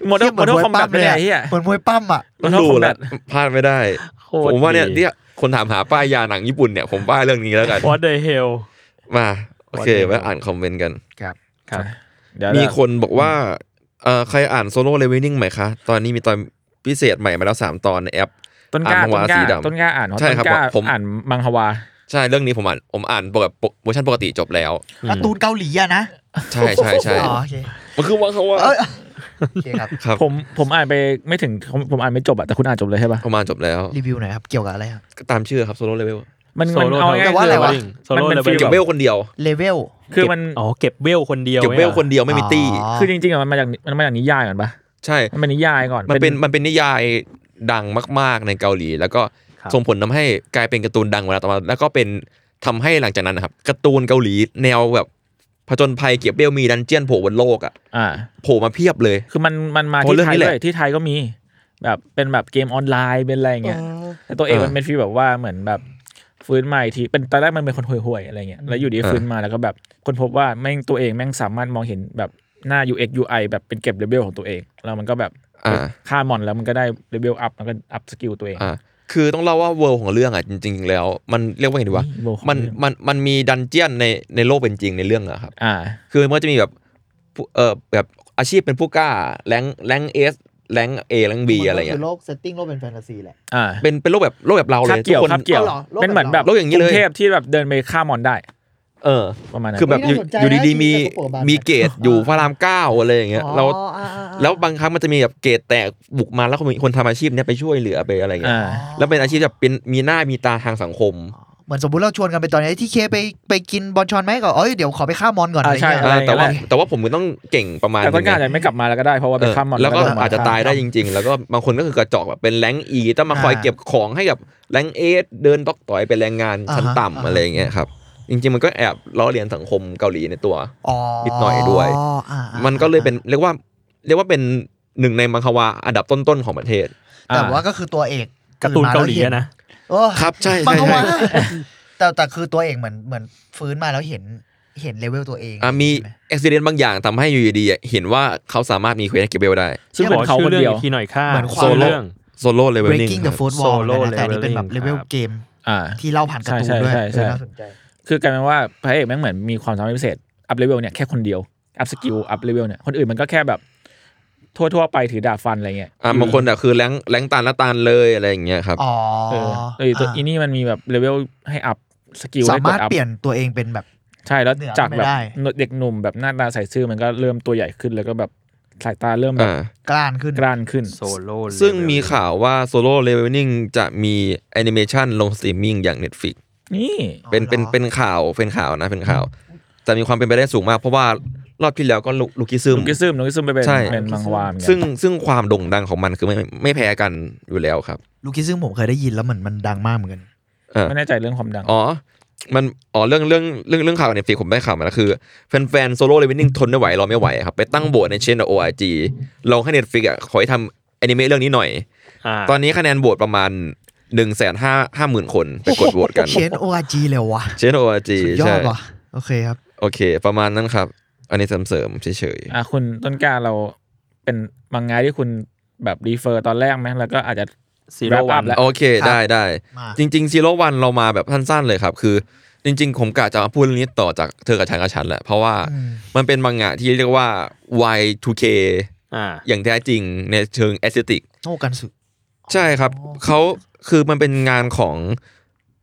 B: โมเดลโมเดลคอมแบทเลยไอ้เหี้ย
E: เหมือนมวยปั้มอ่ะ
D: ต้องดูแล้วพลาดไม่ได้
C: โคตร
D: ผมว่าเนี่ย
C: ดี
D: เนี่ยคนถามหาป้ายยาหนังญี่ปุ่นเนี่ยผมป้ายเรื่องนี้แล้วกัน
C: what the hell
D: มาโอเค
C: What the
D: ไว้อ่านคอมเมนต์กัน
C: ครับ
B: เดี๋ยว
D: มี
B: นะ
D: คนบอกว่าเอ่อใครอ่านโซโล่เลเวนิ่งไหมคะ ตอนนี้มีตอนพิเศษใหม่มาแล้วสามตอนในแอป
B: ต้นกล้า
D: อ่านมั
B: ต้น
D: ง
B: ล้า
D: ฮวากสีดำ
B: ต้นกล้าอ่านเพราะ
D: ใช่
B: ต้น
D: ครับ
B: กล้า
D: ผม
B: อ่านมังฮวา
D: ใช่เรื่องนี้ผมอ่านผมอ่านปกติจบเวอร์ชันปกติจบแล้ว
E: การ์ตูนเกาหลีอะนะ
D: ใช่ <laughs> ใช่ใช่
E: อ๋อโอเค
D: มันคือว่าเขาว่า
E: เอ้ยโอเคครับ
D: ครับ
B: ผมผมอ่านไปไม่ถึงผมผมอ่านไม่จบอะแต่คุณอ่านจบเลยใช่ปะ
D: ประมาณจบแล้ว
E: รีวิวหน่อยครับ เกี่ยวกับอะไรครับ
D: ก็ตามชื่อครับโซโล่เลเวล
B: มันมัน
C: Solo
B: เอาง่าย
E: แต่
B: ๆ
E: ว่า
B: คือมั
E: อะไรวะ
B: น
C: Solo
B: เป็นฟีล
D: เก็บ
B: แบบ
D: เวลคนเดียว
E: เลเวล
B: คือมัน
C: อ๋อ เก็บเวลคนเดียว
D: เก็บเวลคนเดียวไม่มีตี้
B: คือจริงๆอะมันมาจากมันมาจากนิยายก่อนปะ
D: ใช่
B: มันเป็นนิยายก่อน
D: มันเป็นมันเป็นนิยายดังมาก ๆในเกาหลี แล้วก็ส่งผลทำให้กลายเป็นการ์ตูนดังเวลาต่อมาแล้วก็เป็นทำให้หลังจากนั้นนะครับการ์ตูนเกาหลีแนวแบบผจญภัยเก็บเวลมีดันเจียนโผล่บนโลกอ่ะ
B: อ่า
D: โผล่มาเพียบเลย
B: คือมันมันมา
D: โอ้
B: ที่
D: เรื่อง
B: ไทย
D: นี้แห
B: ด้ว
D: ละ
B: ยที่ไทยก็มี แบบเป็นแบบเกมออนไลน์เป็นอะไรอย่างเงี้ยแต่ตัวเอง
D: เออ
B: มันเป็นฟีลแบบว่าเหมือนแบบฟื้นมาอีกทีเป็นตอนแรกมันเป็นคนห่วยๆอะไรเงี้ยแล้วอยู่ดี
D: เออ
B: ฟื้นมาแล้วก็แบบคนพบว่าแม่งตัวเองแม่งสามารถมองเห็นแบบหน้า UX UI แบบเป็นเก็บเลเวลของตัวเอง แล้วมันก็แบบ
D: อ่า
B: ฆ่ามอนแล้วมันก็ได้เลเวลอัพมันก็อัพสกิลตัวเอง
D: อ่ะคือต้องเล่าว่าเวิลของเรื่องอ่ะจริง ๆ แล้ว มันเรียกว่าไงดีวะ
B: อืม world ของ
D: มัน
B: เรื่อง
D: มันมันมีดันเจียนในในโลกเป็นจริงในเรื่องอะครับ
B: อ่า
D: คือมันก็จะมีแบบผู้เออแบบอาชีพเป็นผู้กล้าแรงแรงเอสแรงเอแรงบีอะไรเงี้ย
E: โลกเซตติ้งโลกเป็นแฟนตาซีแหละ
B: อ่า
D: เป็นเป็นโลกแบบโลกแบบเราเล
B: คาบ
D: ยทุ
B: เกี่ยว
D: กคน
B: คาบเกี่ยว
E: เอาเหรอโลก
B: เป็นเหมือนแบบ
D: โลกอย่างนี้เลย
B: รุเทพที่แบบเดินไปฆ่ามอนได้
D: เออ
B: ประมาณนั้น
D: คือแบบอยู่
E: น่าสนใจนะ
D: อยู่ดีๆมี
E: ที่เป็นกระโปรงบาน
D: มีเกต
E: อ่า
D: อยู่พระรามเก้าอะไรอย่างเงี้ยเราแล้วบางครั้งมันจะมีแบบเกตแตกบุกมาแล้วคนคนทำอาชีพเนี้ยไปช่วยเหลือไปอะไรเงี้ย
B: อ่า
D: แล้วเป็นอาชีพแบบเป็นมีหน้ามีตาทางสังคม
E: เหมือนสมมติเราชวนกันไปตอนนี้ที่เคไปไปกินบอลชอนไหมก็เอ้ยเดี๋ยวขอไปฆ่ามอนก่อนอะไร
B: อ่าใช่
E: เงี้ย
D: อ่าแต่ว่า
B: อะไรอย่างเงี้ย
D: แต่ว่าผมก็ต้องเก่งประมาณ
B: แต่ต้น
D: ห
B: กล้าอาจ
D: นึ่ง
B: จะไม่กลับมาแล้วก็ได้เพราะว่าไป
D: เออ
B: ฆ่ามอน
D: แล้วก็
B: โดนมน
D: อาจจะ
B: ฆ่
D: ตายได้จริง ๆ แล้วก็บางคนก็คือกระจอกแบบเป็นแรงอีต้องมาคอย
E: อ่า
D: เก็บของให้กับแรงเอเดินตอกต่อยเป็นแรงงานชั้น
E: อ่าฮะ
D: ต่ำ
E: อ่าฮะ
D: อะไรอย่างเงี้ยครับจริง ๆ มันก็แอบล้อเลียนสังคมเกาหลีในตัว
E: อ๋อ
D: นิดหน่อยด้วย
E: อ่าอ่า
D: มันก็เลยเป็นเรียกว่าเรียกว่าเป็นหนึ่งในมังควาอันดับต้นๆของประเทศ
E: แต่ว่าก็คือตัวเอก
C: การ์ตูนเกาหลีอะนะ
E: โอ้
D: ครับใช่
E: มัน
D: ใช่
E: ก็ว่า
D: ใช่
E: แต่แต่คือตัวเองเหมือนเหมือนฟื้นมาแล้วเห็นเห็นเลเวลตัวเอง
D: อ่ะมี
E: ใช่ไห
D: อุบิเหตุบางอย่างทำให้อยู่ดีๆอ่ะเห็นว่าเขาสามารถมีเควสเก็บเบลได้
B: ซึ่งเป็นเขาคนเดียว
C: ชื่อรื่องอีกทีหน่อยค่ะ
E: เหมือนความ
C: โซโล่
D: โซโล่เลเวลนิ่ง
E: breaking the fourth wall
C: โซโล่
E: นะแต่อันนี้เป็นแบบเล
C: leveling
E: เวล
C: ครับ
E: เกม
B: อ่า
E: ที่เล่าผ่านการ์ตูนด้วย
B: ใช่ใช่ใช่
E: เออน่าสนใจ
B: คือกลายเป็นว่าพระเอกแม่งเหมือนมีความสามารถพิเศษอัพเลเวลเนี่ยแค่คนเดียวอัพส
E: <gasps>
B: กิลอัพเลเวลเนี่ยคนอื่นมันก็แค่แบบ ทั่วๆไปถือดาบฟันอะไรเงี้ย
D: อ่ะบางคนอ่ะคือแรงแรงตันละตันเลยอะไรอย่างเงี้ยครับ
E: อ๋อ
B: เออเออตัว
E: อ่ะ
B: อีนี่มันมีแบบเลเวลให้อัพสกิล
E: สา
B: ให้ก
E: มา
B: ด
E: รถ
B: อัพ
E: เปลี่ยนตัวเองเป็นแบบ
B: ใช่แล้วจากแบบ
E: เหนือไม่ได้
B: เด็กหนุ่มแบบหน้าตาใสซื่อมันก็เริ่มตัวใหญ่ขึ้นแล้วก็แบบสายตาเริ่มแบบ
D: อ่า
E: กล้านขึ้น
B: กล้านขึ้น
C: โซโล่
D: ซึ่งมีข่าวว่าโซโล่เลเวลนิ่งจะมีแอนิเมชันลงสตรีมมิ่งอย่าง Netflix
B: นี่
E: อ๋อ
D: เป็นเป็น
E: เหรอ
D: เป็นข่าวเป็นข่าวนะเป็นข่าว แต่มีความเป็นไปได้สูงมาก เพราะว่ารอบที่แล้วก็ลูกิซึม
B: นุกิซึมนุกิซึมไปเป็น
D: ใช่
B: เป็นมังวาเหมือนกัน
D: ซึ่งซึ่งความโด่งดังของมันคือไม่ไม่แพ้กันอยู่แล้วครับ
E: ลูคิซึ่งผมเคยได้ยินแล้วเหมือนมันดังมากเหมือนกัน
D: อ่า
B: ไม่แน่ใจเรื่องความดัง
D: อ๋อ มัน อ๋อ เรื่อง เรื่อง เรื่อง เรื่องข่าวเน็ตฟลิกผมได้ข่าวมาแล้วคือ แฟนๆโซโล่เลเวนนิ่งทนไม่ไหว รอไม่ไหวอะครับ ไปตั้งโบสถ์ในเชนโอไอจีลองให้เน็ตฟลิกอ่ะ ขอให้ทำแอนิเมะเรื่องนี้หน่อย ตอนนี้คะแนนโบสถ์ประมาณ1นึ่งแสนห้าห้าหมื่นคน ไปกดโหวตกัน
E: เชนโออาจีเลยวะ
D: เชนโอไอจี
E: สุดยอ
D: ใช่
E: ดว่ะโอเคครับ
D: โอเค ประมาณนั้นครับ อันนี้เสริมเสริมๆเฉย
B: อ่ะคุณต้นกล้าเราเป็นมังงะที่คุณแบบรีเฟอร์ตอนแรกไหมแล้วก็อาจจะ
C: ซีโร่
B: wrap
C: วัน
B: up แล้ว
D: ๆ โอเค
E: ครับ
D: ได้ได้
E: มา
D: จริงๆซีโร่วันเรามาแบบสั้นๆเลยครับ คือ จริง ๆ ผมกะจะมาพูดเรื่องนี้ต่อจากเธอกับฉันกับฉันแหละ เพราะว่า มันเป็นมังงะที่เรียกว่า Y2K
C: อ่า
D: อย่างแท้จริงในเชิงแอสเซติก
E: โนกันสุด
D: ใช่ครับเขาคือมันเป็นงานของ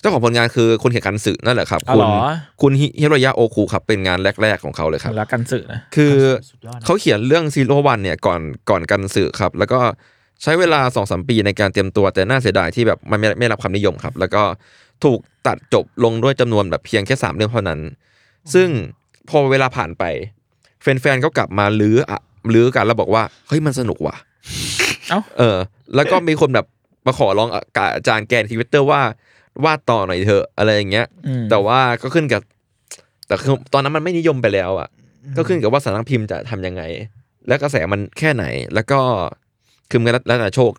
D: เจ้าของผลงานคือคนเขียนกันสึนั่นแหละครับ
B: อ๋อ
D: คุ
B: เห
D: ณ
B: รอ
D: คุณฮิฮิโรยะโอคุครับเป็นงานแรก ๆ ของเขาเลยครับ
B: รักกันสื่อนะ
D: คือ
E: สุดยอดนะ
D: เขาเขียนเรื่องซีโรวันเนี่ยก่อนก่อนกันสึครับ แล้วก็ใช้เวลาสองสมปีในการเตรียมตัวแต่น่าเสียดายที่แบบมันไม่ไม่รับความนิยมครับ แล้วก็ถูกตัดจบลงด้วยจำนวนแบบเพียงแค่สามเรื่องเท่านั้น ซึ่งพอเวลาผ่านไป แฟนๆก็กลับมาลื้ออะลื้อกันแล้วบอกว่าเฮ้ยมันสนุกว่ะ
B: เอ้า
D: เออ แล้วก็มีคนแบบมาขอร้องกับอาจารย์แกนทวิตเตอร์ว่าวาดต่อหน่อยเถอะอะไรอย่างเงี้ย
B: อืม
D: แต่ว่าก็ขึ้นกับ แต่คือตอนนั้นมันไม่นิยมไปแล้วอ่ะ ก็ขึ้นกับว่าสำนักพิมพ์จะทำยังไง และกระแสมันแค่ไหน แล้วก็คือมันแล้วแต่โชค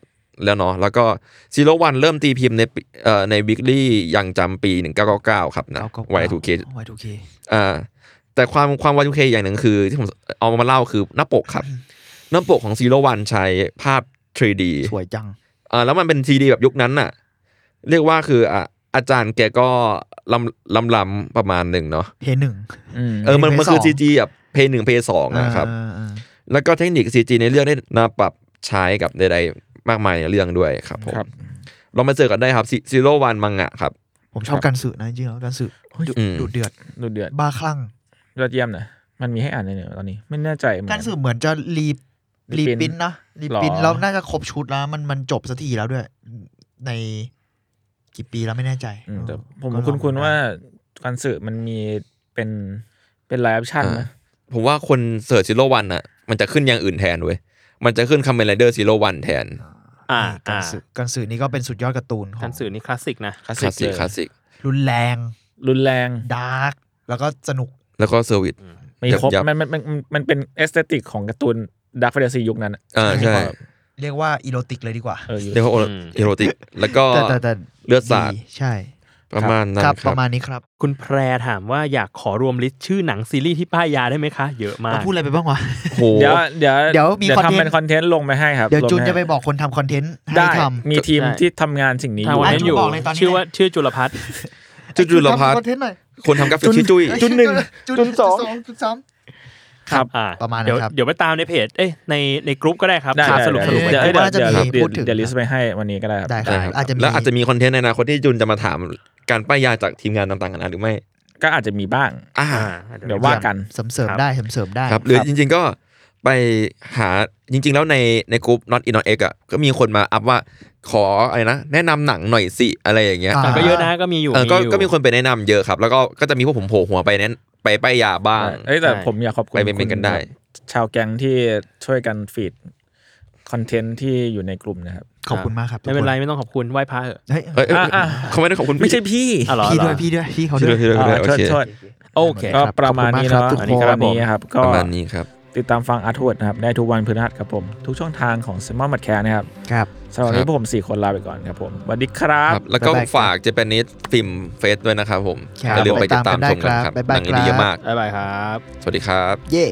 D: แล้วเนาะแล้วก็ซีโรวันเริ่มตีพิมพ์ในปีเอ่อในวิกฤตยังจำปี 1999 ครับนะไวทูเค
E: ไวทูเค
D: อ่าแต่ความความวายุเคอย่างหนึ่งคือที่ผมเอามาเล่าคือหน้าปกครับ หน้าปกของซีโรวันใช้ภาพ 3D
E: สวยจัง
D: อ่าแล้วมันเป็น 3D แบบยุคนั้นน่ะ เรียกว่าคืออ่ะอาจารย์แกก็ลำลำลำๆประมาณหนึ่งเนาะ
E: เพหนึ่ง
B: อืม
D: เออมันมันคือ
E: เพย์สอง
D: CG แบบเพย์หนึ่งเพย์สองนะครับ
E: เออเออ
D: แล้วก็เทคนิค CG ในเรื่องได้นำปรับใช้กับใดๆมากมายในเรื่องด้วยครับผม
B: ครับ
D: ลองมาเจอกันได้ครับซีโรวันมังงะครับ
E: ผมชอบกันสึนะจริงๆแล้วกันสึดุ
D: อืม
E: ดุเดือด
B: ดูเดือด
E: บ้าคลั่ง
B: ยอดเยี่ยมนะมันมีให้อ่านในเนี่ยตอนนี้ไม่แน่ใจเหมือน
E: การ
B: น
E: สืบเหมือนจะรี
B: รี
E: รี
B: ปริ้น
E: ปริ้นนะรี
B: หรอ
E: ปริ้นแล้วน่าจะครบชุดแล้ว มันมันจบสักทีแล้วด้วย ในกี่ปีแล้วไม่แน่ใจ
B: อืมแต่ผ
E: เออ
B: ม
E: ก็ลอง
B: คุ้นๆ
E: ดู
B: ว่าการสื่อมันมีเป็นเป็นไลฟ์ชั่น
D: อ่า
B: นะ
D: ผมว่าคนเสิร์ชซีโรวันอ่ะมันจะขึ้นอย่างอื่นแทนเว้ยมันจะขึ้นค a มเ n นไรเดอร์ซีโรวันแทน
C: อ่า
E: กันสึกันสึนี่ก็เป็นสุดยอดการ์ตูนขอ
C: กั
E: ง
C: นสื่อนี่คลาสสิกนะ
B: คลาส
D: คลาส
B: สิ
D: สิ
B: ก
D: กคลาสสิก
E: รุนแรง
B: รุนแรง
E: ดาร์กแล้วก็สนุก
D: แล้วก็เซอร์วิส
B: มีครบ
D: ยับๆ
B: มันมันมันมันเป็นเอสเตติกของการ์ตูนดักแฟนตาซียุคนั้นอะ
D: อ่า
E: ใช่
D: ใช่
E: เรียกว่าอีโรติกเลยดีกว่า
B: เอออยู่
D: เรียกว่า
C: อืม
D: อีโรติก แล้วก็
E: แต่แต่แต่
D: เลือดสาด
E: ใช่
D: ประมาณนั้น
E: ครับ
D: ค
E: ป
D: รับ
E: ระมาณนี้ครับ
C: คุณแพรถามว่าอยากขอรวมลิสต์ชื่อหนังซีรีส์ที่ป้ายยาได้ไหมคะ เยอะมาก
E: เราพูดอะไรไปบ้างวะ
D: โห
B: เดี๋ยวเดี๋ยว
E: เดี๋ยวมีคอนเทนต์
B: ทำเป็นคอนเทนต์ลงไปให้ครับ
E: เดี๋ยว
B: ลง
E: จุน
B: ให้
E: จะไปบอกคนทำคอนเทนต์ให้
B: ได้
E: ท
B: มีทีม
C: ได้
B: ที่ทำงานสิ่งนี้อยู่
C: ทางวัน
E: อ่ะ
C: นั้นอยู่
E: จุนบอกเลยตอนนี้
C: ชื่อว่าชื่อจุลพัฒน์
E: ำ
D: จุจุลพัฒ
E: ทำค
D: น์
E: อนเทนต์หน่อย
D: คนทำกราฟิกชื่อจุ้ย
B: จุนหนึ่งจุนสอง
E: จุนสาม
B: ครับ
C: อ่า
E: ประมาณนั้น
C: เดี๋ยว
E: ครับ
C: เดี๋ยวไปตามในเพจ เอ้ยในในกรุ๊ปก็ได้ครับ
B: ได้
C: ครับ
B: ได้
C: สรุป
B: ได้
C: สรุป
E: ๆ
C: ไป
B: เดี๋ยว
E: เดี๋
B: เดี๋ย
E: ยว
B: ว
E: เดี๋ยว
B: เดี๋ยว
E: พูดถึง
B: เดี๋ยวลิสต์ไปให้วันนี้ก็ได้ครับ
E: ได้ค
D: ใช่ค
E: รับ
D: รับ
E: อาจจะมี
D: แล้วอาจจะมีคอนเทนต์ในอนาคตที่จุนจะมาถามการป้ายยาจากทีมงานต่างๆกันาหรือไม่
B: ก็อาจจะมีบ้าง
D: อ่า
C: อ่า
B: เดี๋ยวว่ากัน
E: เสริมเสริม
C: ครับ
E: ได้เสริมเสริมได้
D: ครับหรือจริง ๆก็ไปหาจริง ๆ แล้วในในกลุ่ม not in not x อ่ะก็มีคนมาอัพว่าขออะไรนะ แนะนำหนังหน่อยสิอะไรอย่างเงี้ย
C: แต่
E: อ่า
C: ก็เยอะนะก็มีอยู่
D: เออก็
C: อยู่
D: ก็มีคนไปแนะนำเยอะครับ แล้วก็ก็จะมีพวกผมโผล่หัวไปแนั้นไปป้ายยาบ้าง
B: เอ้ยแต่
C: ใช่
B: ผมอยากขอบคุณ
D: ไปเป็น
B: คุณ
D: กันได้
B: ชาวแก๊งที่ช่วยกันฟีดคอนเทนต์ที่อยู่ในกลุ่มนะครับ
E: ขอบคุณมากครับ
C: ไม่เป็นไร
E: ทุกค
C: ไม่ต้องขอบคุณไหว้พระเถอะ
E: เฮ้ย
D: เอ้ยเอ้ย
B: อ่ะ
D: เขาไม่ได้ขอบคุณ
B: ไม่ใช่พี่
C: อ๋อเหรอ
E: พี่
C: เหร
E: ด้ว
C: อย
E: พี่ด้วยพี่เขา
D: พี่
E: ด้
D: ด้
E: ว
D: วย
E: ย
D: พี่ด้วยพี่
B: อ่า
D: ด้วยโอเค
B: เชิญเชิญโอเค ก็
E: ขอบ
B: ป
E: คุณมาก
B: ระมาณนี้
E: ครับ
B: เนาะ
E: ทุกคน
B: วันนี้ครับ
D: ประมาณนี้ครับ
B: ติดตามฟังอาร์ทวดนะครับได้ทุกวันพฤหัสครับผม ทุกช่องทางของเซมอนมัดแคร์นะครับ
E: ครับ
B: สำหรับวัน
D: ครั
B: นี้
D: บ
B: พวกผมสี่คนลาไปก่อนครับผมสวัสดีครับ
D: ครับแล้วก็
E: บ๊ายบายครับ
D: ฝากเจแปนนิสฟิล์มเฟสด้วยนะครับผม
E: ครับ
D: อย่าลืมไปติดตามช
E: ไปตา
D: ม
E: มกั
D: กัน นค
E: ได้
D: รับ
E: ครับบ๊าย
D: ห
E: บาย
D: นังนี้ดีเย
E: ครับ
D: อะมาก
C: บ๊ายบายครับ
D: สวัสดีครับ
E: เย่